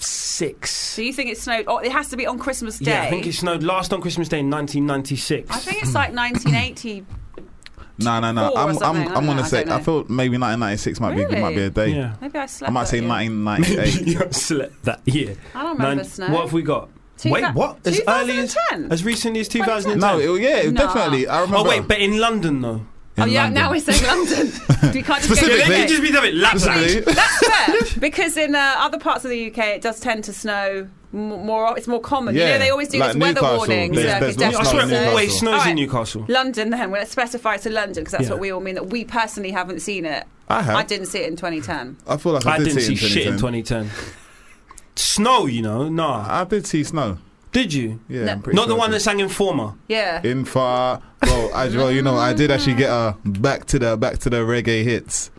[SPEAKER 4] six.
[SPEAKER 6] Do you think it snowed? Oh, it has to be on Christmas Day.
[SPEAKER 4] Yeah, I think it snowed last on Christmas Day in nineteen ninety six.
[SPEAKER 6] I think it's like 1980.
[SPEAKER 5] No, no, no.
[SPEAKER 6] Four or
[SPEAKER 5] I'm,
[SPEAKER 6] something,
[SPEAKER 5] I'm,
[SPEAKER 6] I
[SPEAKER 5] I'm
[SPEAKER 6] don't
[SPEAKER 5] gonna
[SPEAKER 6] know, I
[SPEAKER 5] say.
[SPEAKER 6] don't know.
[SPEAKER 5] I feel maybe 1996 might be
[SPEAKER 6] Really?
[SPEAKER 5] might be a day.
[SPEAKER 4] Yeah.
[SPEAKER 6] Maybe I
[SPEAKER 5] I
[SPEAKER 6] slept.
[SPEAKER 5] might
[SPEAKER 6] that
[SPEAKER 5] say
[SPEAKER 4] [LAUGHS]
[SPEAKER 6] year.
[SPEAKER 5] 1998.
[SPEAKER 4] You slept that year.
[SPEAKER 6] I don't remember
[SPEAKER 4] Nine-
[SPEAKER 6] snow.
[SPEAKER 4] What have we got?
[SPEAKER 6] Two
[SPEAKER 4] Wait,
[SPEAKER 6] thou-
[SPEAKER 4] what? As early as
[SPEAKER 6] 2010?
[SPEAKER 4] as recently as 2010.
[SPEAKER 5] no, it, yeah, it
[SPEAKER 6] Nah.
[SPEAKER 5] definitely. I remember.
[SPEAKER 4] oh wait, but in London though.
[SPEAKER 5] in
[SPEAKER 6] oh yeah,
[SPEAKER 5] London.
[SPEAKER 6] now
[SPEAKER 4] [LAUGHS]
[SPEAKER 6] we're saying London. [LAUGHS] we can't just
[SPEAKER 5] Specifically.
[SPEAKER 6] go
[SPEAKER 5] Yeah,
[SPEAKER 4] Let
[SPEAKER 5] they
[SPEAKER 4] me
[SPEAKER 5] Okay.
[SPEAKER 4] [LAUGHS] just be having lap
[SPEAKER 5] Really?
[SPEAKER 6] That's fair because in uh, other parts of the UK it does tend to snow m- more. It's more common. you know,
[SPEAKER 5] Yeah,
[SPEAKER 6] they always do
[SPEAKER 5] like
[SPEAKER 6] this weather
[SPEAKER 5] Newcastle,
[SPEAKER 6] warnings.
[SPEAKER 5] there's-
[SPEAKER 6] yeah,
[SPEAKER 5] there's
[SPEAKER 6] because
[SPEAKER 5] no
[SPEAKER 4] I
[SPEAKER 5] That's
[SPEAKER 4] swear
[SPEAKER 5] not
[SPEAKER 4] it
[SPEAKER 5] Newcastle.
[SPEAKER 4] always snows
[SPEAKER 6] All right.
[SPEAKER 4] in Newcastle.
[SPEAKER 6] London. Then well, let's specify to London because that's
[SPEAKER 4] Yeah.
[SPEAKER 6] what we all mean. That we personally haven't seen it.
[SPEAKER 5] I have.
[SPEAKER 6] I didn't see it in 2010.
[SPEAKER 5] I feel like I,
[SPEAKER 4] I didn't see
[SPEAKER 5] it in
[SPEAKER 4] shit in
[SPEAKER 5] 2010.
[SPEAKER 4] 2010. Snow, you know, nah.
[SPEAKER 5] I did see snow.
[SPEAKER 4] Did you?
[SPEAKER 5] Yeah,
[SPEAKER 6] No.
[SPEAKER 5] I'm pretty
[SPEAKER 4] Not the
[SPEAKER 5] sure I
[SPEAKER 4] one
[SPEAKER 5] did.
[SPEAKER 4] that sang Informer.
[SPEAKER 6] Yeah.
[SPEAKER 5] in far. Well, as well, you know, I did actually get uh, back to the back to the reggae hits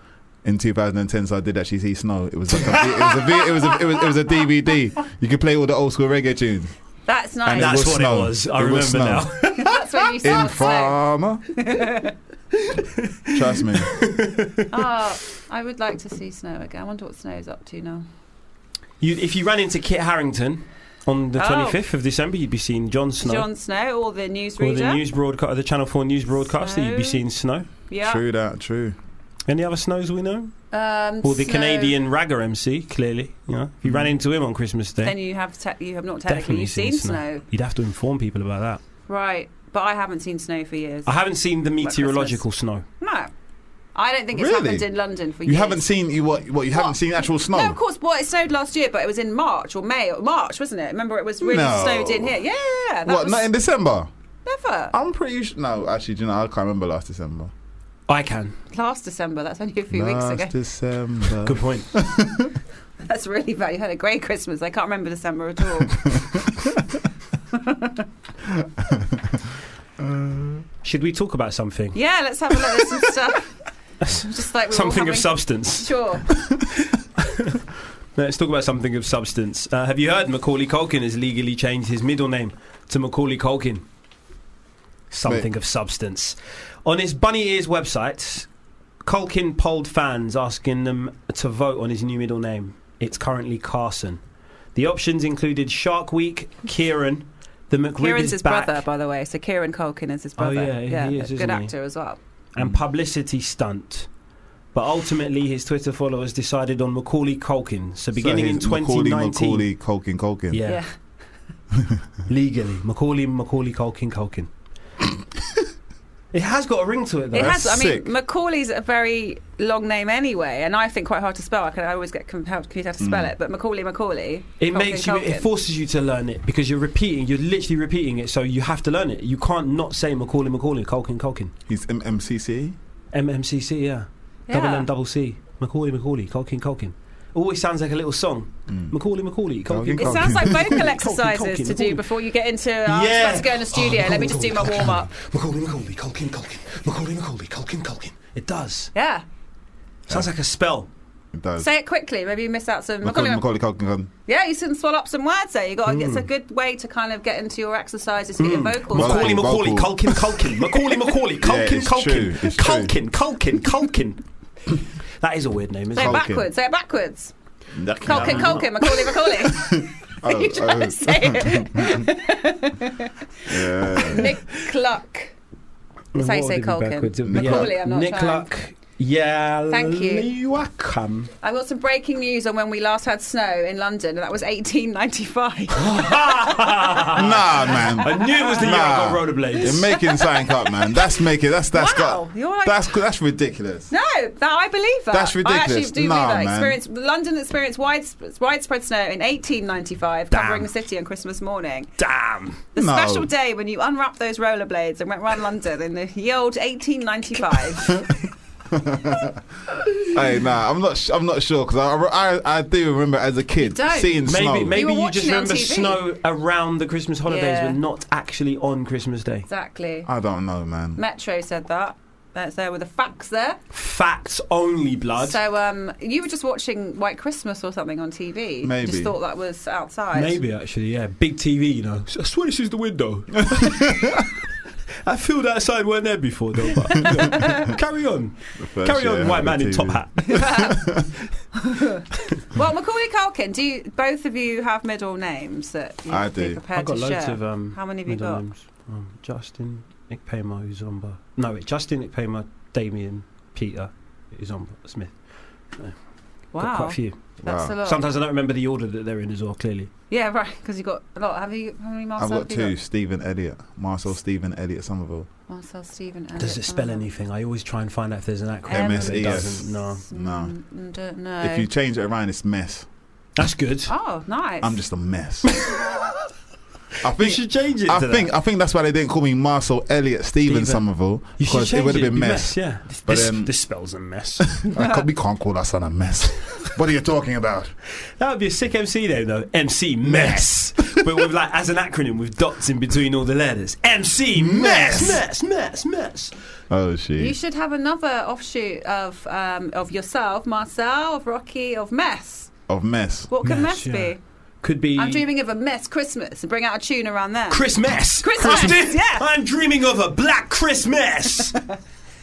[SPEAKER 5] in 2010. So I did actually see Snow. It was like a, it was a vi- it was a, it was, it was a DVD. You could play all the old school reggae tunes.
[SPEAKER 6] That's nice.
[SPEAKER 5] It
[SPEAKER 4] That's
[SPEAKER 5] was
[SPEAKER 4] what
[SPEAKER 5] snow.
[SPEAKER 4] it was. I
[SPEAKER 5] It
[SPEAKER 4] remember
[SPEAKER 5] was
[SPEAKER 4] now.
[SPEAKER 6] That's where you saw
[SPEAKER 5] In
[SPEAKER 6] the snow.
[SPEAKER 5] farmer.
[SPEAKER 4] [LAUGHS]
[SPEAKER 5] Trust me.
[SPEAKER 6] Oh, I would like to see snow again. I wonder what snow's up to now.
[SPEAKER 4] you, if you ran into Kit Harrington on the
[SPEAKER 6] Oh.
[SPEAKER 4] 25th of December, you'd be seeing Jon Snow.
[SPEAKER 6] John Snow or the
[SPEAKER 4] or the
[SPEAKER 6] newsreader?
[SPEAKER 4] news broadcast, the Channel 4 news broadcaster, you'd be
[SPEAKER 6] Snow.
[SPEAKER 4] seeing Snow.
[SPEAKER 6] yeah.
[SPEAKER 5] True that. True.
[SPEAKER 4] Any other snows we know?
[SPEAKER 6] Um,
[SPEAKER 4] Or the
[SPEAKER 6] snow.
[SPEAKER 4] Canadian ragga MC, clearly. You know, if you
[SPEAKER 5] Mm.
[SPEAKER 4] ran into him on Christmas Day,
[SPEAKER 6] Then you have te- you have not technically
[SPEAKER 4] definitely
[SPEAKER 6] you've seen snow.
[SPEAKER 4] You'd have to inform people about that.
[SPEAKER 6] right? But I haven't seen snow for years.
[SPEAKER 4] I haven't seen the
[SPEAKER 6] Christmas.
[SPEAKER 4] meteorological snow.
[SPEAKER 6] no, I don't think it's
[SPEAKER 5] Really?
[SPEAKER 6] happened in London for
[SPEAKER 5] You
[SPEAKER 6] years.
[SPEAKER 5] haven't seen you what what you haven't
[SPEAKER 6] What?
[SPEAKER 5] seen actual snow.
[SPEAKER 6] No, of course. Well, it snowed last year, but it was in March or May. Or March, wasn't it? Remember, it was really
[SPEAKER 5] No.
[SPEAKER 6] snowed in here. Yeah, that
[SPEAKER 5] What?
[SPEAKER 6] was
[SPEAKER 5] Not in December.
[SPEAKER 6] never.
[SPEAKER 5] I'm pretty sure. No, actually, do you know I can't remember last December.
[SPEAKER 4] I can.
[SPEAKER 6] last December. That's only a few
[SPEAKER 5] last
[SPEAKER 6] weeks ago.
[SPEAKER 5] December. [LAUGHS]
[SPEAKER 4] Good point.
[SPEAKER 6] That's really bad. You had a great Christmas. I can't remember December at all.
[SPEAKER 5] Uh,
[SPEAKER 4] Should we talk about something?
[SPEAKER 6] yeah, let's have a look at some
[SPEAKER 4] [LAUGHS]
[SPEAKER 6] stuff. Just like we were all
[SPEAKER 4] Something
[SPEAKER 6] having-
[SPEAKER 4] of substance.
[SPEAKER 6] Sure.
[SPEAKER 4] Now, Let's talk about something of substance. Uh, have you heard Macaulay Culkin has legally changed his middle name to Macaulay Culkin? Something of substance. On his Bunny Ears website, Culkin polled fans asking them to vote on his new middle name. It's currently Carson. The options included Shark Week, Kieran, the McRib
[SPEAKER 6] Kieran's
[SPEAKER 4] is
[SPEAKER 6] his
[SPEAKER 4] back,
[SPEAKER 6] brother, by the way. So Kieran Culkin is his
[SPEAKER 4] Oh,
[SPEAKER 6] brother.
[SPEAKER 4] yeah, he is,
[SPEAKER 6] good
[SPEAKER 4] isn't he?
[SPEAKER 6] actor as well.
[SPEAKER 4] and publicity stunt. But ultimately, his Twitter followers decided on Macaulay Culkin. So beginning
[SPEAKER 5] So
[SPEAKER 4] in
[SPEAKER 5] he's Macaulay,
[SPEAKER 4] 2019,
[SPEAKER 5] Macaulay, Culkin, Culkin.
[SPEAKER 4] yeah. [LAUGHS] legally. Macaulay, Macaulay, Culkin, Culkin. it has got a ring to it, though.
[SPEAKER 6] It
[SPEAKER 5] That's
[SPEAKER 6] has. I mean,
[SPEAKER 5] sick.
[SPEAKER 6] Macaulay's a very long name anyway, and I think quite hard to spell. I, can, I always get confused how to spell it. But Macaulay, Macaulay.
[SPEAKER 4] Mm. It
[SPEAKER 6] Culkin,
[SPEAKER 4] makes you. It
[SPEAKER 6] Culkin.
[SPEAKER 4] forces you to learn it because you're repeating. You're literally repeating it, so you have to learn it. You can't not say Macaulay, Macaulay, Culkin, Culkin.
[SPEAKER 5] He's MMCC.
[SPEAKER 4] MMCC, yeah. Double
[SPEAKER 6] Yeah.
[SPEAKER 4] M, double C. Macaulay, Macaulay, Culkin, Culkin. Always sounds like a little song. Macaulay, Macaulay, Culkin.
[SPEAKER 5] Culkin,
[SPEAKER 6] It
[SPEAKER 5] Culkin.
[SPEAKER 6] sounds like
[SPEAKER 4] [LAUGHS]
[SPEAKER 6] vocal
[SPEAKER 4] Culkin,
[SPEAKER 6] exercises to
[SPEAKER 4] Culkin.
[SPEAKER 6] do before you get into. Oh, I'm
[SPEAKER 4] Yeah.
[SPEAKER 6] about to go in the studio. Let me just
[SPEAKER 4] Oh,
[SPEAKER 6] do my warm up.
[SPEAKER 4] Macaulay, Macaulay, Culkin, Culkin. Macaulay, Macaulay, Culkin, Culkin. It does.
[SPEAKER 6] Yeah.
[SPEAKER 4] Sounds like a spell.
[SPEAKER 5] It does.
[SPEAKER 6] Say it quickly. Maybe you miss out some.
[SPEAKER 5] Macaulay,
[SPEAKER 6] Macaulay,
[SPEAKER 5] Macaulay, Culkin, Culkin.
[SPEAKER 6] Yeah, you can swallow up some words there. You got. It's a good way to kind of get into your exercises, get your vocals.
[SPEAKER 5] Hmm. Well,
[SPEAKER 4] Macaulay,
[SPEAKER 6] back.
[SPEAKER 4] Macaulay,
[SPEAKER 5] vocal.
[SPEAKER 4] Culkin, Culkin.
[SPEAKER 5] [LAUGHS]
[SPEAKER 4] Macaulay, Macaulay, Culkin,
[SPEAKER 5] it's
[SPEAKER 4] Culkin.
[SPEAKER 5] true, it's true.
[SPEAKER 4] Culkin, Culkin, Culkin. That is a weird name, isn't
[SPEAKER 6] Say it
[SPEAKER 4] it?
[SPEAKER 5] Culkin.
[SPEAKER 6] backwards. Say it backwards.
[SPEAKER 5] Culkin,
[SPEAKER 6] Culkin, Culkin, Macaulay, Macaulay.
[SPEAKER 5] [LAUGHS]
[SPEAKER 6] [LAUGHS]
[SPEAKER 5] Oh,
[SPEAKER 6] you trying
[SPEAKER 5] oh.
[SPEAKER 6] to say
[SPEAKER 5] [LAUGHS]
[SPEAKER 6] it? [LAUGHS]
[SPEAKER 5] Yeah.
[SPEAKER 6] Nick Cluck. That's how you say Culkin. Macaulay, I'm not
[SPEAKER 4] Nick
[SPEAKER 6] trying.
[SPEAKER 4] Luck. Yeah.
[SPEAKER 6] Thank you.
[SPEAKER 4] You are come.
[SPEAKER 6] I've got some breaking news on when we last had snow in London, and that
[SPEAKER 5] [GASPS]
[SPEAKER 6] was 1895.
[SPEAKER 5] nah,
[SPEAKER 4] [LAUGHS]
[SPEAKER 5] man.
[SPEAKER 4] I knew it was the year I got
[SPEAKER 5] Nah. You're
[SPEAKER 4] rollerblades.
[SPEAKER 5] making something up, man. That's making that's that's
[SPEAKER 6] Wow,
[SPEAKER 5] got
[SPEAKER 6] you're like-
[SPEAKER 5] that's that's ridiculous.
[SPEAKER 6] no, that I believe that.
[SPEAKER 5] That's
[SPEAKER 6] I
[SPEAKER 5] ridiculous.
[SPEAKER 6] actually do
[SPEAKER 5] Nah,
[SPEAKER 6] believe that.
[SPEAKER 5] man.
[SPEAKER 6] Experience, London experienced widespread, widespread snow in 1895, covering the city on Christmas morning.
[SPEAKER 4] Damn.
[SPEAKER 6] The
[SPEAKER 5] No.
[SPEAKER 6] special day when you unwrapped those rollerblades and went round London in the ye
[SPEAKER 5] [LAUGHS]
[SPEAKER 6] old 1895.
[SPEAKER 5] hey, nah, I'm not sh- I'm not sure because I, I I do remember as a kid
[SPEAKER 6] don't.
[SPEAKER 5] seeing
[SPEAKER 4] Maybe
[SPEAKER 5] snow.
[SPEAKER 6] You
[SPEAKER 4] maybe
[SPEAKER 6] were
[SPEAKER 4] you,
[SPEAKER 6] watching
[SPEAKER 4] just
[SPEAKER 6] it on
[SPEAKER 4] remember
[SPEAKER 6] TV.
[SPEAKER 4] snow around the Christmas holidays,
[SPEAKER 6] Yeah.
[SPEAKER 4] but not actually on Christmas Day.
[SPEAKER 6] exactly.
[SPEAKER 5] I don't know, man.
[SPEAKER 6] Metro said that. That's there with the facts there.
[SPEAKER 4] Facts only, blood.
[SPEAKER 6] So um, you were just watching White Christmas or something on TV. You
[SPEAKER 5] Maybe.
[SPEAKER 6] just thought that was
[SPEAKER 5] [LAUGHS]
[SPEAKER 6] outside.
[SPEAKER 4] Maybe actually, yeah. Big TV, you know. I swear this is the window. I feel that side weren't there before, though. But
[SPEAKER 6] [LAUGHS]
[SPEAKER 4] carry on,
[SPEAKER 5] First
[SPEAKER 4] carry
[SPEAKER 5] year
[SPEAKER 4] on,
[SPEAKER 5] having
[SPEAKER 4] white man in
[SPEAKER 5] TV.
[SPEAKER 4] top hat.
[SPEAKER 6] [LAUGHS] Well, Macaulay Culkin, do you, both of you have middle names that you
[SPEAKER 5] I
[SPEAKER 6] would be
[SPEAKER 5] do.
[SPEAKER 6] prepared to share?
[SPEAKER 4] um,
[SPEAKER 6] How many have you
[SPEAKER 4] middle
[SPEAKER 6] got?
[SPEAKER 4] names. Um, Justin Ikpema Uzomba. No, wait, Justin Ikpema, Damien, Peter Uzomba Smith. Got quite
[SPEAKER 6] wow, Oh.
[SPEAKER 4] a few.
[SPEAKER 6] that's
[SPEAKER 5] Wow.
[SPEAKER 6] a lot.
[SPEAKER 4] Sometimes I don't remember the order that they're in as well. Clearly,
[SPEAKER 6] Yeah, right. Because you got a lot. Have you? How many
[SPEAKER 5] I've
[SPEAKER 6] Marcel?
[SPEAKER 5] got
[SPEAKER 6] have you
[SPEAKER 5] two: Stephen Elliott, Marcel Stephen Elliott Somerville.
[SPEAKER 6] Marcel, Stephen.
[SPEAKER 4] does it spell anything? I always try and find out if there's an acronym.
[SPEAKER 6] M-
[SPEAKER 4] but it
[SPEAKER 5] MSES.
[SPEAKER 4] doesn't. No,
[SPEAKER 5] No.
[SPEAKER 6] E Mm, Don't know.
[SPEAKER 5] If you change it around, it's mess.
[SPEAKER 4] that's good.
[SPEAKER 6] oh, nice.
[SPEAKER 5] I'm just a
[SPEAKER 6] [LAUGHS]
[SPEAKER 5] mess. I
[SPEAKER 4] You
[SPEAKER 5] think
[SPEAKER 4] should change it.
[SPEAKER 5] I
[SPEAKER 4] to that.
[SPEAKER 5] think I think that's why they didn't call me Marcel Elliott Stephen
[SPEAKER 4] Stephen.
[SPEAKER 5] [LAUGHS] Somerville
[SPEAKER 4] You should
[SPEAKER 5] because
[SPEAKER 4] change
[SPEAKER 5] it would have
[SPEAKER 4] It'd
[SPEAKER 5] been
[SPEAKER 4] be
[SPEAKER 5] mess.
[SPEAKER 4] Yeah, this,
[SPEAKER 5] But, um,
[SPEAKER 4] this spells a mess. [LAUGHS]
[SPEAKER 5] I can't- we can't call our son a mess. [LAUGHS] what are you talking about?
[SPEAKER 4] That would be a sick MC name though. MC Mess. [LAUGHS] but with like as an acronym with dots in between all the letters. MC Mess. Mess. Mess. Mess.
[SPEAKER 5] Oh shit!
[SPEAKER 6] You should have another offshoot of um, of yourself, Marcel, of Rocky, of Mess.
[SPEAKER 5] of mess.
[SPEAKER 6] What could
[SPEAKER 4] Mess,
[SPEAKER 6] Mess,
[SPEAKER 4] yeah.
[SPEAKER 6] be?
[SPEAKER 4] Could be
[SPEAKER 6] I'm dreaming of a Mess Christmas and bring out a tune around there.
[SPEAKER 4] Christmas.
[SPEAKER 6] Christmas,
[SPEAKER 4] Christmas.
[SPEAKER 6] yeah.
[SPEAKER 4] I'm dreaming of a black
[SPEAKER 6] [LAUGHS]
[SPEAKER 4] Christmas.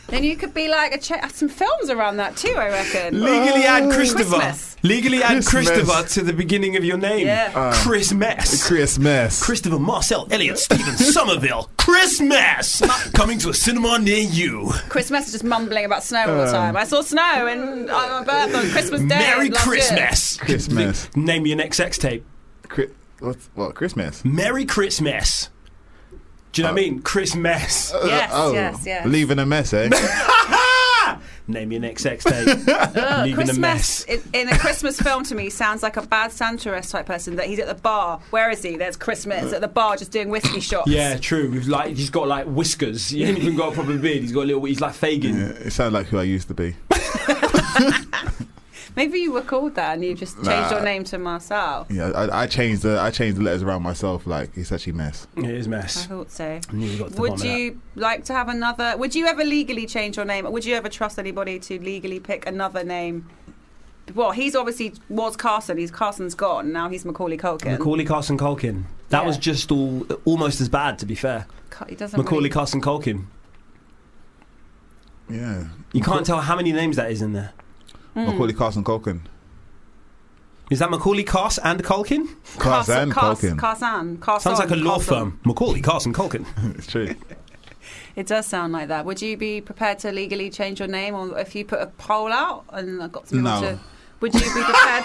[SPEAKER 6] Then you could be like a ch- some films around that too. I reckon.
[SPEAKER 4] Legally add Christopher.
[SPEAKER 6] Christmas.
[SPEAKER 4] Legally add
[SPEAKER 5] Christmas. Uh,
[SPEAKER 4] Christopher to the beginning of your name.
[SPEAKER 6] Yeah.
[SPEAKER 4] Christmas.
[SPEAKER 5] Christmas.
[SPEAKER 4] Christopher Marcel Elliott Stephen Somerville. Christmas. Coming to a cinema near you.
[SPEAKER 6] Chris Mess is just mumbling about snow all
[SPEAKER 5] Um,
[SPEAKER 6] the time. I saw snow and on my birth on Christmas Day.
[SPEAKER 4] Merry
[SPEAKER 6] last year.
[SPEAKER 4] Christmas.
[SPEAKER 5] Christmas.
[SPEAKER 4] Name your next sex tape.
[SPEAKER 5] Chri- what? What? Christmas.
[SPEAKER 4] Merry Christmas.
[SPEAKER 5] Uh,
[SPEAKER 4] Do you know what I mean? Christmas.
[SPEAKER 5] Oh,
[SPEAKER 6] Yes, yes,
[SPEAKER 5] [LAUGHS]
[SPEAKER 6] yes.
[SPEAKER 5] Leaving a mess, eh?
[SPEAKER 4] Ah! Name your next sex [LAUGHS] tape. Leaving a
[SPEAKER 6] Uh, Christmas
[SPEAKER 4] mess.
[SPEAKER 6] in, in a Christmas film to me sounds like a bad Santorist type person. That he's at the bar. Where is he? There's Christmas at the bar, just doing whiskey shots.
[SPEAKER 4] Yeah, true. We've like he's got like whiskers. He ain't even got a proper beard. He's got a little. He's like Fagin.
[SPEAKER 5] Yeah, it sounded like who I used to be.
[SPEAKER 6] Maybe you were called that and you just changed
[SPEAKER 5] Nah.
[SPEAKER 6] your name to Marcel.
[SPEAKER 5] Yeah, I, I changed the I changed the letters around myself. Like it's actually mess.
[SPEAKER 4] It is
[SPEAKER 6] I
[SPEAKER 4] mess.
[SPEAKER 6] thought so.
[SPEAKER 4] I knew we got to the
[SPEAKER 6] Uh-huh. Would
[SPEAKER 4] bottom of
[SPEAKER 6] you like to have another? Would you ever legally change your name? Would you ever trust anybody to legally pick another name? Well, he's obviously was Carson. He's Carson's gone now. He's Macaulay Culkin.
[SPEAKER 4] that. Macaulay Carson Culkin. That
[SPEAKER 6] Yeah.
[SPEAKER 4] was just all almost as bad, to be fair.
[SPEAKER 6] Ca- he doesn't.
[SPEAKER 4] Macaulay
[SPEAKER 6] really-
[SPEAKER 4] Carson Culkin.
[SPEAKER 5] Yeah,
[SPEAKER 4] You can't tell how many names that is in there.
[SPEAKER 6] Hmm.
[SPEAKER 5] Macaulay Carson Culkin.
[SPEAKER 4] Is that Macaulay Cars and Culkin?
[SPEAKER 5] Carson
[SPEAKER 6] Cars-
[SPEAKER 5] Culkin.
[SPEAKER 6] Carson. Carson.
[SPEAKER 4] Sounds like a law
[SPEAKER 6] Oh, Carson.
[SPEAKER 4] firm. Macaulay Carson Culkin.
[SPEAKER 5] it's true.
[SPEAKER 6] It does sound like that. Would you be prepared to legally change your name, or if you put a poll out and I got some people
[SPEAKER 5] No.
[SPEAKER 6] to? Would you be prepared?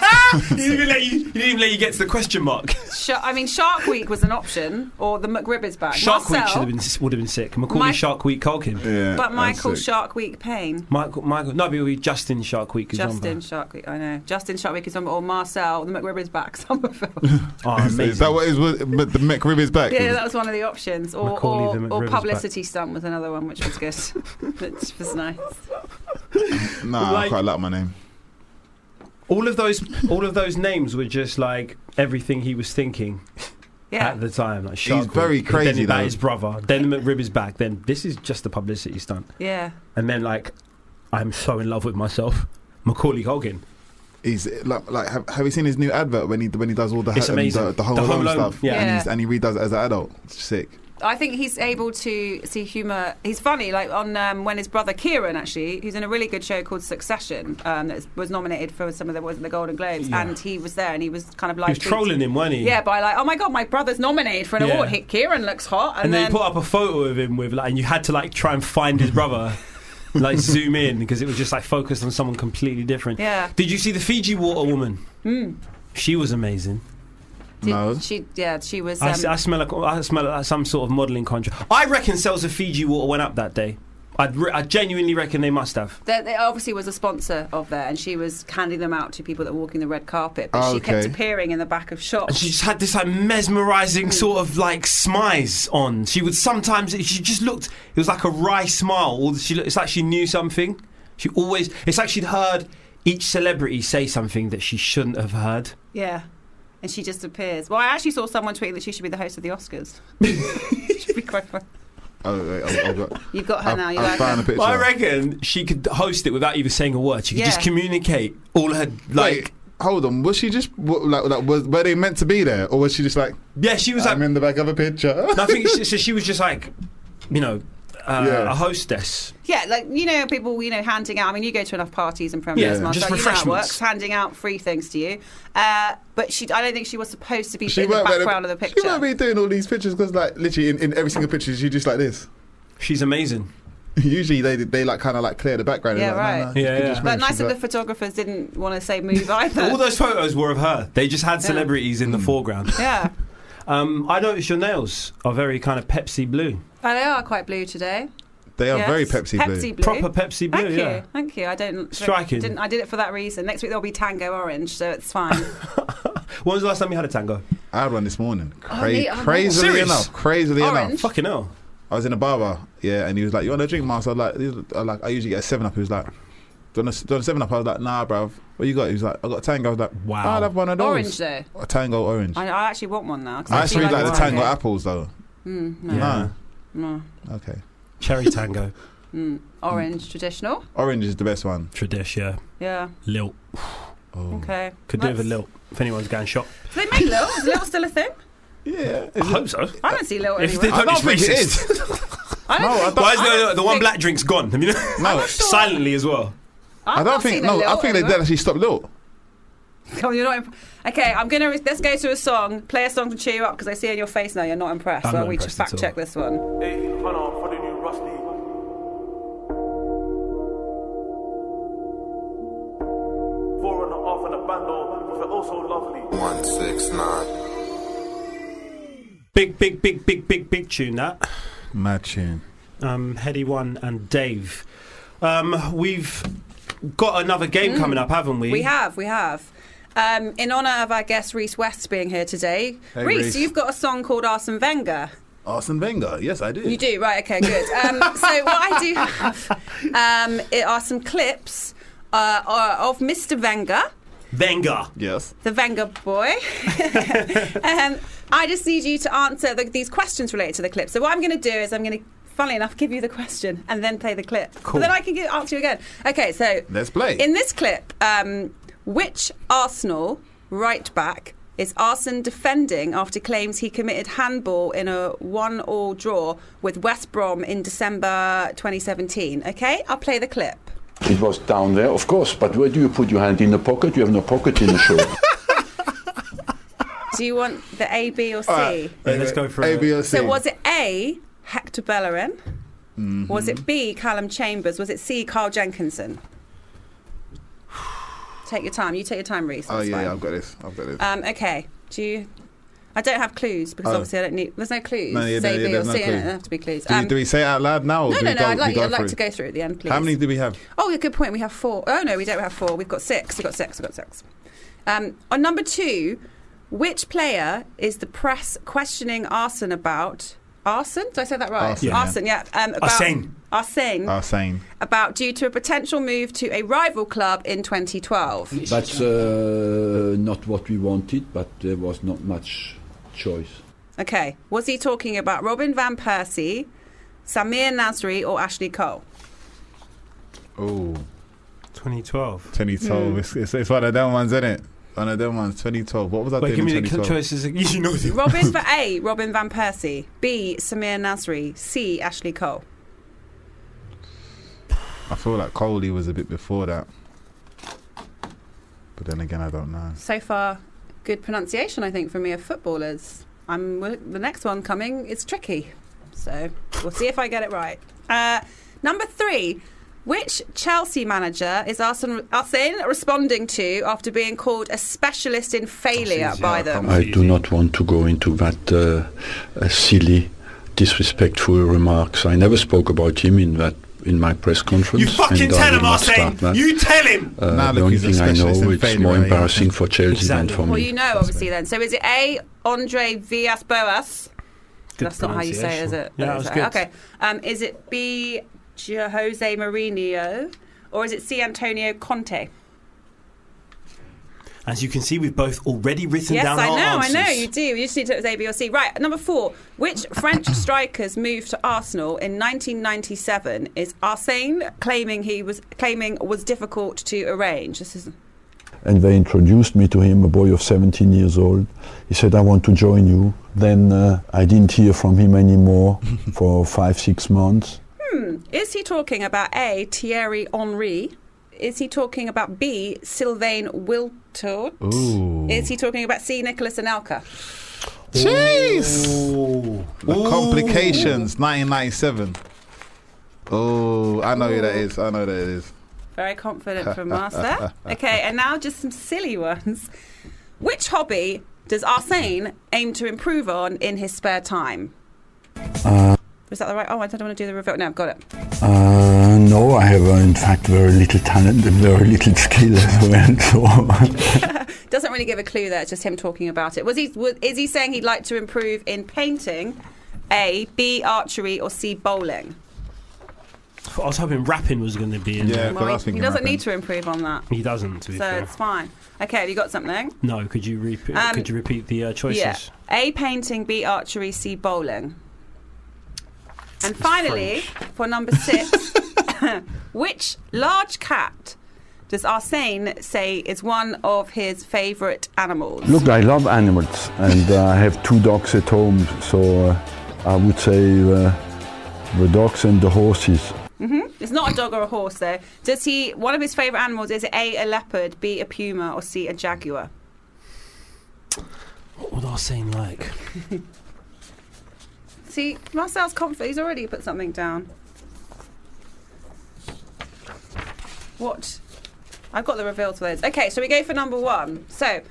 [SPEAKER 4] [LAUGHS]
[SPEAKER 6] to,
[SPEAKER 4] he, didn't even let [LAUGHS] you, he didn't even let you get to the question mark.
[SPEAKER 6] Sha- I mean, Shark Week was an option, or the McRib is back.
[SPEAKER 4] Shark Week should
[SPEAKER 6] Marcel,
[SPEAKER 4] have been would have been sick. Macaulay
[SPEAKER 6] My-
[SPEAKER 4] Shark Week Culkin.
[SPEAKER 5] Yeah,
[SPEAKER 6] but
[SPEAKER 5] that's
[SPEAKER 6] Michael
[SPEAKER 5] sick.
[SPEAKER 6] Shark Week Payne.
[SPEAKER 4] Michael Michael. No, but it'll be Justin Shark Week. is on
[SPEAKER 6] Justin
[SPEAKER 4] there.
[SPEAKER 6] Shark Week, I know. Justin Shark Week is on, or Marcel, the McRib is back, [LAUGHS] Somerville.
[SPEAKER 4] Oh,
[SPEAKER 5] Is-
[SPEAKER 4] amazing.
[SPEAKER 5] Is that what is? What, but the McRib is back.
[SPEAKER 6] yeah, that was one of the options. Or,
[SPEAKER 4] Macaulay,
[SPEAKER 6] or,
[SPEAKER 4] the McRib
[SPEAKER 6] or
[SPEAKER 4] is
[SPEAKER 6] publicity stunt was another one, which was good, [LAUGHS] which was nice.
[SPEAKER 5] nah,
[SPEAKER 4] Like-
[SPEAKER 5] I quite like my name.
[SPEAKER 4] all of those all of those names were just like everything he was thinking
[SPEAKER 6] Yeah.
[SPEAKER 4] at the time. Like Shark Week,
[SPEAKER 5] very
[SPEAKER 4] Then
[SPEAKER 5] crazy,
[SPEAKER 4] about
[SPEAKER 5] though.
[SPEAKER 4] his brother. Then the McRib is back. Then this is just a publicity stunt.
[SPEAKER 6] yeah.
[SPEAKER 4] And then like, I'm so in love with myself. Macaulay Culkin.
[SPEAKER 5] He's like, like have, have you seen his new advert when he when he does all the
[SPEAKER 4] It's
[SPEAKER 5] um,
[SPEAKER 4] amazing.
[SPEAKER 5] the, the Home
[SPEAKER 4] The Home
[SPEAKER 5] Alone
[SPEAKER 4] Alone,
[SPEAKER 5] stuff?
[SPEAKER 4] yeah.
[SPEAKER 5] and, he's, and he redoes it as an adult. It's sick.
[SPEAKER 6] I think he's able to see humour. He's funny, like on um, when his brother Kieran, actually, who's in a really good show called Succession, um, that was nominated for some of the awards in the Golden Globes,
[SPEAKER 4] Yeah.
[SPEAKER 6] and he was there and he was kind of like
[SPEAKER 4] He was trolling him, wasn't he?
[SPEAKER 6] Yeah, by like, oh my god, my brother's nominated for an
[SPEAKER 4] Yeah.
[SPEAKER 6] award. He, Kieran looks hot, and,
[SPEAKER 4] and then
[SPEAKER 6] then,
[SPEAKER 4] they put up a photo of him with like, and you had to like try and find his brother,
[SPEAKER 6] [LAUGHS]
[SPEAKER 4] like zoom in because it was just like focused on someone completely different.
[SPEAKER 6] Yeah. Hmm.
[SPEAKER 4] Did you see the Fiji water woman? She was amazing.
[SPEAKER 6] Did-
[SPEAKER 5] No.
[SPEAKER 6] she yeah, she was.
[SPEAKER 4] I,
[SPEAKER 6] Um,
[SPEAKER 4] s- I smell like I smell like some sort of modelling contract. I reckon sales of Fiji water went up that day. I'd re- I genuinely reckon they must have.
[SPEAKER 6] there, there obviously was a sponsor of there, and she was handing them out to people that were walking the red carpet. But
[SPEAKER 5] Oh,
[SPEAKER 6] she kept
[SPEAKER 5] okay.
[SPEAKER 6] appearing in the back of
[SPEAKER 4] And
[SPEAKER 6] shops.
[SPEAKER 4] she just had this like
[SPEAKER 5] Hmm.
[SPEAKER 4] mesmerising sort of like smize on. She would sometimes she just looked. It was like a wry smile. All- She looked, it's like she knew something. She always. It's like she'd heard each celebrity say something that she shouldn't have heard.
[SPEAKER 6] yeah, and she just appears. Well, I actually saw someone tweeting that she should be the host of the
[SPEAKER 4] [LAUGHS]
[SPEAKER 6] Oscars. [LAUGHS] should be quite fun.
[SPEAKER 5] Oh, wait, I've,
[SPEAKER 6] [LAUGHS]
[SPEAKER 5] I've got,
[SPEAKER 6] You've got her
[SPEAKER 5] I've,
[SPEAKER 6] now. You
[SPEAKER 5] I've
[SPEAKER 6] like her.
[SPEAKER 5] found a picture.
[SPEAKER 4] Well, I reckon she could host it without even saying a word. She could just
[SPEAKER 6] Yeah.
[SPEAKER 4] communicate all her like.
[SPEAKER 5] Wait, hold on. Was she just what, like, like was were they meant to be there, or was she just like
[SPEAKER 4] Yeah, she was like.
[SPEAKER 5] I'm
[SPEAKER 4] [LAUGHS]
[SPEAKER 5] in the back of a
[SPEAKER 6] [LAUGHS]
[SPEAKER 5] picture?
[SPEAKER 4] I think she, so. She was just like, you know, uh,
[SPEAKER 5] Yeah.
[SPEAKER 4] a hostess.
[SPEAKER 6] [LAUGHS] Yeah, like you know, people you know handing out. I mean, you go to enough parties and premieres,
[SPEAKER 4] Yeah,
[SPEAKER 6] Marcel,
[SPEAKER 4] just
[SPEAKER 6] you know how it
[SPEAKER 4] refreshments.
[SPEAKER 6] works. Handing out free things to you, uh, but she. I don't think she was supposed to be in the
[SPEAKER 5] weren't meant to-
[SPEAKER 6] background of the picture.
[SPEAKER 5] She won't be doing all these pictures because, like, literally in, in every single picture, she's just like this. [LAUGHS]
[SPEAKER 4] She's amazing.
[SPEAKER 5] Usually they they like kind of like clear the background.
[SPEAKER 6] Yeah,
[SPEAKER 5] and like,
[SPEAKER 6] right.
[SPEAKER 5] No, no,
[SPEAKER 4] Yeah,
[SPEAKER 5] just-
[SPEAKER 4] yeah.
[SPEAKER 5] just
[SPEAKER 6] but
[SPEAKER 5] move.
[SPEAKER 6] nice
[SPEAKER 5] She's
[SPEAKER 6] that the
[SPEAKER 5] like-
[SPEAKER 6] photographers didn't want to say
[SPEAKER 5] [LAUGHS]
[SPEAKER 6] move either.
[SPEAKER 4] All those photos were of her. They just had celebrities in the
[SPEAKER 5] Hmm.
[SPEAKER 4] foreground.
[SPEAKER 6] [LAUGHS] yeah.
[SPEAKER 4] Um, I noticed your nails are very kind of Pepsi blue.
[SPEAKER 6] Oh, they are quite blue today.
[SPEAKER 5] They are
[SPEAKER 6] Yes.
[SPEAKER 5] very Pepsi, blue.
[SPEAKER 6] Pepsi blue.
[SPEAKER 4] Proper Pepsi blue,
[SPEAKER 6] Thank you,
[SPEAKER 4] yeah.
[SPEAKER 6] thank you. I don't
[SPEAKER 4] Striking.
[SPEAKER 6] Didn't, I did it for that reason. Next week there'll be tango orange, so it's fine.
[SPEAKER 4] When was the last time you had a tango?
[SPEAKER 5] I had one this morning. Cra-
[SPEAKER 6] me- oh, no.
[SPEAKER 5] crazily
[SPEAKER 4] Serious?
[SPEAKER 5] enough, crazily
[SPEAKER 6] Orange?
[SPEAKER 5] enough,
[SPEAKER 4] Fucking hell.
[SPEAKER 5] I was in a barber. Yeah, and he was like, "You want a drink, man?" So I like, these are- like I usually get a seven up. He was like. Do you, want a, do you want a seven up? I was like, nah, bruv. What you got? He was like, I got a tango. I was like,
[SPEAKER 6] Oh,
[SPEAKER 4] Wow.
[SPEAKER 5] I'll have one of those.
[SPEAKER 6] orange though.
[SPEAKER 5] A tango orange.
[SPEAKER 6] I, I actually want one now. 'cause
[SPEAKER 5] I
[SPEAKER 6] do
[SPEAKER 5] actually like the
[SPEAKER 6] orange.
[SPEAKER 5] tango apples though.
[SPEAKER 6] Mm, no,
[SPEAKER 4] Yeah.
[SPEAKER 6] no.
[SPEAKER 5] Okay.
[SPEAKER 4] Cherry tango.
[SPEAKER 6] Mm, orange traditional.
[SPEAKER 5] Orange is the best one.
[SPEAKER 4] Tradish, yeah.
[SPEAKER 6] Yeah.
[SPEAKER 4] Lilt.
[SPEAKER 5] Oh.
[SPEAKER 6] Okay.
[SPEAKER 4] Could do with a lilt. If anyone's going shop.
[SPEAKER 6] Do they make Lil? Is Lil still a thing?
[SPEAKER 5] Yeah.
[SPEAKER 4] [LAUGHS] I hope so.
[SPEAKER 6] I don't see Lil
[SPEAKER 4] If they
[SPEAKER 6] anywhere.
[SPEAKER 5] I
[SPEAKER 4] don't,
[SPEAKER 5] don't
[SPEAKER 4] it's
[SPEAKER 5] think it
[SPEAKER 4] racist.
[SPEAKER 6] I don't
[SPEAKER 5] No, I
[SPEAKER 6] think,
[SPEAKER 5] don't-
[SPEAKER 4] Why is
[SPEAKER 6] I
[SPEAKER 4] the,
[SPEAKER 6] don't
[SPEAKER 4] the one
[SPEAKER 6] think-
[SPEAKER 4] black drink's gone? I mean,
[SPEAKER 5] No,
[SPEAKER 4] silently as well.
[SPEAKER 6] I've
[SPEAKER 5] I don't
[SPEAKER 6] not
[SPEAKER 5] think.
[SPEAKER 6] seen a
[SPEAKER 5] No,
[SPEAKER 6] Lil
[SPEAKER 5] I think they
[SPEAKER 6] anywhere.
[SPEAKER 5] did actually stop Lil.
[SPEAKER 6] Come on, you're not imp- okay, I'm gonna let's go to a song. Play a song to cheer you up because I see on your face now you're not impressed.
[SPEAKER 4] I'm
[SPEAKER 6] well,
[SPEAKER 4] not
[SPEAKER 6] we
[SPEAKER 4] impressed
[SPEAKER 6] should fact
[SPEAKER 4] at
[SPEAKER 6] check
[SPEAKER 4] all.
[SPEAKER 6] this one.
[SPEAKER 10] Four and a half and a bando, was also lovely.
[SPEAKER 11] One six nine.
[SPEAKER 4] Big, big, big, big, big, big tune that.
[SPEAKER 5] Mad tune.
[SPEAKER 4] Um, Heady One and Dave. Um, we've got another game coming up, haven't we?
[SPEAKER 6] Mm. We have, we have. Um, in honour of our guest Reese West being here today,
[SPEAKER 5] Hey,
[SPEAKER 6] Reese,
[SPEAKER 5] Reece.
[SPEAKER 6] you've got a song called Arsene Wenger.
[SPEAKER 5] Arsene Wenger. Yes, I did.
[SPEAKER 6] You do, right?
[SPEAKER 5] [LAUGHS]
[SPEAKER 6] Okay, good. Um, so what I do have um, it are some clips uh, uh, of Mr. Wenger,
[SPEAKER 4] Venga.
[SPEAKER 5] Yes.
[SPEAKER 6] the Wenger
[SPEAKER 5] [LAUGHS]
[SPEAKER 6] boy. um, I just need you to answer the, these questions related to the clip. So what I'm going to do is I'm going to, funnily enough, give you the question and then play the clip. Cool. then I can get, answer you again. Okay, so
[SPEAKER 5] Let's play.
[SPEAKER 6] in this clip, um, which Arsenal right back is Arsene defending after claims he committed handball in a one-all draw with West Brom in December 2017? Okay, I'll play the clip.
[SPEAKER 11] It was down there, of course, but where do you put your hand? In the pocket? You have no pocket in the [LAUGHS] shirt.
[SPEAKER 6] Do you want the A, B, or C?
[SPEAKER 5] All right.
[SPEAKER 4] Yeah, let's go for
[SPEAKER 5] A,
[SPEAKER 4] it.
[SPEAKER 5] B, or C.
[SPEAKER 6] So was it A, Hector Bellerin?
[SPEAKER 5] Mm-hmm.
[SPEAKER 6] Was it B, Callum Chambers? Was it C, Carl Jenkinson? Take your time. You take your time, Reese.
[SPEAKER 5] Oh
[SPEAKER 6] That's
[SPEAKER 5] yeah,
[SPEAKER 6] fine.
[SPEAKER 5] yeah, I've got this. I've got this.
[SPEAKER 6] Um, okay. Do you? I don't have clues because
[SPEAKER 5] Oh.
[SPEAKER 6] obviously I don't need. There's no clues.
[SPEAKER 5] No, yeah,
[SPEAKER 6] Say
[SPEAKER 5] yeah,
[SPEAKER 6] B or
[SPEAKER 5] there's no
[SPEAKER 6] C. It
[SPEAKER 5] clue.
[SPEAKER 6] doesn't have to be clues.
[SPEAKER 5] do, we, do we say it out loud now? Or
[SPEAKER 6] um, no,
[SPEAKER 5] do
[SPEAKER 6] no,
[SPEAKER 5] we
[SPEAKER 6] no.
[SPEAKER 5] go,
[SPEAKER 6] I'd like,
[SPEAKER 5] we go
[SPEAKER 6] I'd like
[SPEAKER 5] through?
[SPEAKER 6] to go through at the end, please.
[SPEAKER 5] How many do we have?
[SPEAKER 6] Oh, yeah, good point. We have four. Oh no, we don't have four. We've got six. We've got six. We've got six. Um, on number two, which player is the press questioning Arson about? Arson? Did I say that right?
[SPEAKER 5] Arsene, yeah. Uh.
[SPEAKER 6] Arsene, yeah. Um, about
[SPEAKER 4] Arsene.
[SPEAKER 6] Arsene,
[SPEAKER 5] Arsene.
[SPEAKER 6] about due to a potential move to a rival club in 2012.
[SPEAKER 11] That's uh, not what we wanted, but there was not much choice.
[SPEAKER 6] Okay. Was he talking about Robin Van Persie, Samir Nasri, or
[SPEAKER 5] [LAUGHS]
[SPEAKER 6] Ashley Cole?
[SPEAKER 5] Oh,
[SPEAKER 4] 2012.
[SPEAKER 5] 2012. It's, it's, it's one of them ones, isn't it? One of them ones. 2012. What was I doing
[SPEAKER 4] Wait, give me
[SPEAKER 5] in
[SPEAKER 4] the co-
[SPEAKER 5] 2012?
[SPEAKER 4] choices. [LAUGHS] You know the
[SPEAKER 6] Robin for A, Robin Van Persie. B, Samir Nasri. C, Ashley Cole.
[SPEAKER 5] I feel like Coley was a bit before that. But then again, I don't know.
[SPEAKER 6] So far, good pronunciation, I think, for me of footballers. I'm the next one coming is tricky, so we'll see if I get it right. Uh, number three, which Chelsea manager is Arsene, Arsene responding to after being called a specialist in failure by them?
[SPEAKER 11] I do not want to go into that uh, uh, silly, disrespectful remarks. I never spoke about him in that in my press conference.
[SPEAKER 4] You fucking
[SPEAKER 11] and I
[SPEAKER 4] tell
[SPEAKER 11] will
[SPEAKER 4] him,
[SPEAKER 11] not start
[SPEAKER 4] Arsene.
[SPEAKER 11] that.
[SPEAKER 4] You tell him.
[SPEAKER 11] Uh,
[SPEAKER 5] Now
[SPEAKER 11] the
[SPEAKER 5] look,
[SPEAKER 11] only
[SPEAKER 5] he's a
[SPEAKER 11] thing I know,
[SPEAKER 5] specialist in
[SPEAKER 11] it's
[SPEAKER 5] failure,
[SPEAKER 11] more
[SPEAKER 5] yeah.
[SPEAKER 11] embarrassing for Chelsea
[SPEAKER 4] Exactly.
[SPEAKER 11] than for
[SPEAKER 6] Well,
[SPEAKER 11] me.
[SPEAKER 6] you know, obviously, then. So is it A, Andre Villas Boas? That's not how you say it, is it?
[SPEAKER 4] Yeah, that
[SPEAKER 6] Is
[SPEAKER 4] was
[SPEAKER 6] it-
[SPEAKER 4] good.
[SPEAKER 6] Okay. Um, is it B, Jo- Jose Mourinho? Or is it C, Antonio Conte?
[SPEAKER 4] As you can see, we've both already written
[SPEAKER 6] Yes,
[SPEAKER 4] down
[SPEAKER 6] I
[SPEAKER 4] our
[SPEAKER 6] know,
[SPEAKER 4] answers.
[SPEAKER 6] I know, you do. You just need to it was A, B, or C. Right, number four. Which French strikers moved to Arsenal in 1997 is Arsene claiming he was claiming was difficult to arrange? This is
[SPEAKER 11] and they introduced me to him, a boy of 17 years old. He said, I want to join you. Then uh, I didn't hear from him [LAUGHS] anymore for five, six months.
[SPEAKER 6] hmm, Is he talking about A, Thierry Henry? Is he talking about B, Sylvain Wiltord? Is he talking about C, Nicholas Anelka?
[SPEAKER 5] Jeez!
[SPEAKER 4] Ooh.
[SPEAKER 5] The
[SPEAKER 4] Ooh.
[SPEAKER 5] complications, 1997. Oh, I know who that is. I know who that is.
[SPEAKER 6] Very confident from us there. Okay, and now just some silly ones. Which hobby does Arsene aim to improve on in his spare time? Is that the right? Oh, I don't want to do the reveal. No, I've got it.
[SPEAKER 11] Uh, no, I have, uh, in fact, very little talent and very little skill as [LAUGHS] well. So
[SPEAKER 6] Doesn't really give a clue there. It's just him talking about it. Was he? Was, is he saying he'd like to improve in painting? A, B, archery, or C, bowling?
[SPEAKER 4] I was hoping rapping was going to be in
[SPEAKER 5] Yeah.
[SPEAKER 4] there.
[SPEAKER 5] Well,
[SPEAKER 6] Well,
[SPEAKER 5] that's
[SPEAKER 6] he, he
[SPEAKER 5] thinking
[SPEAKER 6] doesn't
[SPEAKER 5] happened.
[SPEAKER 6] need to improve on that,
[SPEAKER 4] He doesn't, to be
[SPEAKER 6] so
[SPEAKER 4] fair.
[SPEAKER 6] it's fine. Okay, have you got something?
[SPEAKER 4] No, could you, repeat?
[SPEAKER 6] Um,
[SPEAKER 4] could you repeat the uh, choices?
[SPEAKER 6] Yeah. A painting, B archery, C bowling. And finally, for number six, which large cat does Arsene say is one of his favourite animals?
[SPEAKER 11] Look, I love animals, and uh, I have two dogs at home, so uh, I would say uh, the dogs and the horses.
[SPEAKER 6] It's not a dog or a horse, though. Does he? One of his favourite animals is it A a leopard, B a puma, or C a jaguar?
[SPEAKER 4] What would I saying like?
[SPEAKER 6] See, Marcel's confident. He's already put something down. What? I've got the reveal to those. Okay, so we go for number one. So,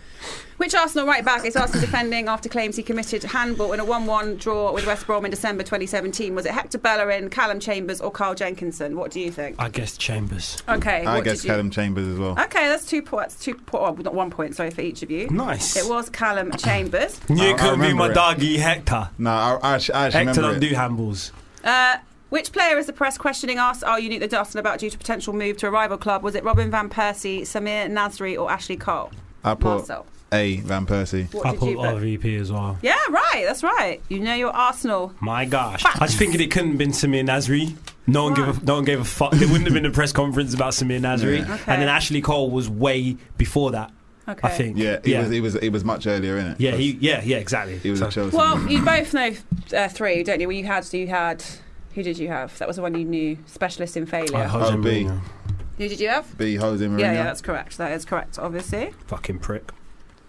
[SPEAKER 6] Which Arsenal right back is Arsenal defending after claims he committed handball in a 1 1 draw with West Brom in December 2017? Was it Hector Bellerin, Callum Chambers, or Carl Jenkinson? What do you think?
[SPEAKER 4] I guess Chambers.
[SPEAKER 6] Okay.
[SPEAKER 5] I
[SPEAKER 6] what
[SPEAKER 5] guess
[SPEAKER 6] did you-
[SPEAKER 5] Callum Chambers as well.
[SPEAKER 6] Okay, that's two points. Two po- oh, not one point. Sorry for each of you.
[SPEAKER 4] Nice.
[SPEAKER 6] It was Callum Chambers.
[SPEAKER 5] I- I
[SPEAKER 4] You could be
[SPEAKER 5] remember
[SPEAKER 4] my
[SPEAKER 5] it.
[SPEAKER 4] doggy Hector.
[SPEAKER 5] No, I, I, actually- I actually
[SPEAKER 4] Hector
[SPEAKER 5] remember
[SPEAKER 4] don't
[SPEAKER 5] it.
[SPEAKER 4] do handballs.
[SPEAKER 6] Uh, which player is the press questioning us? Are you Nick the Dustin about due to potential move to a rival club? Was it Robin van Persie, Samir Nasri, or Ashley Cole?
[SPEAKER 5] I put
[SPEAKER 6] Marcel.
[SPEAKER 5] A Van Persie.
[SPEAKER 6] What
[SPEAKER 4] I
[SPEAKER 6] did
[SPEAKER 4] put
[SPEAKER 6] you put?
[SPEAKER 4] RVP as well.
[SPEAKER 6] Yeah, right. That's right. You know your Arsenal.
[SPEAKER 4] My gosh, I was thinking it couldn't have been Samir Nasri. No one
[SPEAKER 6] Why?
[SPEAKER 4] give a, no one gave a fuck. There wouldn't have been a press conference about Samir Nasri.
[SPEAKER 5] Yeah.
[SPEAKER 6] Okay.
[SPEAKER 4] And then Ashley Cole was way before that.
[SPEAKER 6] Okay.
[SPEAKER 4] I think.
[SPEAKER 5] Yeah, he
[SPEAKER 4] yeah,
[SPEAKER 5] was he was he was much earlier in it.
[SPEAKER 4] yeah, he, yeah, yeah, exactly.
[SPEAKER 5] he was
[SPEAKER 4] So-
[SPEAKER 5] a Chelsea.
[SPEAKER 6] Well, you both know uh, three, don't you? Well, you had. You had. Who did you have? That was the one you knew. Specialist in
[SPEAKER 4] Oh,
[SPEAKER 6] failure.
[SPEAKER 4] Jose
[SPEAKER 5] Oh, B.
[SPEAKER 4] Mourinho.
[SPEAKER 6] Who did you have?
[SPEAKER 5] B Jose Mourinho.
[SPEAKER 6] Yeah, yeah, that's correct. That is correct. Obviously,
[SPEAKER 4] Fucking prick.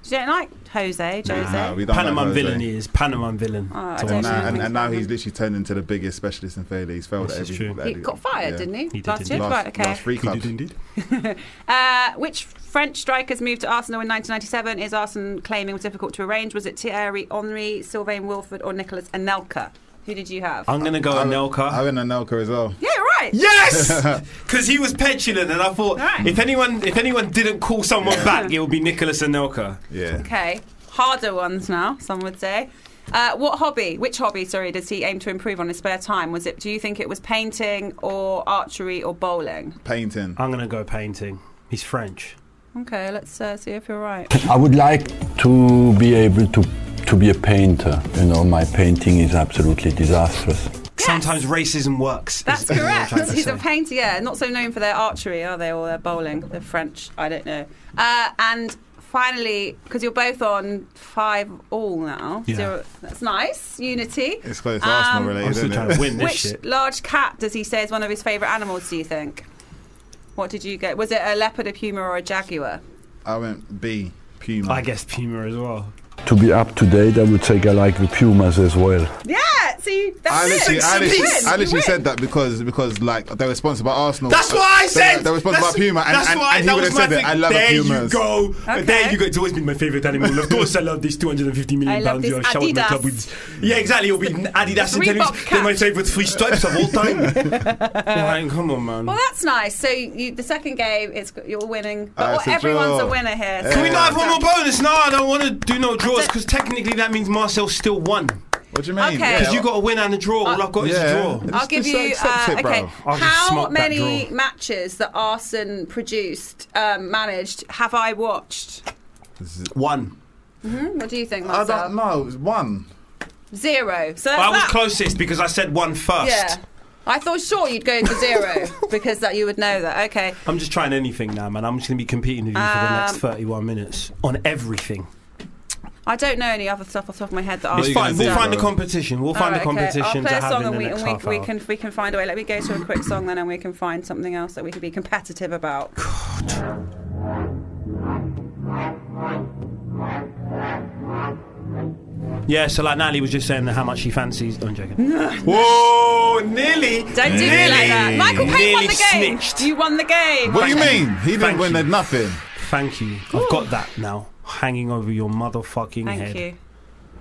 [SPEAKER 6] you don't like Jose. Jose.
[SPEAKER 5] Nah, we don't like
[SPEAKER 4] Panama
[SPEAKER 5] Jose.
[SPEAKER 4] villain he is. Panama villain.
[SPEAKER 6] Oh, I
[SPEAKER 4] That's all
[SPEAKER 6] don't
[SPEAKER 4] I'm
[SPEAKER 5] Nah,
[SPEAKER 6] know.
[SPEAKER 4] saying.
[SPEAKER 5] and, and
[SPEAKER 6] Yeah.
[SPEAKER 5] now he's literally turned into the biggest specialist in failure. He's failed
[SPEAKER 4] This
[SPEAKER 5] at
[SPEAKER 4] is
[SPEAKER 5] every.
[SPEAKER 4] true.
[SPEAKER 5] at
[SPEAKER 6] He
[SPEAKER 5] every-
[SPEAKER 6] got fired,
[SPEAKER 5] yeah.
[SPEAKER 6] didn't he?
[SPEAKER 4] He did,
[SPEAKER 6] Last
[SPEAKER 4] didn't
[SPEAKER 6] year,
[SPEAKER 5] Last,
[SPEAKER 6] right? Okay.
[SPEAKER 5] last three
[SPEAKER 4] He did
[SPEAKER 5] clubs.
[SPEAKER 4] indeed.
[SPEAKER 6] Uh, which French strikers moved to Arsenal in 1997? Is Arsenal claiming was difficult to arrange? Was it Thierry Henry, Sylvain Wilford, or Nicholas Anelka? Who did you have?
[SPEAKER 4] I'm gonna go
[SPEAKER 5] I went- I
[SPEAKER 4] Anelka.
[SPEAKER 5] went Anelka as well.
[SPEAKER 6] yeah, right.
[SPEAKER 5] [LAUGHS]
[SPEAKER 4] Yes, because he was petulant, and I thought
[SPEAKER 6] Right.
[SPEAKER 4] if anyone if anyone didn't call someone back, it would be Nicholas Anelka.
[SPEAKER 5] Yeah.
[SPEAKER 6] Okay, harder ones now. Some would say. Uh, what hobby? Which hobby? Sorry, does he aim to improve on his spare time? Was it? Do you think it was painting or archery or bowling?
[SPEAKER 5] Painting.
[SPEAKER 4] I'm gonna go painting. He's French.
[SPEAKER 6] Okay, let's uh, see if you're right.
[SPEAKER 11] I would like to be able to to be a painter. You know, my painting is absolutely disastrous.
[SPEAKER 4] Sometimes racism works. [LAUGHS]
[SPEAKER 6] That's
[SPEAKER 4] is what I'm trying
[SPEAKER 6] correct.
[SPEAKER 4] to
[SPEAKER 6] He's a
[SPEAKER 4] say.
[SPEAKER 6] painter, yeah. Not so known for their archery, are they, or their bowling? They're French, I don't know. Uh, and finally, because you're both on five all now,
[SPEAKER 4] Yeah.
[SPEAKER 6] zero, that's nice, unity.
[SPEAKER 5] It's close.
[SPEAKER 6] Um,
[SPEAKER 5] Arsenal related.
[SPEAKER 4] I'm still
[SPEAKER 5] isn't
[SPEAKER 4] trying to
[SPEAKER 5] it?
[SPEAKER 4] win this
[SPEAKER 6] Which
[SPEAKER 4] shit.
[SPEAKER 6] large cat does he say is one of his favourite animals, do you think? What did you get? Was it a leopard, a puma, or a jaguar?
[SPEAKER 5] I went B Puma.
[SPEAKER 4] I guess Puma as well.
[SPEAKER 11] To be up to date, I would say I like the Pumas as well.
[SPEAKER 6] Yeah, see, that's
[SPEAKER 5] I
[SPEAKER 6] it.
[SPEAKER 5] literally, I
[SPEAKER 6] You
[SPEAKER 5] literally,
[SPEAKER 6] win,
[SPEAKER 5] I
[SPEAKER 6] you
[SPEAKER 5] literally
[SPEAKER 6] win.
[SPEAKER 5] said that because because like they were sponsored by Arsenal.
[SPEAKER 4] That's what I
[SPEAKER 5] They-
[SPEAKER 4] said.
[SPEAKER 5] They were sponsored
[SPEAKER 4] that's,
[SPEAKER 5] by Puma, and,
[SPEAKER 4] that's
[SPEAKER 5] and,
[SPEAKER 4] why
[SPEAKER 5] and
[SPEAKER 4] that
[SPEAKER 5] he would have
[SPEAKER 4] was my
[SPEAKER 5] said
[SPEAKER 4] thing.
[SPEAKER 5] it. I love
[SPEAKER 4] there
[SPEAKER 5] Pumas.
[SPEAKER 4] you go.
[SPEAKER 6] Okay.
[SPEAKER 4] There you go. It's always been my favorite animal. Of course, I love this 250
[SPEAKER 6] I
[SPEAKER 4] million
[SPEAKER 6] love
[SPEAKER 4] pound
[SPEAKER 6] this
[SPEAKER 4] I showered my
[SPEAKER 6] Adidas.
[SPEAKER 4] club with. Yeah, exactly. It'll be Adidas and
[SPEAKER 6] Reebok
[SPEAKER 4] tennis. They're my
[SPEAKER 6] cat.
[SPEAKER 4] favorite three stripes of all
[SPEAKER 6] [LAUGHS]
[SPEAKER 4] time. Like, come on, man.
[SPEAKER 6] Well, that's nice. So you, the second game, it's you're winning,
[SPEAKER 5] Ah,
[SPEAKER 4] Uh,
[SPEAKER 6] but
[SPEAKER 5] it's a
[SPEAKER 6] everyone's
[SPEAKER 5] draw.
[SPEAKER 6] a winner here.
[SPEAKER 4] Can we
[SPEAKER 5] Yeah.
[SPEAKER 4] not have one more bonus? No, I don't want to do no draws because technically that means Marcel still won.
[SPEAKER 5] What do you mean?
[SPEAKER 6] Okay.
[SPEAKER 5] Yeah,
[SPEAKER 4] Because you got a win and a draw. All I've got is a
[SPEAKER 5] yeah.
[SPEAKER 4] draw.
[SPEAKER 5] It's
[SPEAKER 6] I'll give
[SPEAKER 5] just
[SPEAKER 6] you
[SPEAKER 5] accept
[SPEAKER 6] uh,
[SPEAKER 5] it, bro.
[SPEAKER 6] okay.
[SPEAKER 4] I'll just
[SPEAKER 6] How
[SPEAKER 4] smack that
[SPEAKER 6] many
[SPEAKER 4] draw.
[SPEAKER 6] matches that Arson produced, um, managed, have I watched?
[SPEAKER 4] One.
[SPEAKER 6] Hmm, What do you think,
[SPEAKER 5] I
[SPEAKER 6] Marcel?
[SPEAKER 5] don't know. It was one.
[SPEAKER 6] Zero. So that's
[SPEAKER 4] I was
[SPEAKER 6] that.
[SPEAKER 4] closest because I said one first.
[SPEAKER 6] Yeah. I thought sure you'd go for zero [LAUGHS] because that you would know that. Okay.
[SPEAKER 4] I'm just trying anything now, man. I'm just going to be competing with you for the next
[SPEAKER 6] Um,
[SPEAKER 4] 31 minutes on everything.
[SPEAKER 6] I don't know any other stuff off the top of my head that
[SPEAKER 4] It's
[SPEAKER 6] Arson.
[SPEAKER 5] you gonna
[SPEAKER 4] fine. We'll
[SPEAKER 5] do,
[SPEAKER 4] find the
[SPEAKER 5] bro?
[SPEAKER 4] competition. We'll find the
[SPEAKER 6] Alright, Oh, okay.
[SPEAKER 4] competition
[SPEAKER 6] I'll play
[SPEAKER 4] to
[SPEAKER 6] a
[SPEAKER 4] have
[SPEAKER 6] song
[SPEAKER 4] in the
[SPEAKER 6] and we,
[SPEAKER 4] next
[SPEAKER 6] and
[SPEAKER 4] half
[SPEAKER 6] we,
[SPEAKER 4] hour.
[SPEAKER 6] we can we can find a way. Let me go to a quick song then, and we can find something else that we could be competitive about.
[SPEAKER 4] Yeah, so like Natalie was just saying how much she fancies. Oh, I'm
[SPEAKER 6] [LAUGHS]
[SPEAKER 4] joking. Whoa, nearly.
[SPEAKER 6] Don't do me like that. Michael Payne won
[SPEAKER 4] Nearly
[SPEAKER 6] the game.
[SPEAKER 4] snitched.
[SPEAKER 6] You won the game.
[SPEAKER 5] What do you mean? He didn't
[SPEAKER 4] Thank
[SPEAKER 5] win
[SPEAKER 4] you. Uh,
[SPEAKER 5] at nothing.
[SPEAKER 4] Thank you. I've got that now. Hanging over your motherfucking
[SPEAKER 6] Thank
[SPEAKER 4] head.
[SPEAKER 6] you.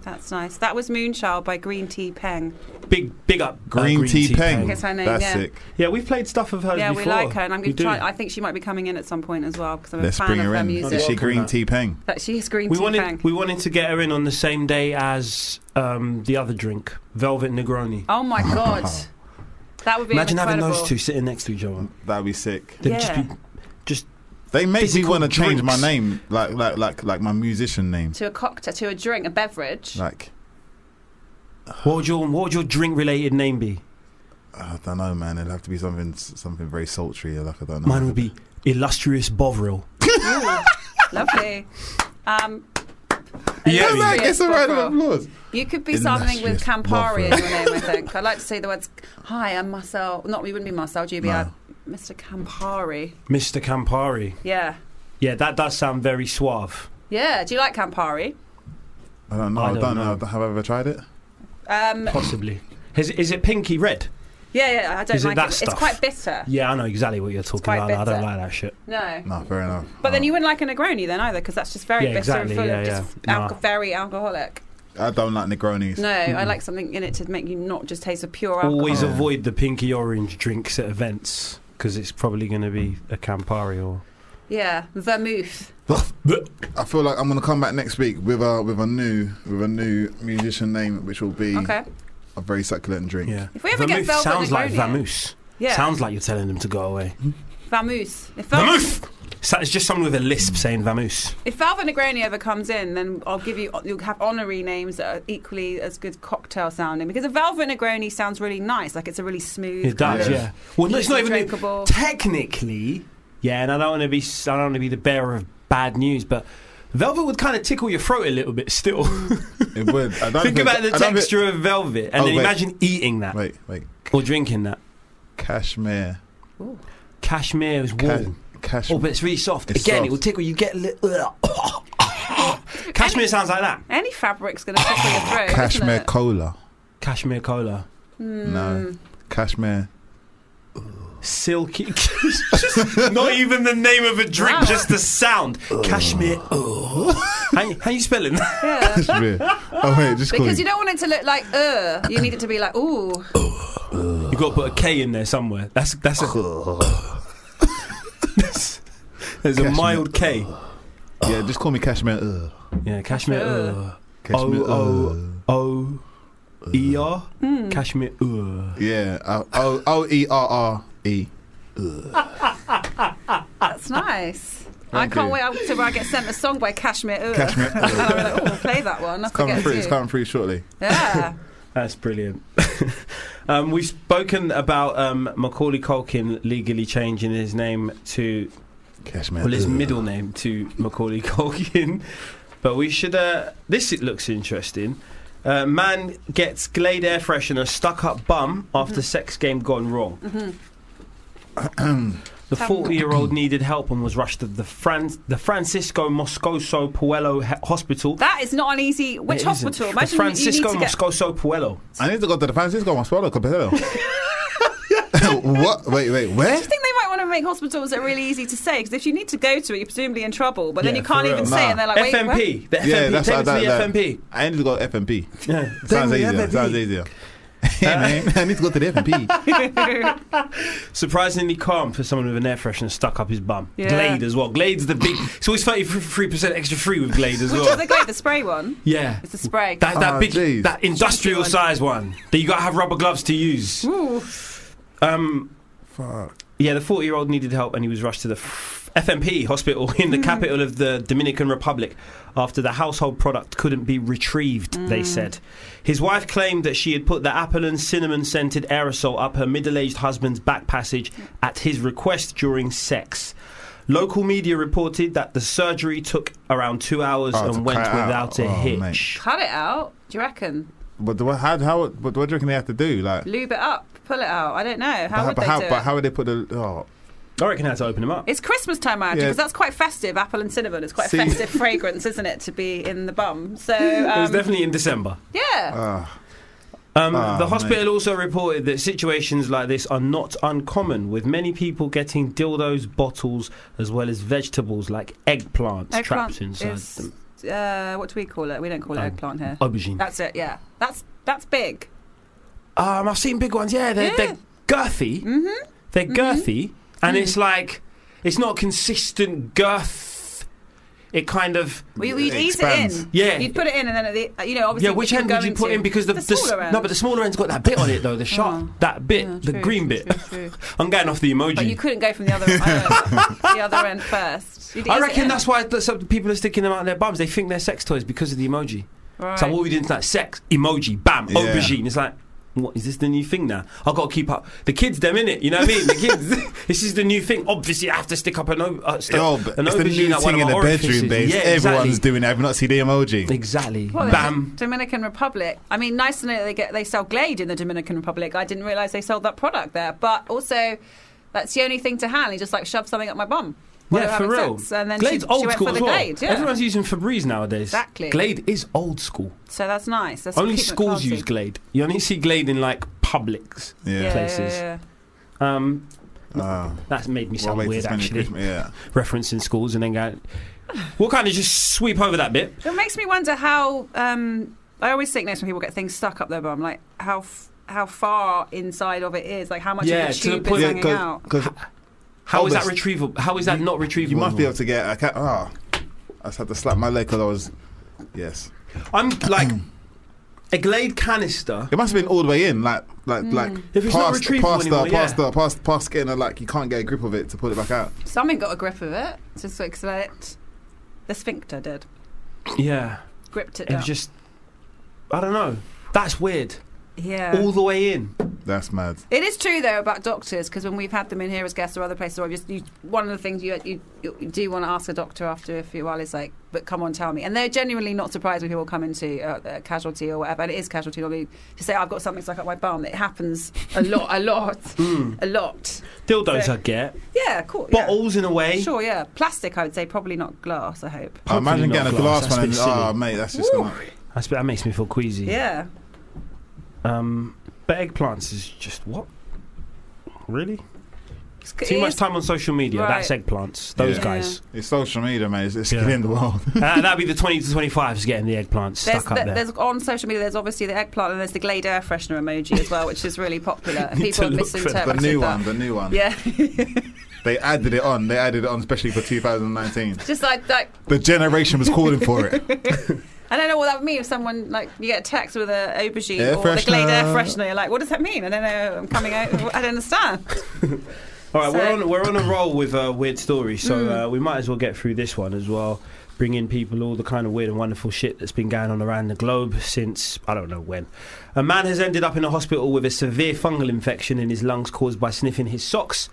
[SPEAKER 6] That's nice. That was Moonchild by Green Tea Peng.
[SPEAKER 4] Big, big up. uh,
[SPEAKER 5] Green, tea, Peng.
[SPEAKER 6] Guess her name,
[SPEAKER 5] That's
[SPEAKER 6] yeah.
[SPEAKER 5] sick.
[SPEAKER 4] Yeah, we've played stuff of hers
[SPEAKER 6] Yeah,
[SPEAKER 4] Oh, before.
[SPEAKER 6] we like her, and I'm
[SPEAKER 4] We
[SPEAKER 6] going
[SPEAKER 4] do.
[SPEAKER 6] to try. I think she might be coming in at some point as well because I'm a
[SPEAKER 5] Let's
[SPEAKER 6] fan
[SPEAKER 5] bring
[SPEAKER 6] of
[SPEAKER 5] her
[SPEAKER 6] her
[SPEAKER 5] in.
[SPEAKER 6] music.
[SPEAKER 5] Is she
[SPEAKER 4] Welcome
[SPEAKER 5] Green
[SPEAKER 4] back.
[SPEAKER 5] Tea Peng?
[SPEAKER 6] That she is Green
[SPEAKER 4] We
[SPEAKER 6] Tea Peng.
[SPEAKER 4] wanted, we wanted to get her in on the same day as um, the other drink, Velvet Negroni.
[SPEAKER 5] [LAUGHS]
[SPEAKER 6] oh my god, that would be
[SPEAKER 4] Imagine
[SPEAKER 6] incredible.
[SPEAKER 4] having those two sitting next to each other.
[SPEAKER 5] That'd be sick.
[SPEAKER 4] They'd just
[SPEAKER 6] Yeah.
[SPEAKER 4] be just
[SPEAKER 5] They make me
[SPEAKER 4] Physical
[SPEAKER 5] want to change my
[SPEAKER 4] drinks.
[SPEAKER 5] name, like like like like my musician name,
[SPEAKER 6] to a cocktail, to a drink, a beverage.
[SPEAKER 5] like.
[SPEAKER 4] what would your what would your drink related name be?
[SPEAKER 5] I don't know, man. It'll have to be something, something very sultry. Like I don't know.
[SPEAKER 4] Mine would be illustrious Bovril.
[SPEAKER 6] Lovely. Um,
[SPEAKER 5] It's
[SPEAKER 4] Yeah,
[SPEAKER 5] like-
[SPEAKER 6] Illustrious
[SPEAKER 5] it's a round of
[SPEAKER 6] Bovril.
[SPEAKER 5] applause.
[SPEAKER 6] You could be something with
[SPEAKER 5] Illustrious
[SPEAKER 6] Campari in
[SPEAKER 5] Bovril.
[SPEAKER 6] your name, I think. I'd like to say the words, Hi, I'm Marcel. Not, we wouldn't be Marcel, you'd be
[SPEAKER 5] No.
[SPEAKER 6] uh, Mr. Campari.
[SPEAKER 4] Mr. Campari.
[SPEAKER 6] Yeah.
[SPEAKER 4] Yeah, that does sound very suave.
[SPEAKER 6] Yeah. Do you like Campari?
[SPEAKER 5] I don't know.
[SPEAKER 4] I
[SPEAKER 5] I
[SPEAKER 4] don't
[SPEAKER 5] don't,
[SPEAKER 4] know.
[SPEAKER 5] know. Have I ever tried it?
[SPEAKER 6] Um,
[SPEAKER 4] Possibly. Is, is it pinky red?
[SPEAKER 6] Yeah, yeah, I don't
[SPEAKER 4] Is it
[SPEAKER 6] like
[SPEAKER 4] that
[SPEAKER 6] it. It's
[SPEAKER 4] stuff?
[SPEAKER 6] quite bitter.
[SPEAKER 4] Yeah, I know exactly what you're talking
[SPEAKER 6] quite
[SPEAKER 4] about. I don't
[SPEAKER 6] bitter.
[SPEAKER 4] like that shit.
[SPEAKER 6] No.
[SPEAKER 5] No, fair enough.
[SPEAKER 6] But then you wouldn't like a Negroni then either, because that's just very
[SPEAKER 4] Oh. Yeah,
[SPEAKER 6] bitter
[SPEAKER 4] exactly,
[SPEAKER 6] and full
[SPEAKER 4] yeah,
[SPEAKER 6] of just
[SPEAKER 4] yeah.
[SPEAKER 6] alco-
[SPEAKER 4] Nah.
[SPEAKER 6] very alcoholic.
[SPEAKER 5] I don't like Negronis.
[SPEAKER 6] No, I like something in it to make you not just taste the pure alcohol.
[SPEAKER 4] Always avoid the pinky orange drinks at events because it's probably going to be a Campari or.
[SPEAKER 6] Yeah, vermouth.
[SPEAKER 5] I feel like I'm gonna come back next week with a with a new with a new musician name, which will be
[SPEAKER 4] Mm.
[SPEAKER 6] Okay.
[SPEAKER 5] a very succulent drink.
[SPEAKER 4] Yeah.
[SPEAKER 6] If we ever get Velvet
[SPEAKER 4] sounds like
[SPEAKER 6] Negroni.
[SPEAKER 4] vamoose.
[SPEAKER 6] Yeah.
[SPEAKER 4] Sounds like you're telling them to go away.
[SPEAKER 6] Vamoose. If Vel-
[SPEAKER 4] Vamoose. So it's just someone with a lisp saying vamoose.
[SPEAKER 6] If Velvet Negroni ever comes in, then I'll give you. You'll have honorary names that are equally as good cocktail sounding because a Velvet Negroni sounds really nice. Like it's a really smooth.
[SPEAKER 4] It does,
[SPEAKER 5] Yeah.
[SPEAKER 4] yeah. Well, no, it's not
[SPEAKER 6] Easy
[SPEAKER 4] even
[SPEAKER 6] drinkable.
[SPEAKER 4] technically. Yeah, and I don't want to be. s- I don't want to be the bearer of bad news, but velvet would kind of tickle your throat a little
[SPEAKER 5] [LAUGHS]
[SPEAKER 4] bit still.
[SPEAKER 5] It would. I don't
[SPEAKER 4] Think about the
[SPEAKER 5] I don't
[SPEAKER 4] texture of velvet, and
[SPEAKER 5] Oh,
[SPEAKER 4] then
[SPEAKER 5] wait.
[SPEAKER 4] imagine eating that
[SPEAKER 5] Think, wait, wait.
[SPEAKER 4] or drinking that.
[SPEAKER 5] Cashmere.
[SPEAKER 4] Cashmere is
[SPEAKER 5] Ca-
[SPEAKER 4] warm. Oh,
[SPEAKER 5] cashmere.
[SPEAKER 4] but it's really soft.
[SPEAKER 5] It's
[SPEAKER 4] Again,
[SPEAKER 5] soft.
[SPEAKER 4] it will tickle. You get a little. [LAUGHS] Cashmere sounds like that.
[SPEAKER 6] Any fabric's going to tickle your throat. isn't
[SPEAKER 5] Cashmere
[SPEAKER 6] it? Hmm.
[SPEAKER 5] cola.
[SPEAKER 4] Cashmere cola.
[SPEAKER 5] No. Cashmere. [LAUGHS]
[SPEAKER 4] Silky. [LAUGHS] Just not even the name of a drink,
[SPEAKER 6] Wow.
[SPEAKER 4] just the sound. [LAUGHS] Cashmere. Oh. how, how you spelling that?
[SPEAKER 6] Yeah.
[SPEAKER 5] Cashmere. oh wait, just call
[SPEAKER 6] Because you
[SPEAKER 5] it.
[SPEAKER 6] don't want it to look like uh. You need it to be like ooh.
[SPEAKER 4] You've got to put a K in there somewhere. That's that's a. [LAUGHS] There's a
[SPEAKER 5] Cashmere.
[SPEAKER 4] mild K.
[SPEAKER 5] Yeah, just call me Cashmere. Ugh.
[SPEAKER 4] Yeah, cashmere. Uh,
[SPEAKER 5] Cashmere. uh. ugh.
[SPEAKER 4] O O O E R. Cashmere. Uh.
[SPEAKER 5] Yeah. uh, O O E R R E.
[SPEAKER 6] That's nice. I
[SPEAKER 5] Thank
[SPEAKER 6] can't
[SPEAKER 5] you.
[SPEAKER 6] wait up to where I get sent a song by Cashmere. Ur.
[SPEAKER 5] Cashmere.
[SPEAKER 6] and [LAUGHS] I'll be like, oh, I'll play that one. That's
[SPEAKER 5] Coming
[SPEAKER 6] get
[SPEAKER 5] through.
[SPEAKER 6] to.
[SPEAKER 5] It's coming through shortly.
[SPEAKER 6] Yeah.
[SPEAKER 4] That's brilliant. [LAUGHS] um, we've spoken about um, Macaulay Culkin legally changing his name to,
[SPEAKER 5] Cashmere.
[SPEAKER 4] well, his
[SPEAKER 5] ugh.
[SPEAKER 4] middle name to Macaulay [LAUGHS] Culkin. But we should. Uh, this it looks interesting. Uh, man gets Glade air freshener stuck up bum
[SPEAKER 6] Mm-hmm.
[SPEAKER 4] after sex game gone wrong.
[SPEAKER 6] Mm-hmm.
[SPEAKER 4] the
[SPEAKER 6] Tell me.
[SPEAKER 4] 40 year old needed help and was rushed to the, Fran- the Francisco Moscoso Puello he- Hospital.
[SPEAKER 6] That is not an easy. Which
[SPEAKER 4] It isn't.
[SPEAKER 6] hospital?
[SPEAKER 4] The
[SPEAKER 6] Imagine
[SPEAKER 4] Francisco
[SPEAKER 6] you need to get.
[SPEAKER 4] Moscoso Puello.
[SPEAKER 5] I need to go to the Francisco Masuelo
[SPEAKER 6] [LAUGHS]
[SPEAKER 5] Capello. what? Wait, wait, where?
[SPEAKER 6] I think they might want to make hospitals that are really easy to say because if you need to go to it, you're presumably in trouble. But then
[SPEAKER 4] Yeah,
[SPEAKER 6] you can't
[SPEAKER 4] for
[SPEAKER 6] even
[SPEAKER 4] real.
[SPEAKER 6] say it.
[SPEAKER 5] Nah.
[SPEAKER 6] And they're like, wait, what?
[SPEAKER 4] FMP. The FMP.
[SPEAKER 5] Yeah, that's
[SPEAKER 4] take
[SPEAKER 5] what
[SPEAKER 4] me
[SPEAKER 5] I don't
[SPEAKER 4] to the
[SPEAKER 5] know.
[SPEAKER 4] FMP.
[SPEAKER 5] I need to go to FMP.
[SPEAKER 4] Yeah.
[SPEAKER 5] Sounds
[SPEAKER 4] [LAUGHS] Take me to
[SPEAKER 5] easier.
[SPEAKER 4] FMP.
[SPEAKER 5] Sounds
[SPEAKER 4] [LAUGHS]
[SPEAKER 5] easier.
[SPEAKER 4] Uh,
[SPEAKER 5] Hey man, I need to go to the FMP.
[SPEAKER 4] Surprisingly calm for someone with an air freshener stuck up his bum.
[SPEAKER 6] Yeah.
[SPEAKER 4] Glade as well. Glade's the big. It's always thirty three percent extra free with Glade as
[SPEAKER 6] [LAUGHS] Which is
[SPEAKER 4] well.
[SPEAKER 6] the great, the spray one.
[SPEAKER 4] Yeah.
[SPEAKER 6] It's the spray.
[SPEAKER 4] That, that
[SPEAKER 5] Ah,
[SPEAKER 4] big,
[SPEAKER 5] jeez.
[SPEAKER 4] that industrial size one that you got to have rubber gloves to use.
[SPEAKER 6] Ooh.
[SPEAKER 4] Um,
[SPEAKER 5] Fuck.
[SPEAKER 4] yeah, the 40 year old needed help and he was rushed to the f- FMP hospital in the capital of the Dominican Republic after the household product couldn't be retrieved, they said. His wife claimed that she had put the apple and cinnamon scented aerosol up her middle aged husband's back passage at his request during sex. Local media reported that the surgery took around two hours
[SPEAKER 5] Oh, to
[SPEAKER 4] and went
[SPEAKER 5] cut out.
[SPEAKER 4] without a
[SPEAKER 5] Oh,
[SPEAKER 4] hitch.
[SPEAKER 5] mate.
[SPEAKER 6] Cut it out. Do you reckon?
[SPEAKER 5] But do I, how, how? But what do you reckon they have to do? Like,
[SPEAKER 6] Lube it up. Pull it out. I don't know. How
[SPEAKER 5] but,
[SPEAKER 6] would
[SPEAKER 5] but
[SPEAKER 6] they
[SPEAKER 5] how?
[SPEAKER 6] do
[SPEAKER 5] but
[SPEAKER 6] it?
[SPEAKER 5] how would they put the? Oh,
[SPEAKER 4] I reckon I had to open him up.
[SPEAKER 6] It's Christmas time, I
[SPEAKER 5] Yeah.
[SPEAKER 6] because that's quite festive. Apple and cinnamon is quite
[SPEAKER 5] See?
[SPEAKER 6] a festive [LAUGHS] fragrance, isn't it, to be in the bum? So, um,
[SPEAKER 4] it was definitely in December. Oh,
[SPEAKER 6] yeah.
[SPEAKER 5] ah.
[SPEAKER 4] Um,
[SPEAKER 5] Ah,
[SPEAKER 4] the hospital also reported that situations like this are not uncommon, with many people getting dildos, bottles, as well as vegetables like eggplants trapped
[SPEAKER 6] Eggplant
[SPEAKER 4] inside
[SPEAKER 6] is,
[SPEAKER 4] them.
[SPEAKER 6] uh, what do we call it? We don't call it
[SPEAKER 4] Um,
[SPEAKER 6] eggplant here.
[SPEAKER 4] Aubergine.
[SPEAKER 6] That's it. Yeah, that's that's big.
[SPEAKER 4] Um, I've seen big ones. Yeah, they're,
[SPEAKER 6] Yeah. Mm-hmm.
[SPEAKER 4] they're girthy. Mm-hmm. They're girthy, and it's like it's not consistent girth. It kind of
[SPEAKER 6] Well, you, you'd
[SPEAKER 5] It
[SPEAKER 6] eat it
[SPEAKER 5] expands.
[SPEAKER 6] in.
[SPEAKER 4] Yeah.
[SPEAKER 6] you'd put it in, and then at the uh, you know obviously
[SPEAKER 4] yeah. Which
[SPEAKER 6] you're
[SPEAKER 4] end would you
[SPEAKER 6] going
[SPEAKER 4] put
[SPEAKER 6] to-
[SPEAKER 4] in? Because the,
[SPEAKER 6] the
[SPEAKER 4] the s-
[SPEAKER 6] smaller end. Oh.
[SPEAKER 4] no, but the smaller end's got that bit on it though. The sharp that bit,
[SPEAKER 6] Yeah,
[SPEAKER 4] the
[SPEAKER 6] true,
[SPEAKER 4] green
[SPEAKER 6] true,
[SPEAKER 4] bit.
[SPEAKER 6] true, true.
[SPEAKER 4] I'm going off the emoji.
[SPEAKER 6] But you couldn't go from the other
[SPEAKER 4] [LAUGHS]
[SPEAKER 6] uh, the other end first. You'd eat
[SPEAKER 4] I
[SPEAKER 6] it
[SPEAKER 4] reckon
[SPEAKER 6] in.
[SPEAKER 4] that's why th- some people are sticking them out their bums. They think they're sex toys because of the emoji.
[SPEAKER 6] Right.
[SPEAKER 4] So what we did tonight, sex emoji, bam,
[SPEAKER 5] Yeah.
[SPEAKER 4] aubergine. It's like, what is this the new thing now? I've got to keep up. The kids, them in it. You know what I mean? The
[SPEAKER 6] [LAUGHS]
[SPEAKER 4] kids. [LAUGHS] this is the new thing. Obviously, I have to stick up an, o- uh, st-
[SPEAKER 5] Yo,
[SPEAKER 4] an
[SPEAKER 5] Oh, but it's the
[SPEAKER 4] aubergine
[SPEAKER 5] new
[SPEAKER 4] at one
[SPEAKER 5] thing
[SPEAKER 4] of
[SPEAKER 5] in
[SPEAKER 4] my
[SPEAKER 5] the
[SPEAKER 4] orifices.
[SPEAKER 5] bedroom, babes.
[SPEAKER 4] Yeah,
[SPEAKER 5] Everyone's
[SPEAKER 4] exactly.
[SPEAKER 5] doing it. I've not seen the emoji.
[SPEAKER 4] Exactly.
[SPEAKER 6] Well, the
[SPEAKER 4] bam.
[SPEAKER 6] Dominican Republic. I mean, nice to know that they get they sell Glade in the Dominican Republic. I didn't realize they sold that product there, but also that's the only thing to hand. You just like shove something up my bum. while
[SPEAKER 4] yeah,
[SPEAKER 6] we're
[SPEAKER 4] for
[SPEAKER 6] having
[SPEAKER 4] real.
[SPEAKER 6] sex, And then
[SPEAKER 4] Glade's
[SPEAKER 6] she,
[SPEAKER 4] old
[SPEAKER 6] she went
[SPEAKER 4] school
[SPEAKER 6] for the
[SPEAKER 4] as well.
[SPEAKER 6] Glade. Yeah.
[SPEAKER 4] Everyone's using Febreze nowadays.
[SPEAKER 6] Exactly.
[SPEAKER 4] Glade is old school.
[SPEAKER 6] so that's nice. That's
[SPEAKER 4] Only
[SPEAKER 6] keeping it
[SPEAKER 4] schools
[SPEAKER 6] classy.
[SPEAKER 4] use Glade. You only see Glade in like Publix
[SPEAKER 5] Yeah. Yeah,
[SPEAKER 4] places.
[SPEAKER 5] yeah,
[SPEAKER 4] Um,
[SPEAKER 5] Ah.
[SPEAKER 4] that's made me
[SPEAKER 5] What
[SPEAKER 4] sound
[SPEAKER 5] way to
[SPEAKER 4] weird,
[SPEAKER 5] spend your
[SPEAKER 4] actually.
[SPEAKER 5] Christmas, yeah.
[SPEAKER 4] Referencing schools and then going, we'll kind of just sweep over that bit.
[SPEAKER 6] It makes me wonder how. Um, I always think next when people get things stuck up their bum, like how f- how far inside of it is, like how much
[SPEAKER 4] Yeah,
[SPEAKER 6] of the
[SPEAKER 4] to the
[SPEAKER 6] tube
[SPEAKER 4] point-
[SPEAKER 6] is
[SPEAKER 4] Yeah,
[SPEAKER 6] hanging
[SPEAKER 4] 'cause-
[SPEAKER 6] out.
[SPEAKER 4] How is that
[SPEAKER 5] Obvious-
[SPEAKER 4] retrievable? How is that not retrievable?
[SPEAKER 5] You must be able to get. I can't. Ah, I just had to slap my leg because I was. Yes.
[SPEAKER 4] I'm like a Glade canister.
[SPEAKER 5] It must have been all the way in, like, like,
[SPEAKER 6] Mm.
[SPEAKER 5] like
[SPEAKER 4] If it's not
[SPEAKER 5] past,
[SPEAKER 4] retrievable
[SPEAKER 5] past, the,
[SPEAKER 4] anymore, yeah.
[SPEAKER 5] past, the, past, past, getting a like you can't get a grip of it to pull it back out.
[SPEAKER 6] Something got a grip of it, just like so it. The sphincter did,
[SPEAKER 4] Yeah,
[SPEAKER 6] gripped it
[SPEAKER 4] it
[SPEAKER 6] down.
[SPEAKER 4] was just. I don't know. That's weird.
[SPEAKER 6] yeah.
[SPEAKER 4] All the way in.
[SPEAKER 5] That's mad.
[SPEAKER 6] It is true though about doctors because when we've had them in here as guests or other places, or just you, one of the things you, you, you do want to ask a doctor after a few while is like, "But come on, tell me." And they're genuinely not surprised when people come into uh, uh, casualty or whatever, and it is casualty normally to say, "I've got something stuck up my bum." It happens a lot, a lot, a lot.
[SPEAKER 4] Mm. Dildos
[SPEAKER 6] So-
[SPEAKER 4] I get.
[SPEAKER 6] Yeah, cool. yeah.
[SPEAKER 4] Bottles in a way.
[SPEAKER 6] Sure, yeah. Plastic, I would say, probably not glass. I hope.
[SPEAKER 5] I
[SPEAKER 4] Hopefully
[SPEAKER 5] imagine
[SPEAKER 4] not
[SPEAKER 5] getting a
[SPEAKER 4] glass,
[SPEAKER 5] glass
[SPEAKER 4] that's a
[SPEAKER 5] one. And,
[SPEAKER 4] bit silly.
[SPEAKER 5] oh, mate, that's just. Not,
[SPEAKER 4] That's, that makes me feel queasy.
[SPEAKER 6] Yeah.
[SPEAKER 4] Um, but eggplants is just what? Really?
[SPEAKER 6] It's-
[SPEAKER 4] Too
[SPEAKER 6] it
[SPEAKER 4] much
[SPEAKER 6] is-
[SPEAKER 4] time on social media.
[SPEAKER 6] Right.
[SPEAKER 4] That's eggplants. Those
[SPEAKER 5] Yeah.
[SPEAKER 4] guys.
[SPEAKER 5] it's social media, mate. It's, it's
[SPEAKER 4] Yeah.
[SPEAKER 5] killing the world.
[SPEAKER 4] uh, that'd be the 20 to 25s getting the eggplants
[SPEAKER 6] There's,
[SPEAKER 4] stuck up
[SPEAKER 6] th-
[SPEAKER 4] there.
[SPEAKER 6] there's on social media. There's obviously the eggplant, and there's the Glade air freshener emoji as well, which is really popular. And
[SPEAKER 4] [LAUGHS] Need to
[SPEAKER 6] people have
[SPEAKER 4] look for that.
[SPEAKER 5] the
[SPEAKER 6] misinterpreted
[SPEAKER 5] new
[SPEAKER 6] that.
[SPEAKER 5] one, the new one.
[SPEAKER 6] Yeah, [LAUGHS]
[SPEAKER 5] They added it on. They added it on, especially for 2019.
[SPEAKER 6] just like like
[SPEAKER 5] the generation was calling for
[SPEAKER 6] [LAUGHS]
[SPEAKER 5] it.
[SPEAKER 6] I don't know what that would mean if someone like you get a text with a aubergine
[SPEAKER 5] Air
[SPEAKER 6] or the Glade air
[SPEAKER 5] freshener.
[SPEAKER 6] freshener. You're like, what does that mean? I don't know. I'm coming out. I don't understand. [LAUGHS]
[SPEAKER 4] All right,
[SPEAKER 6] So-
[SPEAKER 4] we're on we're on a roll with uh, weird stories, so uh, we might as well get through this one as well. Bring in people all the kind of weird and wonderful shit that's been going on around the globe since I don't know when. A man has ended up in a hospital with a severe fungal infection in his lungs caused by sniffing his socks.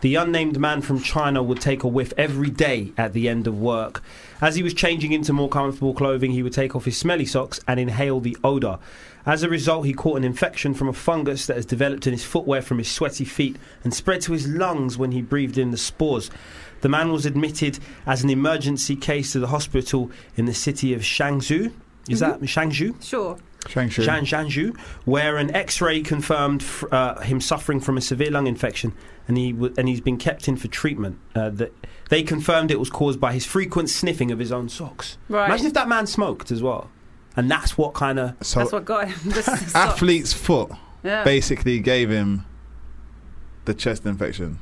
[SPEAKER 4] The unnamed man from China would take a whiff every day at the end of work. As he was changing into more comfortable clothing, he would take off his smelly socks and inhale the odour. As a result, he caught an infection from a fungus that has developed in his footwear from his sweaty feet and spread to his lungs when he breathed in the spores. The man was admitted as an emergency case to the hospital in the city of Shangzhou. Is that Shangzhou?
[SPEAKER 6] Sure.
[SPEAKER 5] Shang-Chi.
[SPEAKER 4] Shan Zhanzhu, where an X-ray confirmed f- uh, him suffering from a severe lung infection, and he w- and he's been kept in for treatment. Uh, that they confirmed it was caused by his frequent sniffing of his own socks.
[SPEAKER 6] Right.
[SPEAKER 4] Imagine if that man smoked as well, and that's what kind of
[SPEAKER 5] so
[SPEAKER 6] That's what Oh. got him. [LAUGHS]
[SPEAKER 5] [LAUGHS]
[SPEAKER 6] This is not-
[SPEAKER 5] athlete's foot
[SPEAKER 6] yeah.
[SPEAKER 5] basically gave him the chest infection.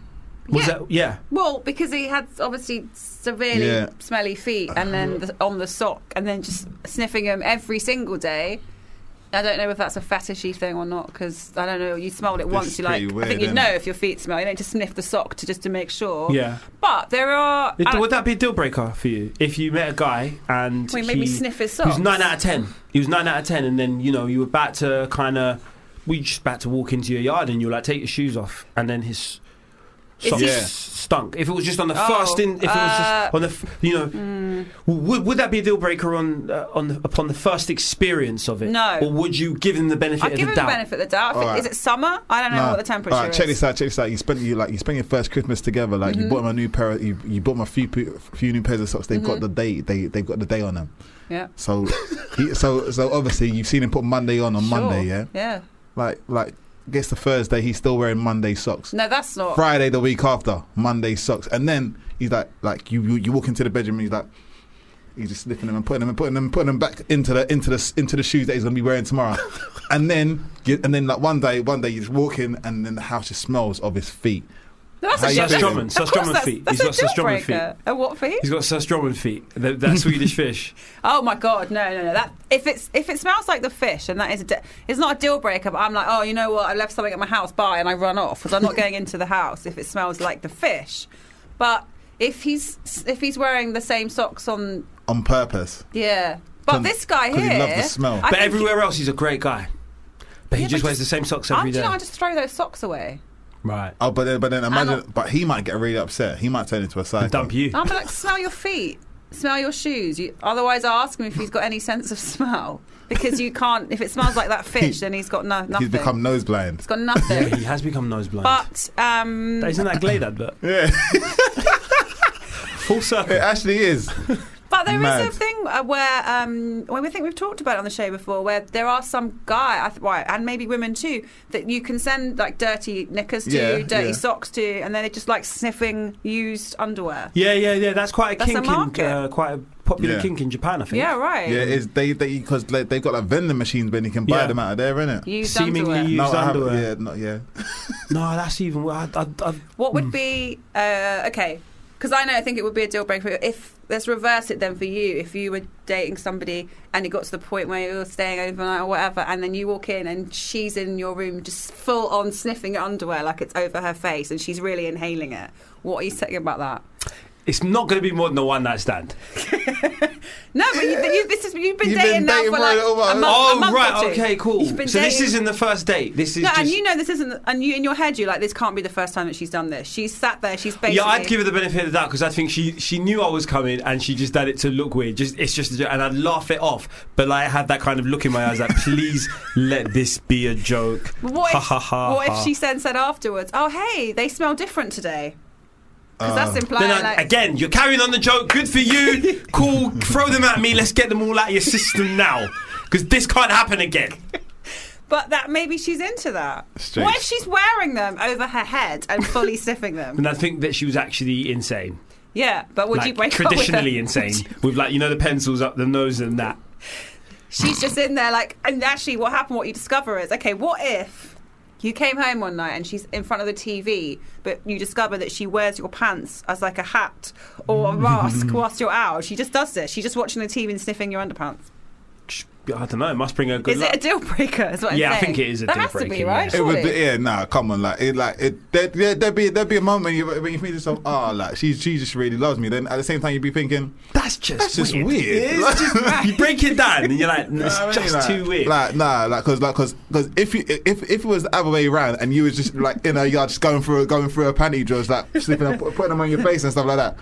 [SPEAKER 4] was
[SPEAKER 6] Yeah.
[SPEAKER 4] that? Yeah,
[SPEAKER 6] Well, because he had obviously severely
[SPEAKER 5] Yeah.
[SPEAKER 6] smelly feet, and then the, on the sock, and then just sniffing them every single day. I don't know if that's a fetishy thing or not, because I don't know. You smelled it
[SPEAKER 5] This
[SPEAKER 6] once,
[SPEAKER 5] is
[SPEAKER 6] you like.
[SPEAKER 5] pretty
[SPEAKER 6] I think
[SPEAKER 5] weird,
[SPEAKER 6] you
[SPEAKER 5] isn't
[SPEAKER 6] know
[SPEAKER 5] it?
[SPEAKER 6] if your feet smell. You don't just sniff the sock to just to make sure.
[SPEAKER 4] yeah.
[SPEAKER 6] But there are.
[SPEAKER 4] It-
[SPEAKER 6] I-
[SPEAKER 4] would that be a deal breaker for you if you met a guy and
[SPEAKER 6] Well, he made me
[SPEAKER 4] he-
[SPEAKER 6] sniff his
[SPEAKER 4] He was
[SPEAKER 6] socks.
[SPEAKER 4] nine out of ten. He was nine out of ten, and then you know you were about to kind of, we just about to walk into your yard, and you were like, take your shoes off, and then his
[SPEAKER 6] Is
[SPEAKER 4] socks
[SPEAKER 5] he-
[SPEAKER 4] stunk. If it was just on the
[SPEAKER 6] Oh,
[SPEAKER 4] first, in, if it was
[SPEAKER 6] uh, mm.
[SPEAKER 4] just on the, f- you know, would, would that be a deal breaker on uh, on the, upon the first experience of it?
[SPEAKER 6] No.
[SPEAKER 4] Or would you give him the benefit
[SPEAKER 6] I'll
[SPEAKER 4] of
[SPEAKER 6] give
[SPEAKER 4] the
[SPEAKER 6] him the
[SPEAKER 4] doubt?
[SPEAKER 6] benefit of the doubt. I think-
[SPEAKER 5] All right.
[SPEAKER 6] Is it summer? I don't know
[SPEAKER 5] Nah.
[SPEAKER 6] what the temperature
[SPEAKER 5] Alright, check
[SPEAKER 6] is.
[SPEAKER 5] this out. Check this out. You spent you like you spent your first Christmas together. Like
[SPEAKER 6] Mm-hmm.
[SPEAKER 5] you bought them a new pair. Of, you you bought them a few p- few new pairs of socks. They've got the day. They they've got the day on them.
[SPEAKER 6] Mm-hmm. Yeah.
[SPEAKER 5] So he, so so obviously you've seen him put Monday on on Monday.
[SPEAKER 6] Sure.
[SPEAKER 5] Yeah.
[SPEAKER 6] Yeah.
[SPEAKER 5] Like like gets to Thursday. He's still wearing Monday socks.
[SPEAKER 6] No, that's not.
[SPEAKER 5] Friday the week after Monday socks, and then he's like like you you, you walk into the bedroom. and He's like. He's just sniffing them and putting them and putting them and putting them back into the into the into the shoes that he's gonna be wearing tomorrow, and then you, and then like one day one day you just walk in and then the house just smells of his feet.
[SPEAKER 6] No, that's
[SPEAKER 5] How
[SPEAKER 6] a
[SPEAKER 5] you
[SPEAKER 6] deal
[SPEAKER 5] feeling?
[SPEAKER 6] breaker.
[SPEAKER 4] Strumman's-
[SPEAKER 6] Of
[SPEAKER 4] that's
[SPEAKER 6] course
[SPEAKER 4] Strumman's
[SPEAKER 6] that's-
[SPEAKER 4] feet.
[SPEAKER 6] That's
[SPEAKER 4] He's
[SPEAKER 6] a
[SPEAKER 4] got
[SPEAKER 6] deal
[SPEAKER 4] Strumman's feet.
[SPEAKER 6] breaker. A what feet?
[SPEAKER 4] He's got Sir Stromon feet.
[SPEAKER 6] [LAUGHS]
[SPEAKER 4] That, that Swedish fish.
[SPEAKER 6] Oh my god, no, no, no. That if it's if it smells like the fish, and that is a de- it's not a deal breaker. But I'm like, oh, you know what? I left something at my house. Bye, and I run off because I'm not going into the house if it smells like the fish. But if he's if he's wearing the same socks on,
[SPEAKER 5] on purpose.
[SPEAKER 6] yeah. But
[SPEAKER 5] Con-
[SPEAKER 6] this guy
[SPEAKER 5] 'cause
[SPEAKER 6] here,
[SPEAKER 5] he loved the smell.
[SPEAKER 6] I
[SPEAKER 5] But
[SPEAKER 4] But
[SPEAKER 6] think-
[SPEAKER 4] everywhere else, he's a great guy. But he
[SPEAKER 6] Yeah, but
[SPEAKER 4] just wears the
[SPEAKER 6] just-
[SPEAKER 4] same socks
[SPEAKER 6] I'm,
[SPEAKER 4] every
[SPEAKER 6] do
[SPEAKER 4] day.
[SPEAKER 6] you know, I just throw those socks away.
[SPEAKER 4] Right.
[SPEAKER 5] Oh, but then, but then
[SPEAKER 6] Hang
[SPEAKER 5] imagine,
[SPEAKER 6] on.
[SPEAKER 5] but he might get really upset. He might turn into a psycho.
[SPEAKER 4] Dump you.
[SPEAKER 6] I'm like, smell your feet, smell your shoes. You, otherwise, ask him if he's got any sense of [LAUGHS] smell because you can't. If it smells like that fish, then he's got no, nothing.
[SPEAKER 5] He's become nose blind.
[SPEAKER 6] he's got nothing.
[SPEAKER 4] He has become nose blind.
[SPEAKER 6] But um,
[SPEAKER 4] Isn't that Glade advert?
[SPEAKER 5] Yeah,
[SPEAKER 4] Full
[SPEAKER 5] it
[SPEAKER 4] circle.
[SPEAKER 5] actually is.
[SPEAKER 6] but But there is
[SPEAKER 5] Mad.
[SPEAKER 6] a thing uh, where, um, when we think we've talked about it on the show before, where there are some guy, I th- why, and maybe women too, that you can send like dirty knickers to,
[SPEAKER 5] Yeah,
[SPEAKER 6] dirty
[SPEAKER 5] yeah.
[SPEAKER 6] socks to, and then they just like sniffing used underwear.
[SPEAKER 4] Yeah, yeah, yeah. That's quite a
[SPEAKER 6] That's a
[SPEAKER 4] kink,
[SPEAKER 6] market.
[SPEAKER 4] in, uh, quite a popular
[SPEAKER 5] Yeah.
[SPEAKER 4] kink in Japan, I think.
[SPEAKER 6] Yeah, right.
[SPEAKER 5] Yeah, it's they they because they, they've got like vending machines, but you can buy
[SPEAKER 4] Yeah.
[SPEAKER 5] them out of there, innit?
[SPEAKER 6] Used
[SPEAKER 4] Seemingly
[SPEAKER 6] underwear.
[SPEAKER 4] used
[SPEAKER 5] no, I haven't-
[SPEAKER 4] underwear.
[SPEAKER 5] Yeah, not yeah.
[SPEAKER 4] No, that's even. wor- I, I, I,
[SPEAKER 6] What would be uh, okay? Because I know I think it would be a deal breaker if let's reverse it then for you. If you were dating somebody and it got to the point where you were staying overnight or whatever, and then you walk in and she's in your room just full on sniffing your underwear like it's over her face and she's really inhaling it. What are you saying about that?
[SPEAKER 4] it's not going to be more than a one night stand.
[SPEAKER 6] No, but you, you, this is you've been
[SPEAKER 5] You've
[SPEAKER 6] dating
[SPEAKER 5] been
[SPEAKER 6] now
[SPEAKER 5] dating
[SPEAKER 6] for
[SPEAKER 5] for
[SPEAKER 6] like
[SPEAKER 5] a little
[SPEAKER 6] a
[SPEAKER 5] while.
[SPEAKER 6] month.
[SPEAKER 4] oh,
[SPEAKER 6] a month or
[SPEAKER 4] right.
[SPEAKER 6] two.
[SPEAKER 4] Okay, cool.
[SPEAKER 6] You've
[SPEAKER 4] So
[SPEAKER 6] been
[SPEAKER 4] this
[SPEAKER 6] dating-
[SPEAKER 4] isn't the first date. This is
[SPEAKER 6] No,
[SPEAKER 4] just.
[SPEAKER 6] and you know this isn't, and you in your head you're like, this can't be the first time that she's done this. She's sat there, she's basically.
[SPEAKER 4] Yeah, I'd give her the benefit of that because I think she she knew I was coming and she just did it to look weird. Just it's just a joke, and I'd laugh it off, but like, I had that [LAUGHS] kind of look in my eyes like, please let this be a joke.
[SPEAKER 6] But What
[SPEAKER 4] Ha,
[SPEAKER 6] if,
[SPEAKER 4] ha, ha,
[SPEAKER 6] what if
[SPEAKER 4] ha.
[SPEAKER 6] she then said afterwards, "Oh, hey, they smell different today"? Because that's implying
[SPEAKER 4] Then I,
[SPEAKER 6] like,
[SPEAKER 4] again, you're carrying on the joke. Good for
[SPEAKER 6] [LAUGHS]
[SPEAKER 4] you. cool. Throw them at me. Let's get them all out of your system now, because this can't happen again.
[SPEAKER 6] but that maybe she's into that.
[SPEAKER 5] Straight.
[SPEAKER 6] What if she's wearing them over her head
[SPEAKER 4] [LAUGHS]
[SPEAKER 6] and fully sniffing them?
[SPEAKER 4] And I think that she was actually insane,
[SPEAKER 6] Yeah, but would
[SPEAKER 4] like
[SPEAKER 6] you break up
[SPEAKER 4] traditionally
[SPEAKER 6] with her?
[SPEAKER 4] insane, with like you know the pencils up the nose and that.
[SPEAKER 6] [LAUGHS] She's just in there like, and actually, what happened? What you discover is, okay, what if? You came home one night and she's in front of the TV, but you discover that she wears your pants as like a hat
[SPEAKER 4] [LAUGHS]
[SPEAKER 6] or a mask whilst you're out. She just does this. She's just watching the TV and sniffing your underpants.
[SPEAKER 4] I don't know. It must bring her good
[SPEAKER 6] is
[SPEAKER 4] luck.
[SPEAKER 6] it a deal breaker? Is what I'm
[SPEAKER 4] Yeah, I
[SPEAKER 6] saying.
[SPEAKER 4] think it is a
[SPEAKER 6] that
[SPEAKER 4] deal
[SPEAKER 6] has to
[SPEAKER 4] breaker,
[SPEAKER 6] be right.
[SPEAKER 4] yeah.
[SPEAKER 5] It would be,
[SPEAKER 6] surely?
[SPEAKER 5] yeah, nah, come on, like, it, like, it, there, there, there'd be, there'd be a moment when you, when you think to yourself, oh, like, she, she just really loves me. Then at the same time, you'd be thinking,
[SPEAKER 4] That's just
[SPEAKER 5] That's just
[SPEAKER 4] weird.
[SPEAKER 5] weird.
[SPEAKER 4] It is just- [LAUGHS] you break it down and you're like, it's
[SPEAKER 5] I mean,
[SPEAKER 4] just
[SPEAKER 5] like,
[SPEAKER 4] too weird.
[SPEAKER 5] Like, nah, like, cause, like, cause, 'cause if you, if, if it was the other way around and you was just like in her yard, just going through, going through her panty drawers, like, slipping, and put- putting them on your face and stuff like that,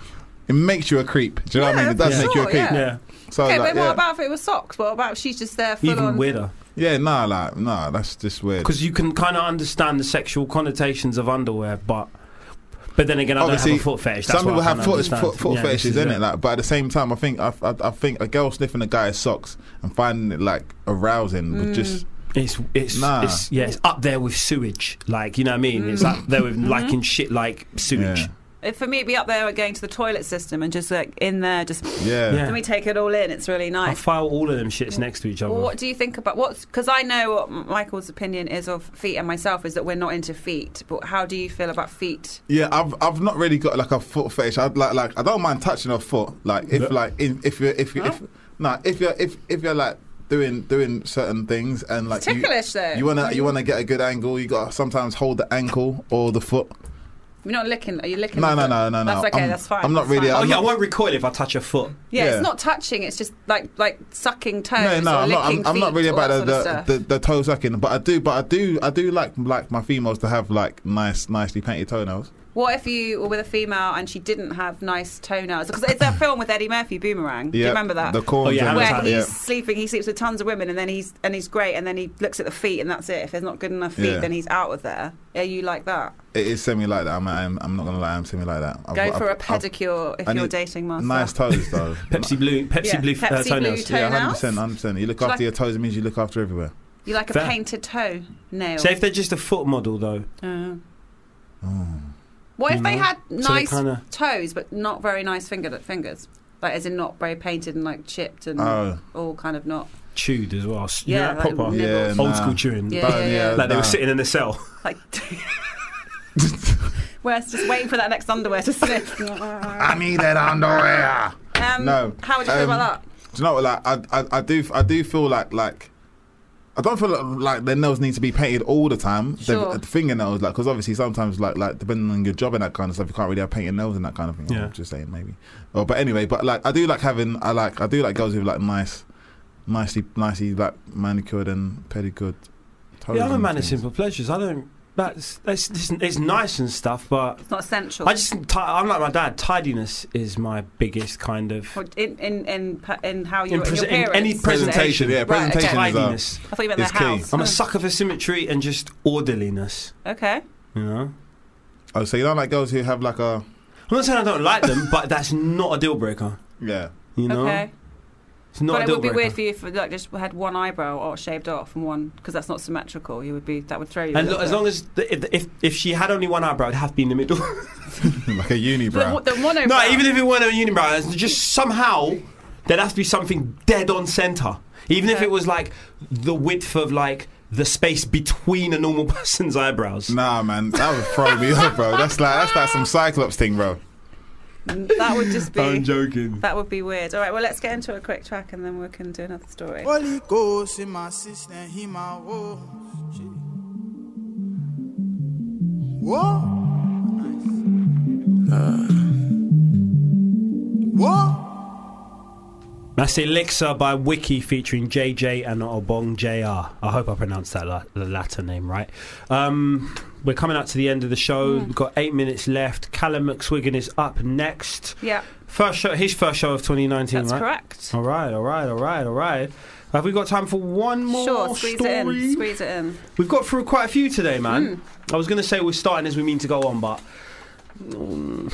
[SPEAKER 5] it makes you a creep. Do you know what I mean? It does
[SPEAKER 6] Yeah,
[SPEAKER 5] make you a
[SPEAKER 6] sure,
[SPEAKER 5] creep.
[SPEAKER 6] yeah.
[SPEAKER 4] yeah,
[SPEAKER 5] So,
[SPEAKER 6] Okay,
[SPEAKER 5] like,
[SPEAKER 6] but what
[SPEAKER 5] yeah.
[SPEAKER 6] about if it was socks? What about if she's just there full
[SPEAKER 4] even
[SPEAKER 6] on?
[SPEAKER 4] weirder
[SPEAKER 5] yeah, nah, like, nah, that's just weird.
[SPEAKER 4] because you can kind of understand the sexual connotations of underwear, but but then again, I
[SPEAKER 5] Obviously,
[SPEAKER 4] don't have a foot fetish. That's
[SPEAKER 5] Some people
[SPEAKER 4] what I
[SPEAKER 5] have
[SPEAKER 4] can't
[SPEAKER 5] foot,
[SPEAKER 4] understand.
[SPEAKER 5] foot, foot
[SPEAKER 4] Yeah, this
[SPEAKER 5] fetishes,
[SPEAKER 4] is
[SPEAKER 5] innit? Like, but at the same time, I think I, I, I think a girl sniffing a guy's socks and finding it like arousing
[SPEAKER 6] Mm.
[SPEAKER 5] would just
[SPEAKER 4] It's it's,
[SPEAKER 5] Nah.
[SPEAKER 4] it's yeah, it's up there with sewage. Like you know what I mean? It's
[SPEAKER 6] Mm.
[SPEAKER 4] up there with
[SPEAKER 6] Mm-hmm.
[SPEAKER 4] liking shit like sewage.
[SPEAKER 5] Yeah.
[SPEAKER 6] If for me, it'd be up there going to the toilet system and just like in there, just
[SPEAKER 5] yeah.
[SPEAKER 4] Yeah.
[SPEAKER 6] let me take it all in. It's really
[SPEAKER 4] I
[SPEAKER 6] nice.
[SPEAKER 4] file all of them shits next to each other.
[SPEAKER 6] Well, what do you think about what's? Because I know what M- Michael's opinion is of feet, and myself is that we're not into feet. But how do you feel about feet?
[SPEAKER 5] Yeah, I've I've not really got like a foot fetish. I'd like like I don't mind touching a foot. Like if like in, if you're if you if nah if you're if if you're like doing doing certain things and like you,
[SPEAKER 6] ticklish, though.
[SPEAKER 5] you wanna you wanna get a good angle. You gotta sometimes hold the ankle or the foot.
[SPEAKER 6] You're not licking. Are you licking?
[SPEAKER 5] No
[SPEAKER 6] the
[SPEAKER 5] no
[SPEAKER 6] foot?
[SPEAKER 5] no no no.
[SPEAKER 6] That's okay.
[SPEAKER 5] I'm-
[SPEAKER 6] that's fine.
[SPEAKER 5] I'm not
[SPEAKER 6] that's
[SPEAKER 5] really-
[SPEAKER 6] fine.
[SPEAKER 4] oh
[SPEAKER 5] I'm
[SPEAKER 4] yeah, I
[SPEAKER 5] not-
[SPEAKER 4] won't recoil if I touch a foot.
[SPEAKER 6] yeah,
[SPEAKER 5] yeah.
[SPEAKER 6] it's not touching. It's just like like sucking toes.
[SPEAKER 5] No, no,
[SPEAKER 6] or
[SPEAKER 5] I'm not. I'm,
[SPEAKER 6] licking
[SPEAKER 5] I'm not
[SPEAKER 6] feet,
[SPEAKER 5] really
[SPEAKER 6] all that
[SPEAKER 5] about
[SPEAKER 6] sort of
[SPEAKER 5] the,
[SPEAKER 6] stuff.
[SPEAKER 5] the, the the toe sucking, but I do, but I do, I do like like my females to have like nice, nicely painted toenails.
[SPEAKER 6] What if you were with a female and she didn't have nice toenails? Because it's that film with Eddie Murphy, Boomerang. Do you
[SPEAKER 5] Yeah,
[SPEAKER 6] remember that?
[SPEAKER 5] The corns.
[SPEAKER 4] Oh, yeah,
[SPEAKER 5] and-
[SPEAKER 4] Hammer's
[SPEAKER 6] Where
[SPEAKER 4] Hammer's
[SPEAKER 6] he's
[SPEAKER 5] yeah.
[SPEAKER 6] sleeping, he sleeps with tons of women, and then he's and he's great, and then he looks at the feet, and that's it. If there's not good enough feet,
[SPEAKER 5] Yeah.
[SPEAKER 6] then he's out of there. Are you like that?
[SPEAKER 5] It is semi like that. I'm, I'm, I'm not gonna lie. I'm semi like that. I've
[SPEAKER 6] Go
[SPEAKER 5] got-
[SPEAKER 6] for a
[SPEAKER 5] I've- I've-
[SPEAKER 6] pedicure if
[SPEAKER 5] I
[SPEAKER 6] you're
[SPEAKER 5] need
[SPEAKER 6] dating master.
[SPEAKER 5] Nice toes though.
[SPEAKER 4] [LAUGHS] Pepsi blue, Pepsi
[SPEAKER 6] Yeah,
[SPEAKER 4] blue uh,
[SPEAKER 6] Pepsi blue
[SPEAKER 4] toenails.
[SPEAKER 6] toe-
[SPEAKER 5] Yeah, hundred
[SPEAKER 6] [LAUGHS] Toenails?
[SPEAKER 5] percent, hundred percent. You look
[SPEAKER 6] Should
[SPEAKER 5] after
[SPEAKER 6] I-
[SPEAKER 5] your toes, it means you look after everywhere.
[SPEAKER 6] You like a
[SPEAKER 4] Fair.
[SPEAKER 6] painted toe nail.
[SPEAKER 4] So if they're just a foot model though,
[SPEAKER 6] Uh.
[SPEAKER 5] Oh.
[SPEAKER 6] What if
[SPEAKER 4] You
[SPEAKER 6] they
[SPEAKER 4] know,
[SPEAKER 6] had
[SPEAKER 4] so they
[SPEAKER 6] nice
[SPEAKER 4] kinda-
[SPEAKER 6] toes, but not very nice finger fingers? Like, as in not very painted and like chipped and
[SPEAKER 5] Oh.
[SPEAKER 6] all kind of not
[SPEAKER 4] chewed as well. You
[SPEAKER 6] Yeah,
[SPEAKER 4] know that
[SPEAKER 6] like
[SPEAKER 4] proper
[SPEAKER 6] nibbles.
[SPEAKER 5] Yeah,
[SPEAKER 4] old
[SPEAKER 5] nah.
[SPEAKER 4] school chewing.
[SPEAKER 6] Yeah,
[SPEAKER 5] But,
[SPEAKER 6] yeah, yeah.
[SPEAKER 4] Like they were
[SPEAKER 5] nah.
[SPEAKER 4] sitting in a cell.
[SPEAKER 6] like. [LAUGHS] Whereas just waiting for that next underwear to sniff.
[SPEAKER 5] I need that underwear.
[SPEAKER 6] Um,
[SPEAKER 5] No.
[SPEAKER 6] How would you feel
[SPEAKER 5] Um,
[SPEAKER 6] about that?
[SPEAKER 5] Do you know what? Like, I, I, I do, I do feel like, like, I don't feel like, like their nails need to be painted all the time. The-
[SPEAKER 6] Sure.
[SPEAKER 5] The, fingernails, like, because obviously sometimes, like, like depending on your job and that kind of stuff, you can't really have painted nails and that kind of thing.
[SPEAKER 4] Yeah.
[SPEAKER 5] I'm just saying, maybe. Oh, but anyway, but like, I do like having, I like, I do like girls with like nice, nicely, nicely like manicured and pedicured. toes
[SPEAKER 4] Yeah, I'm a
[SPEAKER 5] and
[SPEAKER 4] man of
[SPEAKER 5] things.
[SPEAKER 4] simple pleasures. I don't. That's, that's it's, it's nice and stuff, but
[SPEAKER 6] It's not essential.
[SPEAKER 4] I just ti- I'm like my dad. Tidiness is my biggest kind of
[SPEAKER 6] Or in, in, in, in how you
[SPEAKER 4] In
[SPEAKER 6] in,
[SPEAKER 4] prese-
[SPEAKER 6] your
[SPEAKER 4] in any
[SPEAKER 6] appearance. is it?
[SPEAKER 5] Presentation, yeah,
[SPEAKER 6] Right, okay.
[SPEAKER 5] presentation is uh,
[SPEAKER 4] tidiness.
[SPEAKER 6] I thought you meant the
[SPEAKER 5] It's key.
[SPEAKER 6] house.
[SPEAKER 4] I'm a sucker for symmetry and just orderliness.
[SPEAKER 6] Okay.
[SPEAKER 4] You know,
[SPEAKER 5] Oh, so you don't like girls who have like a
[SPEAKER 4] I'm not saying I don't like them, but that's not a deal breaker.
[SPEAKER 5] yeah. [LAUGHS]
[SPEAKER 4] You know,
[SPEAKER 6] okay.
[SPEAKER 4] it's not.
[SPEAKER 6] but
[SPEAKER 4] a
[SPEAKER 6] it
[SPEAKER 4] deal
[SPEAKER 6] would be
[SPEAKER 4] breaker.
[SPEAKER 6] weird for you if like just had one eyebrow or shaved off and one because that's not symmetrical. You would be that would throw you. a
[SPEAKER 4] And
[SPEAKER 6] little
[SPEAKER 4] look, as
[SPEAKER 6] bit.
[SPEAKER 4] long as the, if, if if she had only one eyebrow, it'd have to be in the
[SPEAKER 6] [LAUGHS]
[SPEAKER 4] middle.
[SPEAKER 5] like a uni brow.
[SPEAKER 6] the, the mono.
[SPEAKER 4] no, even if it weren't a unibrow, it's just somehow there'd have to be something dead on center. Even if
[SPEAKER 6] Okay.
[SPEAKER 4] it was like the width of like the space between a normal [LAUGHS] person's eyebrows.
[SPEAKER 5] Nah, man, that would throw me [LAUGHS] off, bro. That's like that's like some Cyclops thing, bro.
[SPEAKER 6] that would just be
[SPEAKER 4] joking.
[SPEAKER 6] that would be weird. All right, well let's get into a quick track and then we can do another story.
[SPEAKER 12] Holy Ghost in my sister, he my woes. Whoa. Whoa.
[SPEAKER 4] That's Elixir by Wiki featuring JJ and Obong JR. I hope I pronounced that la- the latter name right. Um, we're coming up to the end of the show.
[SPEAKER 6] Hmm.
[SPEAKER 4] We've got eight minutes left. Callum McSwiggan is up next.
[SPEAKER 6] Yeah,
[SPEAKER 4] First show, his first show of 2019,
[SPEAKER 6] that's
[SPEAKER 4] right?
[SPEAKER 6] correct.
[SPEAKER 4] All right, all right, all right, all right. Have we got time for one more
[SPEAKER 6] Sure, squeeze
[SPEAKER 4] story?
[SPEAKER 6] it in. Squeeze it in.
[SPEAKER 4] We've got through quite a few today, man. I was going to say we're starting as we mean to go on, but mm,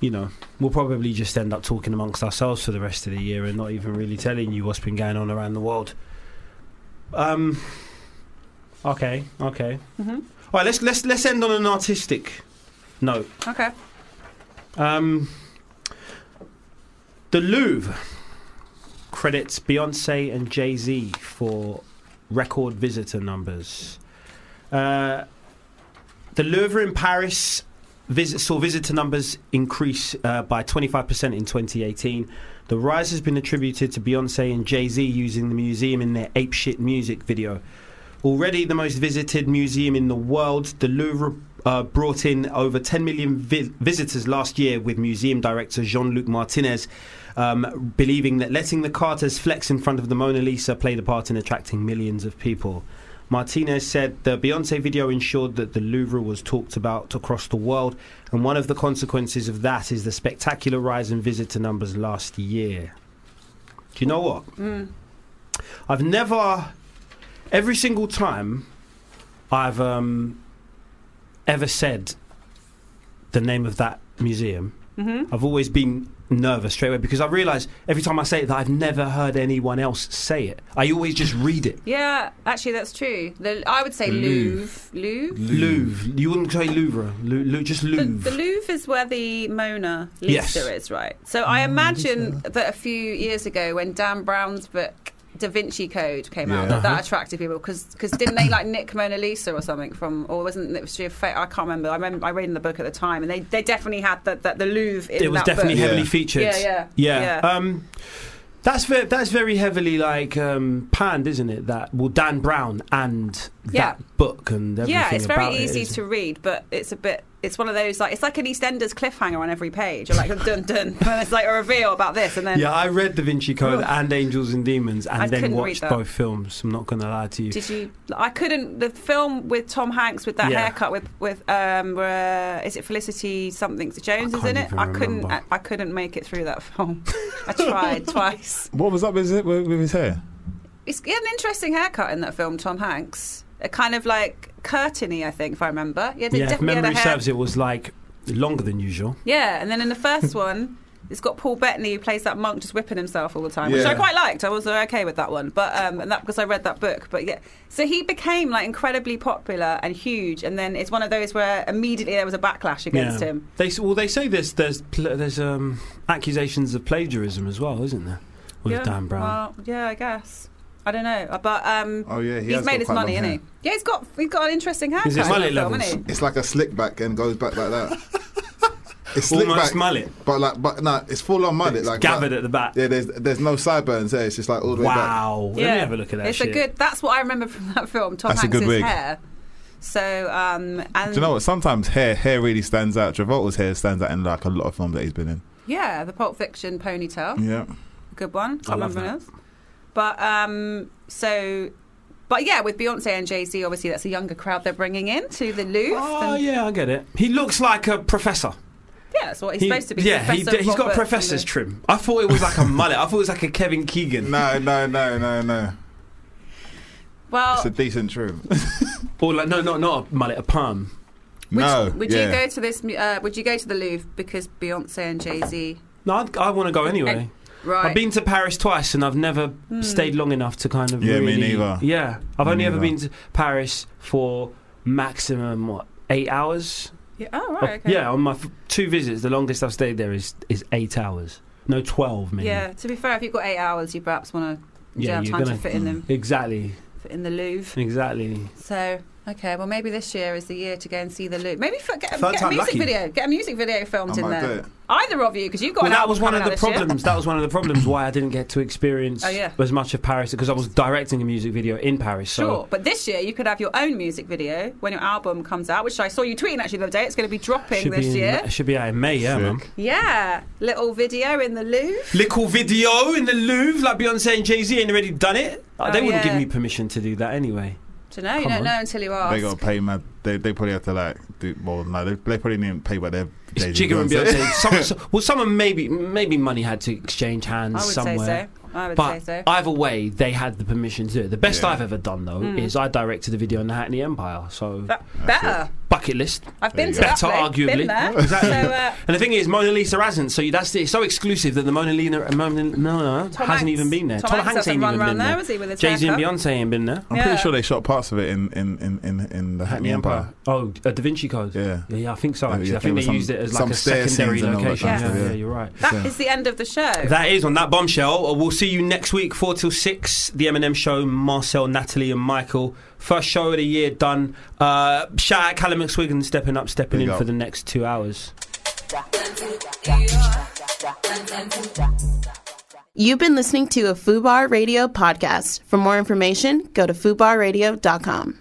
[SPEAKER 4] you know, we'll probably just end up talking amongst ourselves for the rest of the year and not even really telling you what's been going on around the world. Um. Okay. Okay.
[SPEAKER 6] Mhm.
[SPEAKER 4] All right. Let's let's let's end on an artistic note.
[SPEAKER 6] Okay.
[SPEAKER 4] Um, the Louvre credits Beyonce and Jay Z for record visitor numbers. Uh, the Louvre in Paris visit, saw visitor numbers increase uh, by 25% in 2018. The rise has been attributed to Beyonce and Jay Z using the museum in their Ape Shit music video. Already the most visited museum in the world, the Louvre uh, brought in over 10 million vi- visitors last year, with museum director Jean Luc Martinez um, believing that letting the Carters flex in front of the Mona Lisa played a part in attracting millions of people. Martinez said the Beyonce video ensured that the Louvre was talked about across the world, and one of the consequences of that is the spectacular rise in visitor numbers last year. Do you know what?
[SPEAKER 6] Mm.
[SPEAKER 4] I've never, every single time, I've um, ever said the name of that museum.
[SPEAKER 6] hmm
[SPEAKER 4] I've always been nervous straight away because I realise every time I say it that I've never heard anyone else say it. I always just read it.
[SPEAKER 6] Yeah, actually, that's true. The, I would say Louvre. Louvre.
[SPEAKER 4] Louvre. You wouldn't say Louvre. Lou, Lou, just
[SPEAKER 6] The,
[SPEAKER 4] Louvre.
[SPEAKER 6] the Louvre is where the Mona
[SPEAKER 4] Yes.
[SPEAKER 6] Lisa is, right? So I imagine that a few years ago, when Dan Brown's book Da Vinci Code came
[SPEAKER 5] Yeah.
[SPEAKER 6] out, that,
[SPEAKER 4] Uh-huh.
[SPEAKER 6] that attracted people because didn't they like nick Mona Lisa or something from or wasn't it was she a fake? I can't remember. I remember I read in the book at the time, and they, they definitely had that that the Louvre. In
[SPEAKER 4] it was
[SPEAKER 6] that
[SPEAKER 4] definitely
[SPEAKER 6] book.
[SPEAKER 5] Yeah.
[SPEAKER 4] heavily featured.
[SPEAKER 6] Yeah, yeah,
[SPEAKER 4] yeah.
[SPEAKER 6] yeah.
[SPEAKER 4] Um, that's very, that's very heavily like um, panned, isn't it? That well, Dan Brown and
[SPEAKER 6] Yeah.
[SPEAKER 4] that book and everything.
[SPEAKER 6] Yeah, it's
[SPEAKER 4] about
[SPEAKER 6] very
[SPEAKER 4] it,
[SPEAKER 6] easy
[SPEAKER 4] isn't
[SPEAKER 6] to read, but it's a bit. It's one of those like it's like an EastEnders cliffhanger on every page. You're like [LAUGHS] dun dun, and it's like a reveal about this, and
[SPEAKER 4] it?
[SPEAKER 6] then
[SPEAKER 4] Yeah, I read Da Vinci Code and Angels and Demons, and
[SPEAKER 6] I
[SPEAKER 4] then
[SPEAKER 6] couldn't read
[SPEAKER 4] watched
[SPEAKER 6] that.
[SPEAKER 4] both films. I'm not going to lie to you.
[SPEAKER 6] Did you? I couldn't. The film with Tom Hanks with that
[SPEAKER 4] Yeah.
[SPEAKER 6] haircut with with um, uh, is it Felicity something Jones is in
[SPEAKER 4] can't
[SPEAKER 6] it?
[SPEAKER 4] even
[SPEAKER 6] I couldn't. I,
[SPEAKER 4] remember.
[SPEAKER 6] I couldn't make it through that [LAUGHS] film. I tried twice.
[SPEAKER 5] What was up with, it, with, with his hair?
[SPEAKER 6] It's he had an interesting haircut in that film, Tom Hanks. A kind of like curtainy, I think, if I remember. Yeah,
[SPEAKER 4] yeah, if
[SPEAKER 6] definitely had a
[SPEAKER 4] memory
[SPEAKER 6] hair.
[SPEAKER 4] serves, it was like longer than usual.
[SPEAKER 6] Yeah, and then in the first [LAUGHS] one. It's got Paul Bettany who plays that monk just whipping himself all the time, which
[SPEAKER 5] Yeah.
[SPEAKER 6] I quite liked. I was uh, okay with that one, but um, and that because I read that book. But yeah, so he became like incredibly popular and huge, and then it's one of those where immediately there was a backlash against
[SPEAKER 4] yeah.
[SPEAKER 6] him.
[SPEAKER 4] They s- well, they say there's there's pl- there's um, accusations of plagiarism as well, isn't there? With
[SPEAKER 6] yeah.
[SPEAKER 4] Dan Brown.
[SPEAKER 6] Well, yeah, I guess I don't know, but um,
[SPEAKER 5] Oh yeah, he
[SPEAKER 6] he's
[SPEAKER 5] has
[SPEAKER 6] made
[SPEAKER 5] got
[SPEAKER 6] his
[SPEAKER 5] quite
[SPEAKER 6] money,
[SPEAKER 5] long
[SPEAKER 6] isn't he?
[SPEAKER 5] hair.
[SPEAKER 6] Yeah, he's got he's got an interesting haircut.
[SPEAKER 4] Is it
[SPEAKER 6] in that
[SPEAKER 4] mullet
[SPEAKER 6] film,
[SPEAKER 4] levels?
[SPEAKER 6] isn't he?
[SPEAKER 5] It's like a slick back and goes back like that.
[SPEAKER 6] [LAUGHS]
[SPEAKER 5] It's slick
[SPEAKER 4] Almost
[SPEAKER 5] back,
[SPEAKER 4] mullet.
[SPEAKER 5] but like, but no, it's full on mullet.
[SPEAKER 4] It's
[SPEAKER 5] Like
[SPEAKER 4] gathered
[SPEAKER 5] like-
[SPEAKER 4] at the back.
[SPEAKER 5] Yeah, there's there's no sideburns there. It's just like all the way back.
[SPEAKER 4] Wow. Let me have a look at that
[SPEAKER 6] It's
[SPEAKER 4] shit.
[SPEAKER 6] a good. That's what I remember from that film. Tom
[SPEAKER 5] That's a
[SPEAKER 6] Hanks'
[SPEAKER 5] good wig.
[SPEAKER 6] hair. So um, and
[SPEAKER 5] Do you know what? Sometimes hair hair really stands out. Travolta's hair stands out in like a lot of films that he's been in.
[SPEAKER 6] yeah, the Pulp Fiction ponytail.
[SPEAKER 5] Yeah,
[SPEAKER 6] [LAUGHS] good one. Can't
[SPEAKER 4] I love
[SPEAKER 6] remember else. But um, so, but yeah, with Beyonce and Jay Z, obviously that's a younger crowd they're bringing in to the Louvre.
[SPEAKER 4] Oh
[SPEAKER 6] and-
[SPEAKER 4] yeah, I get it. He looks like a professor.
[SPEAKER 6] yeah, that's what he's
[SPEAKER 4] He-
[SPEAKER 6] supposed to be.
[SPEAKER 4] Yeah, he,
[SPEAKER 6] Professor
[SPEAKER 4] has got
[SPEAKER 6] Robert
[SPEAKER 4] professor's
[SPEAKER 6] from
[SPEAKER 4] trim. I thought it was like a mullet. I thought it was like a
[SPEAKER 5] [LAUGHS]
[SPEAKER 4] Kevin Keegan
[SPEAKER 5] no, no, no, no, no.
[SPEAKER 6] the- Well,
[SPEAKER 5] It's a decent trim.
[SPEAKER 4] or like no, no, not a mullet, a palm.
[SPEAKER 6] would,
[SPEAKER 5] no,
[SPEAKER 6] would
[SPEAKER 5] yeah.
[SPEAKER 6] you go to this? mu- Uh, would you go to the Louvre because Beyonce and Jay Z?
[SPEAKER 4] No, I'd, I want to go anyway.
[SPEAKER 6] Right.
[SPEAKER 4] I've been to Paris twice and I've never
[SPEAKER 6] Hmm.
[SPEAKER 4] stayed long enough to kind of
[SPEAKER 5] Yeah, me
[SPEAKER 4] really.
[SPEAKER 5] neither.
[SPEAKER 4] Yeah, I've
[SPEAKER 5] Me
[SPEAKER 4] only ever
[SPEAKER 5] neither.
[SPEAKER 4] been to Paris for maximum what eight hours.
[SPEAKER 6] Yeah, oh, right, okay.
[SPEAKER 4] Yeah, on my f- two visits, the longest I've stayed there is is eight hours. No, twelve maybe.
[SPEAKER 6] Yeah, to be fair, if you've got eight hours, you perhaps want to
[SPEAKER 4] Yeah,
[SPEAKER 6] yeah,
[SPEAKER 4] you're
[SPEAKER 6] time
[SPEAKER 4] gonna- Hmm.
[SPEAKER 6] to fit in them
[SPEAKER 4] Exactly.
[SPEAKER 6] fit in the Louvre.
[SPEAKER 4] Exactly.
[SPEAKER 6] So okay, well maybe this year is the year to go and see the Louvre. Maybe f- get, a,
[SPEAKER 4] Third
[SPEAKER 6] get a
[SPEAKER 4] time
[SPEAKER 6] music
[SPEAKER 4] lucky.
[SPEAKER 6] video, get a music video filmed
[SPEAKER 4] I
[SPEAKER 6] in
[SPEAKER 4] might do
[SPEAKER 6] there.
[SPEAKER 4] it.
[SPEAKER 6] Either of you, because you've got
[SPEAKER 4] Well,
[SPEAKER 6] an
[SPEAKER 4] that
[SPEAKER 6] album
[SPEAKER 4] was one of
[SPEAKER 6] coming
[SPEAKER 4] the
[SPEAKER 6] out this year.
[SPEAKER 4] problems. That was one of the problems why I didn't get to experience
[SPEAKER 6] Oh, yeah.
[SPEAKER 4] as much of Paris because I was directing a music video in Paris. So
[SPEAKER 6] Sure, but this year you could have your own music video when your album comes out, which I saw you tweeting actually the other day. It's going to be dropping
[SPEAKER 4] should
[SPEAKER 6] this
[SPEAKER 4] be in-
[SPEAKER 6] year.
[SPEAKER 4] should be out in May, yeah, man.
[SPEAKER 6] Yeah, little video in the Louvre.
[SPEAKER 4] Little video in the Louvre, like Beyonce and Jay Z ain't already done it. Uh,
[SPEAKER 6] Oh,
[SPEAKER 4] they wouldn't
[SPEAKER 6] yeah.
[SPEAKER 4] give me permission to do that anyway.
[SPEAKER 6] To know, you
[SPEAKER 5] Come
[SPEAKER 6] don't
[SPEAKER 5] on.
[SPEAKER 6] know until you ask.
[SPEAKER 5] They got to pay mad. They, they probably have to like do well. No, they, they probably didn't pay, but they're
[SPEAKER 4] It's Jigga and Beyonce. someone, so, well, someone maybe maybe money had to exchange hands
[SPEAKER 6] I would say
[SPEAKER 4] somewhere.
[SPEAKER 6] so. I would
[SPEAKER 4] but
[SPEAKER 6] say so.
[SPEAKER 4] either way, they had the permission to do it. The best
[SPEAKER 6] Yeah.
[SPEAKER 4] I've ever done though
[SPEAKER 6] Mm.
[SPEAKER 4] is I directed a video on the Hackney Empire. So
[SPEAKER 6] Better.
[SPEAKER 4] bucket list.
[SPEAKER 6] I've been to
[SPEAKER 4] better,
[SPEAKER 6] that place.
[SPEAKER 4] arguably.
[SPEAKER 6] Been there.
[SPEAKER 4] Exactly.
[SPEAKER 6] So, uh,
[SPEAKER 4] [LAUGHS] and the thing is, Mona Lisa hasn't. So that's the, it's so exclusive that the Mona Lisa Mona, no, no,
[SPEAKER 6] Tom
[SPEAKER 4] hasn't
[SPEAKER 6] Hanks-
[SPEAKER 4] even been there.
[SPEAKER 6] Tom Hanks hasn't
[SPEAKER 4] ain't
[SPEAKER 6] run
[SPEAKER 4] even
[SPEAKER 6] around
[SPEAKER 4] been
[SPEAKER 6] there,
[SPEAKER 4] there.
[SPEAKER 6] has he, with his
[SPEAKER 4] Jay Z and
[SPEAKER 6] haircut?
[SPEAKER 4] Beyonce ain't been there.
[SPEAKER 5] [LAUGHS] I'm pretty sure they shot parts of it in in in in, in the Hackney Empire.
[SPEAKER 4] Oh, a Da Vinci Code.
[SPEAKER 5] Yeah,
[SPEAKER 4] yeah, I think so.
[SPEAKER 5] Yeah,
[SPEAKER 4] Actually,
[SPEAKER 5] yeah,
[SPEAKER 4] I think
[SPEAKER 5] there
[SPEAKER 4] they
[SPEAKER 5] was some-
[SPEAKER 4] used it as
[SPEAKER 5] some
[SPEAKER 4] like a
[SPEAKER 5] stair
[SPEAKER 4] secondary
[SPEAKER 5] scenes and all that
[SPEAKER 4] location.
[SPEAKER 5] kind of
[SPEAKER 4] Yeah,
[SPEAKER 5] stuff,
[SPEAKER 4] yeah,
[SPEAKER 5] yeah.
[SPEAKER 4] you're right.
[SPEAKER 6] That is the end of the show.
[SPEAKER 4] That is on that bombshell. Uh, We'll see you next week, 4 till 6. The Eminem Show, Marcel, Natalie, and Michael. First show of the year done. Uh, shout out Callum McSwiggan stepping up, stepping
[SPEAKER 5] Big
[SPEAKER 4] in
[SPEAKER 5] up.
[SPEAKER 4] for the next two hours.
[SPEAKER 1] You've been listening to a Fubar Radio podcast. For more information, go to fubarradio.com.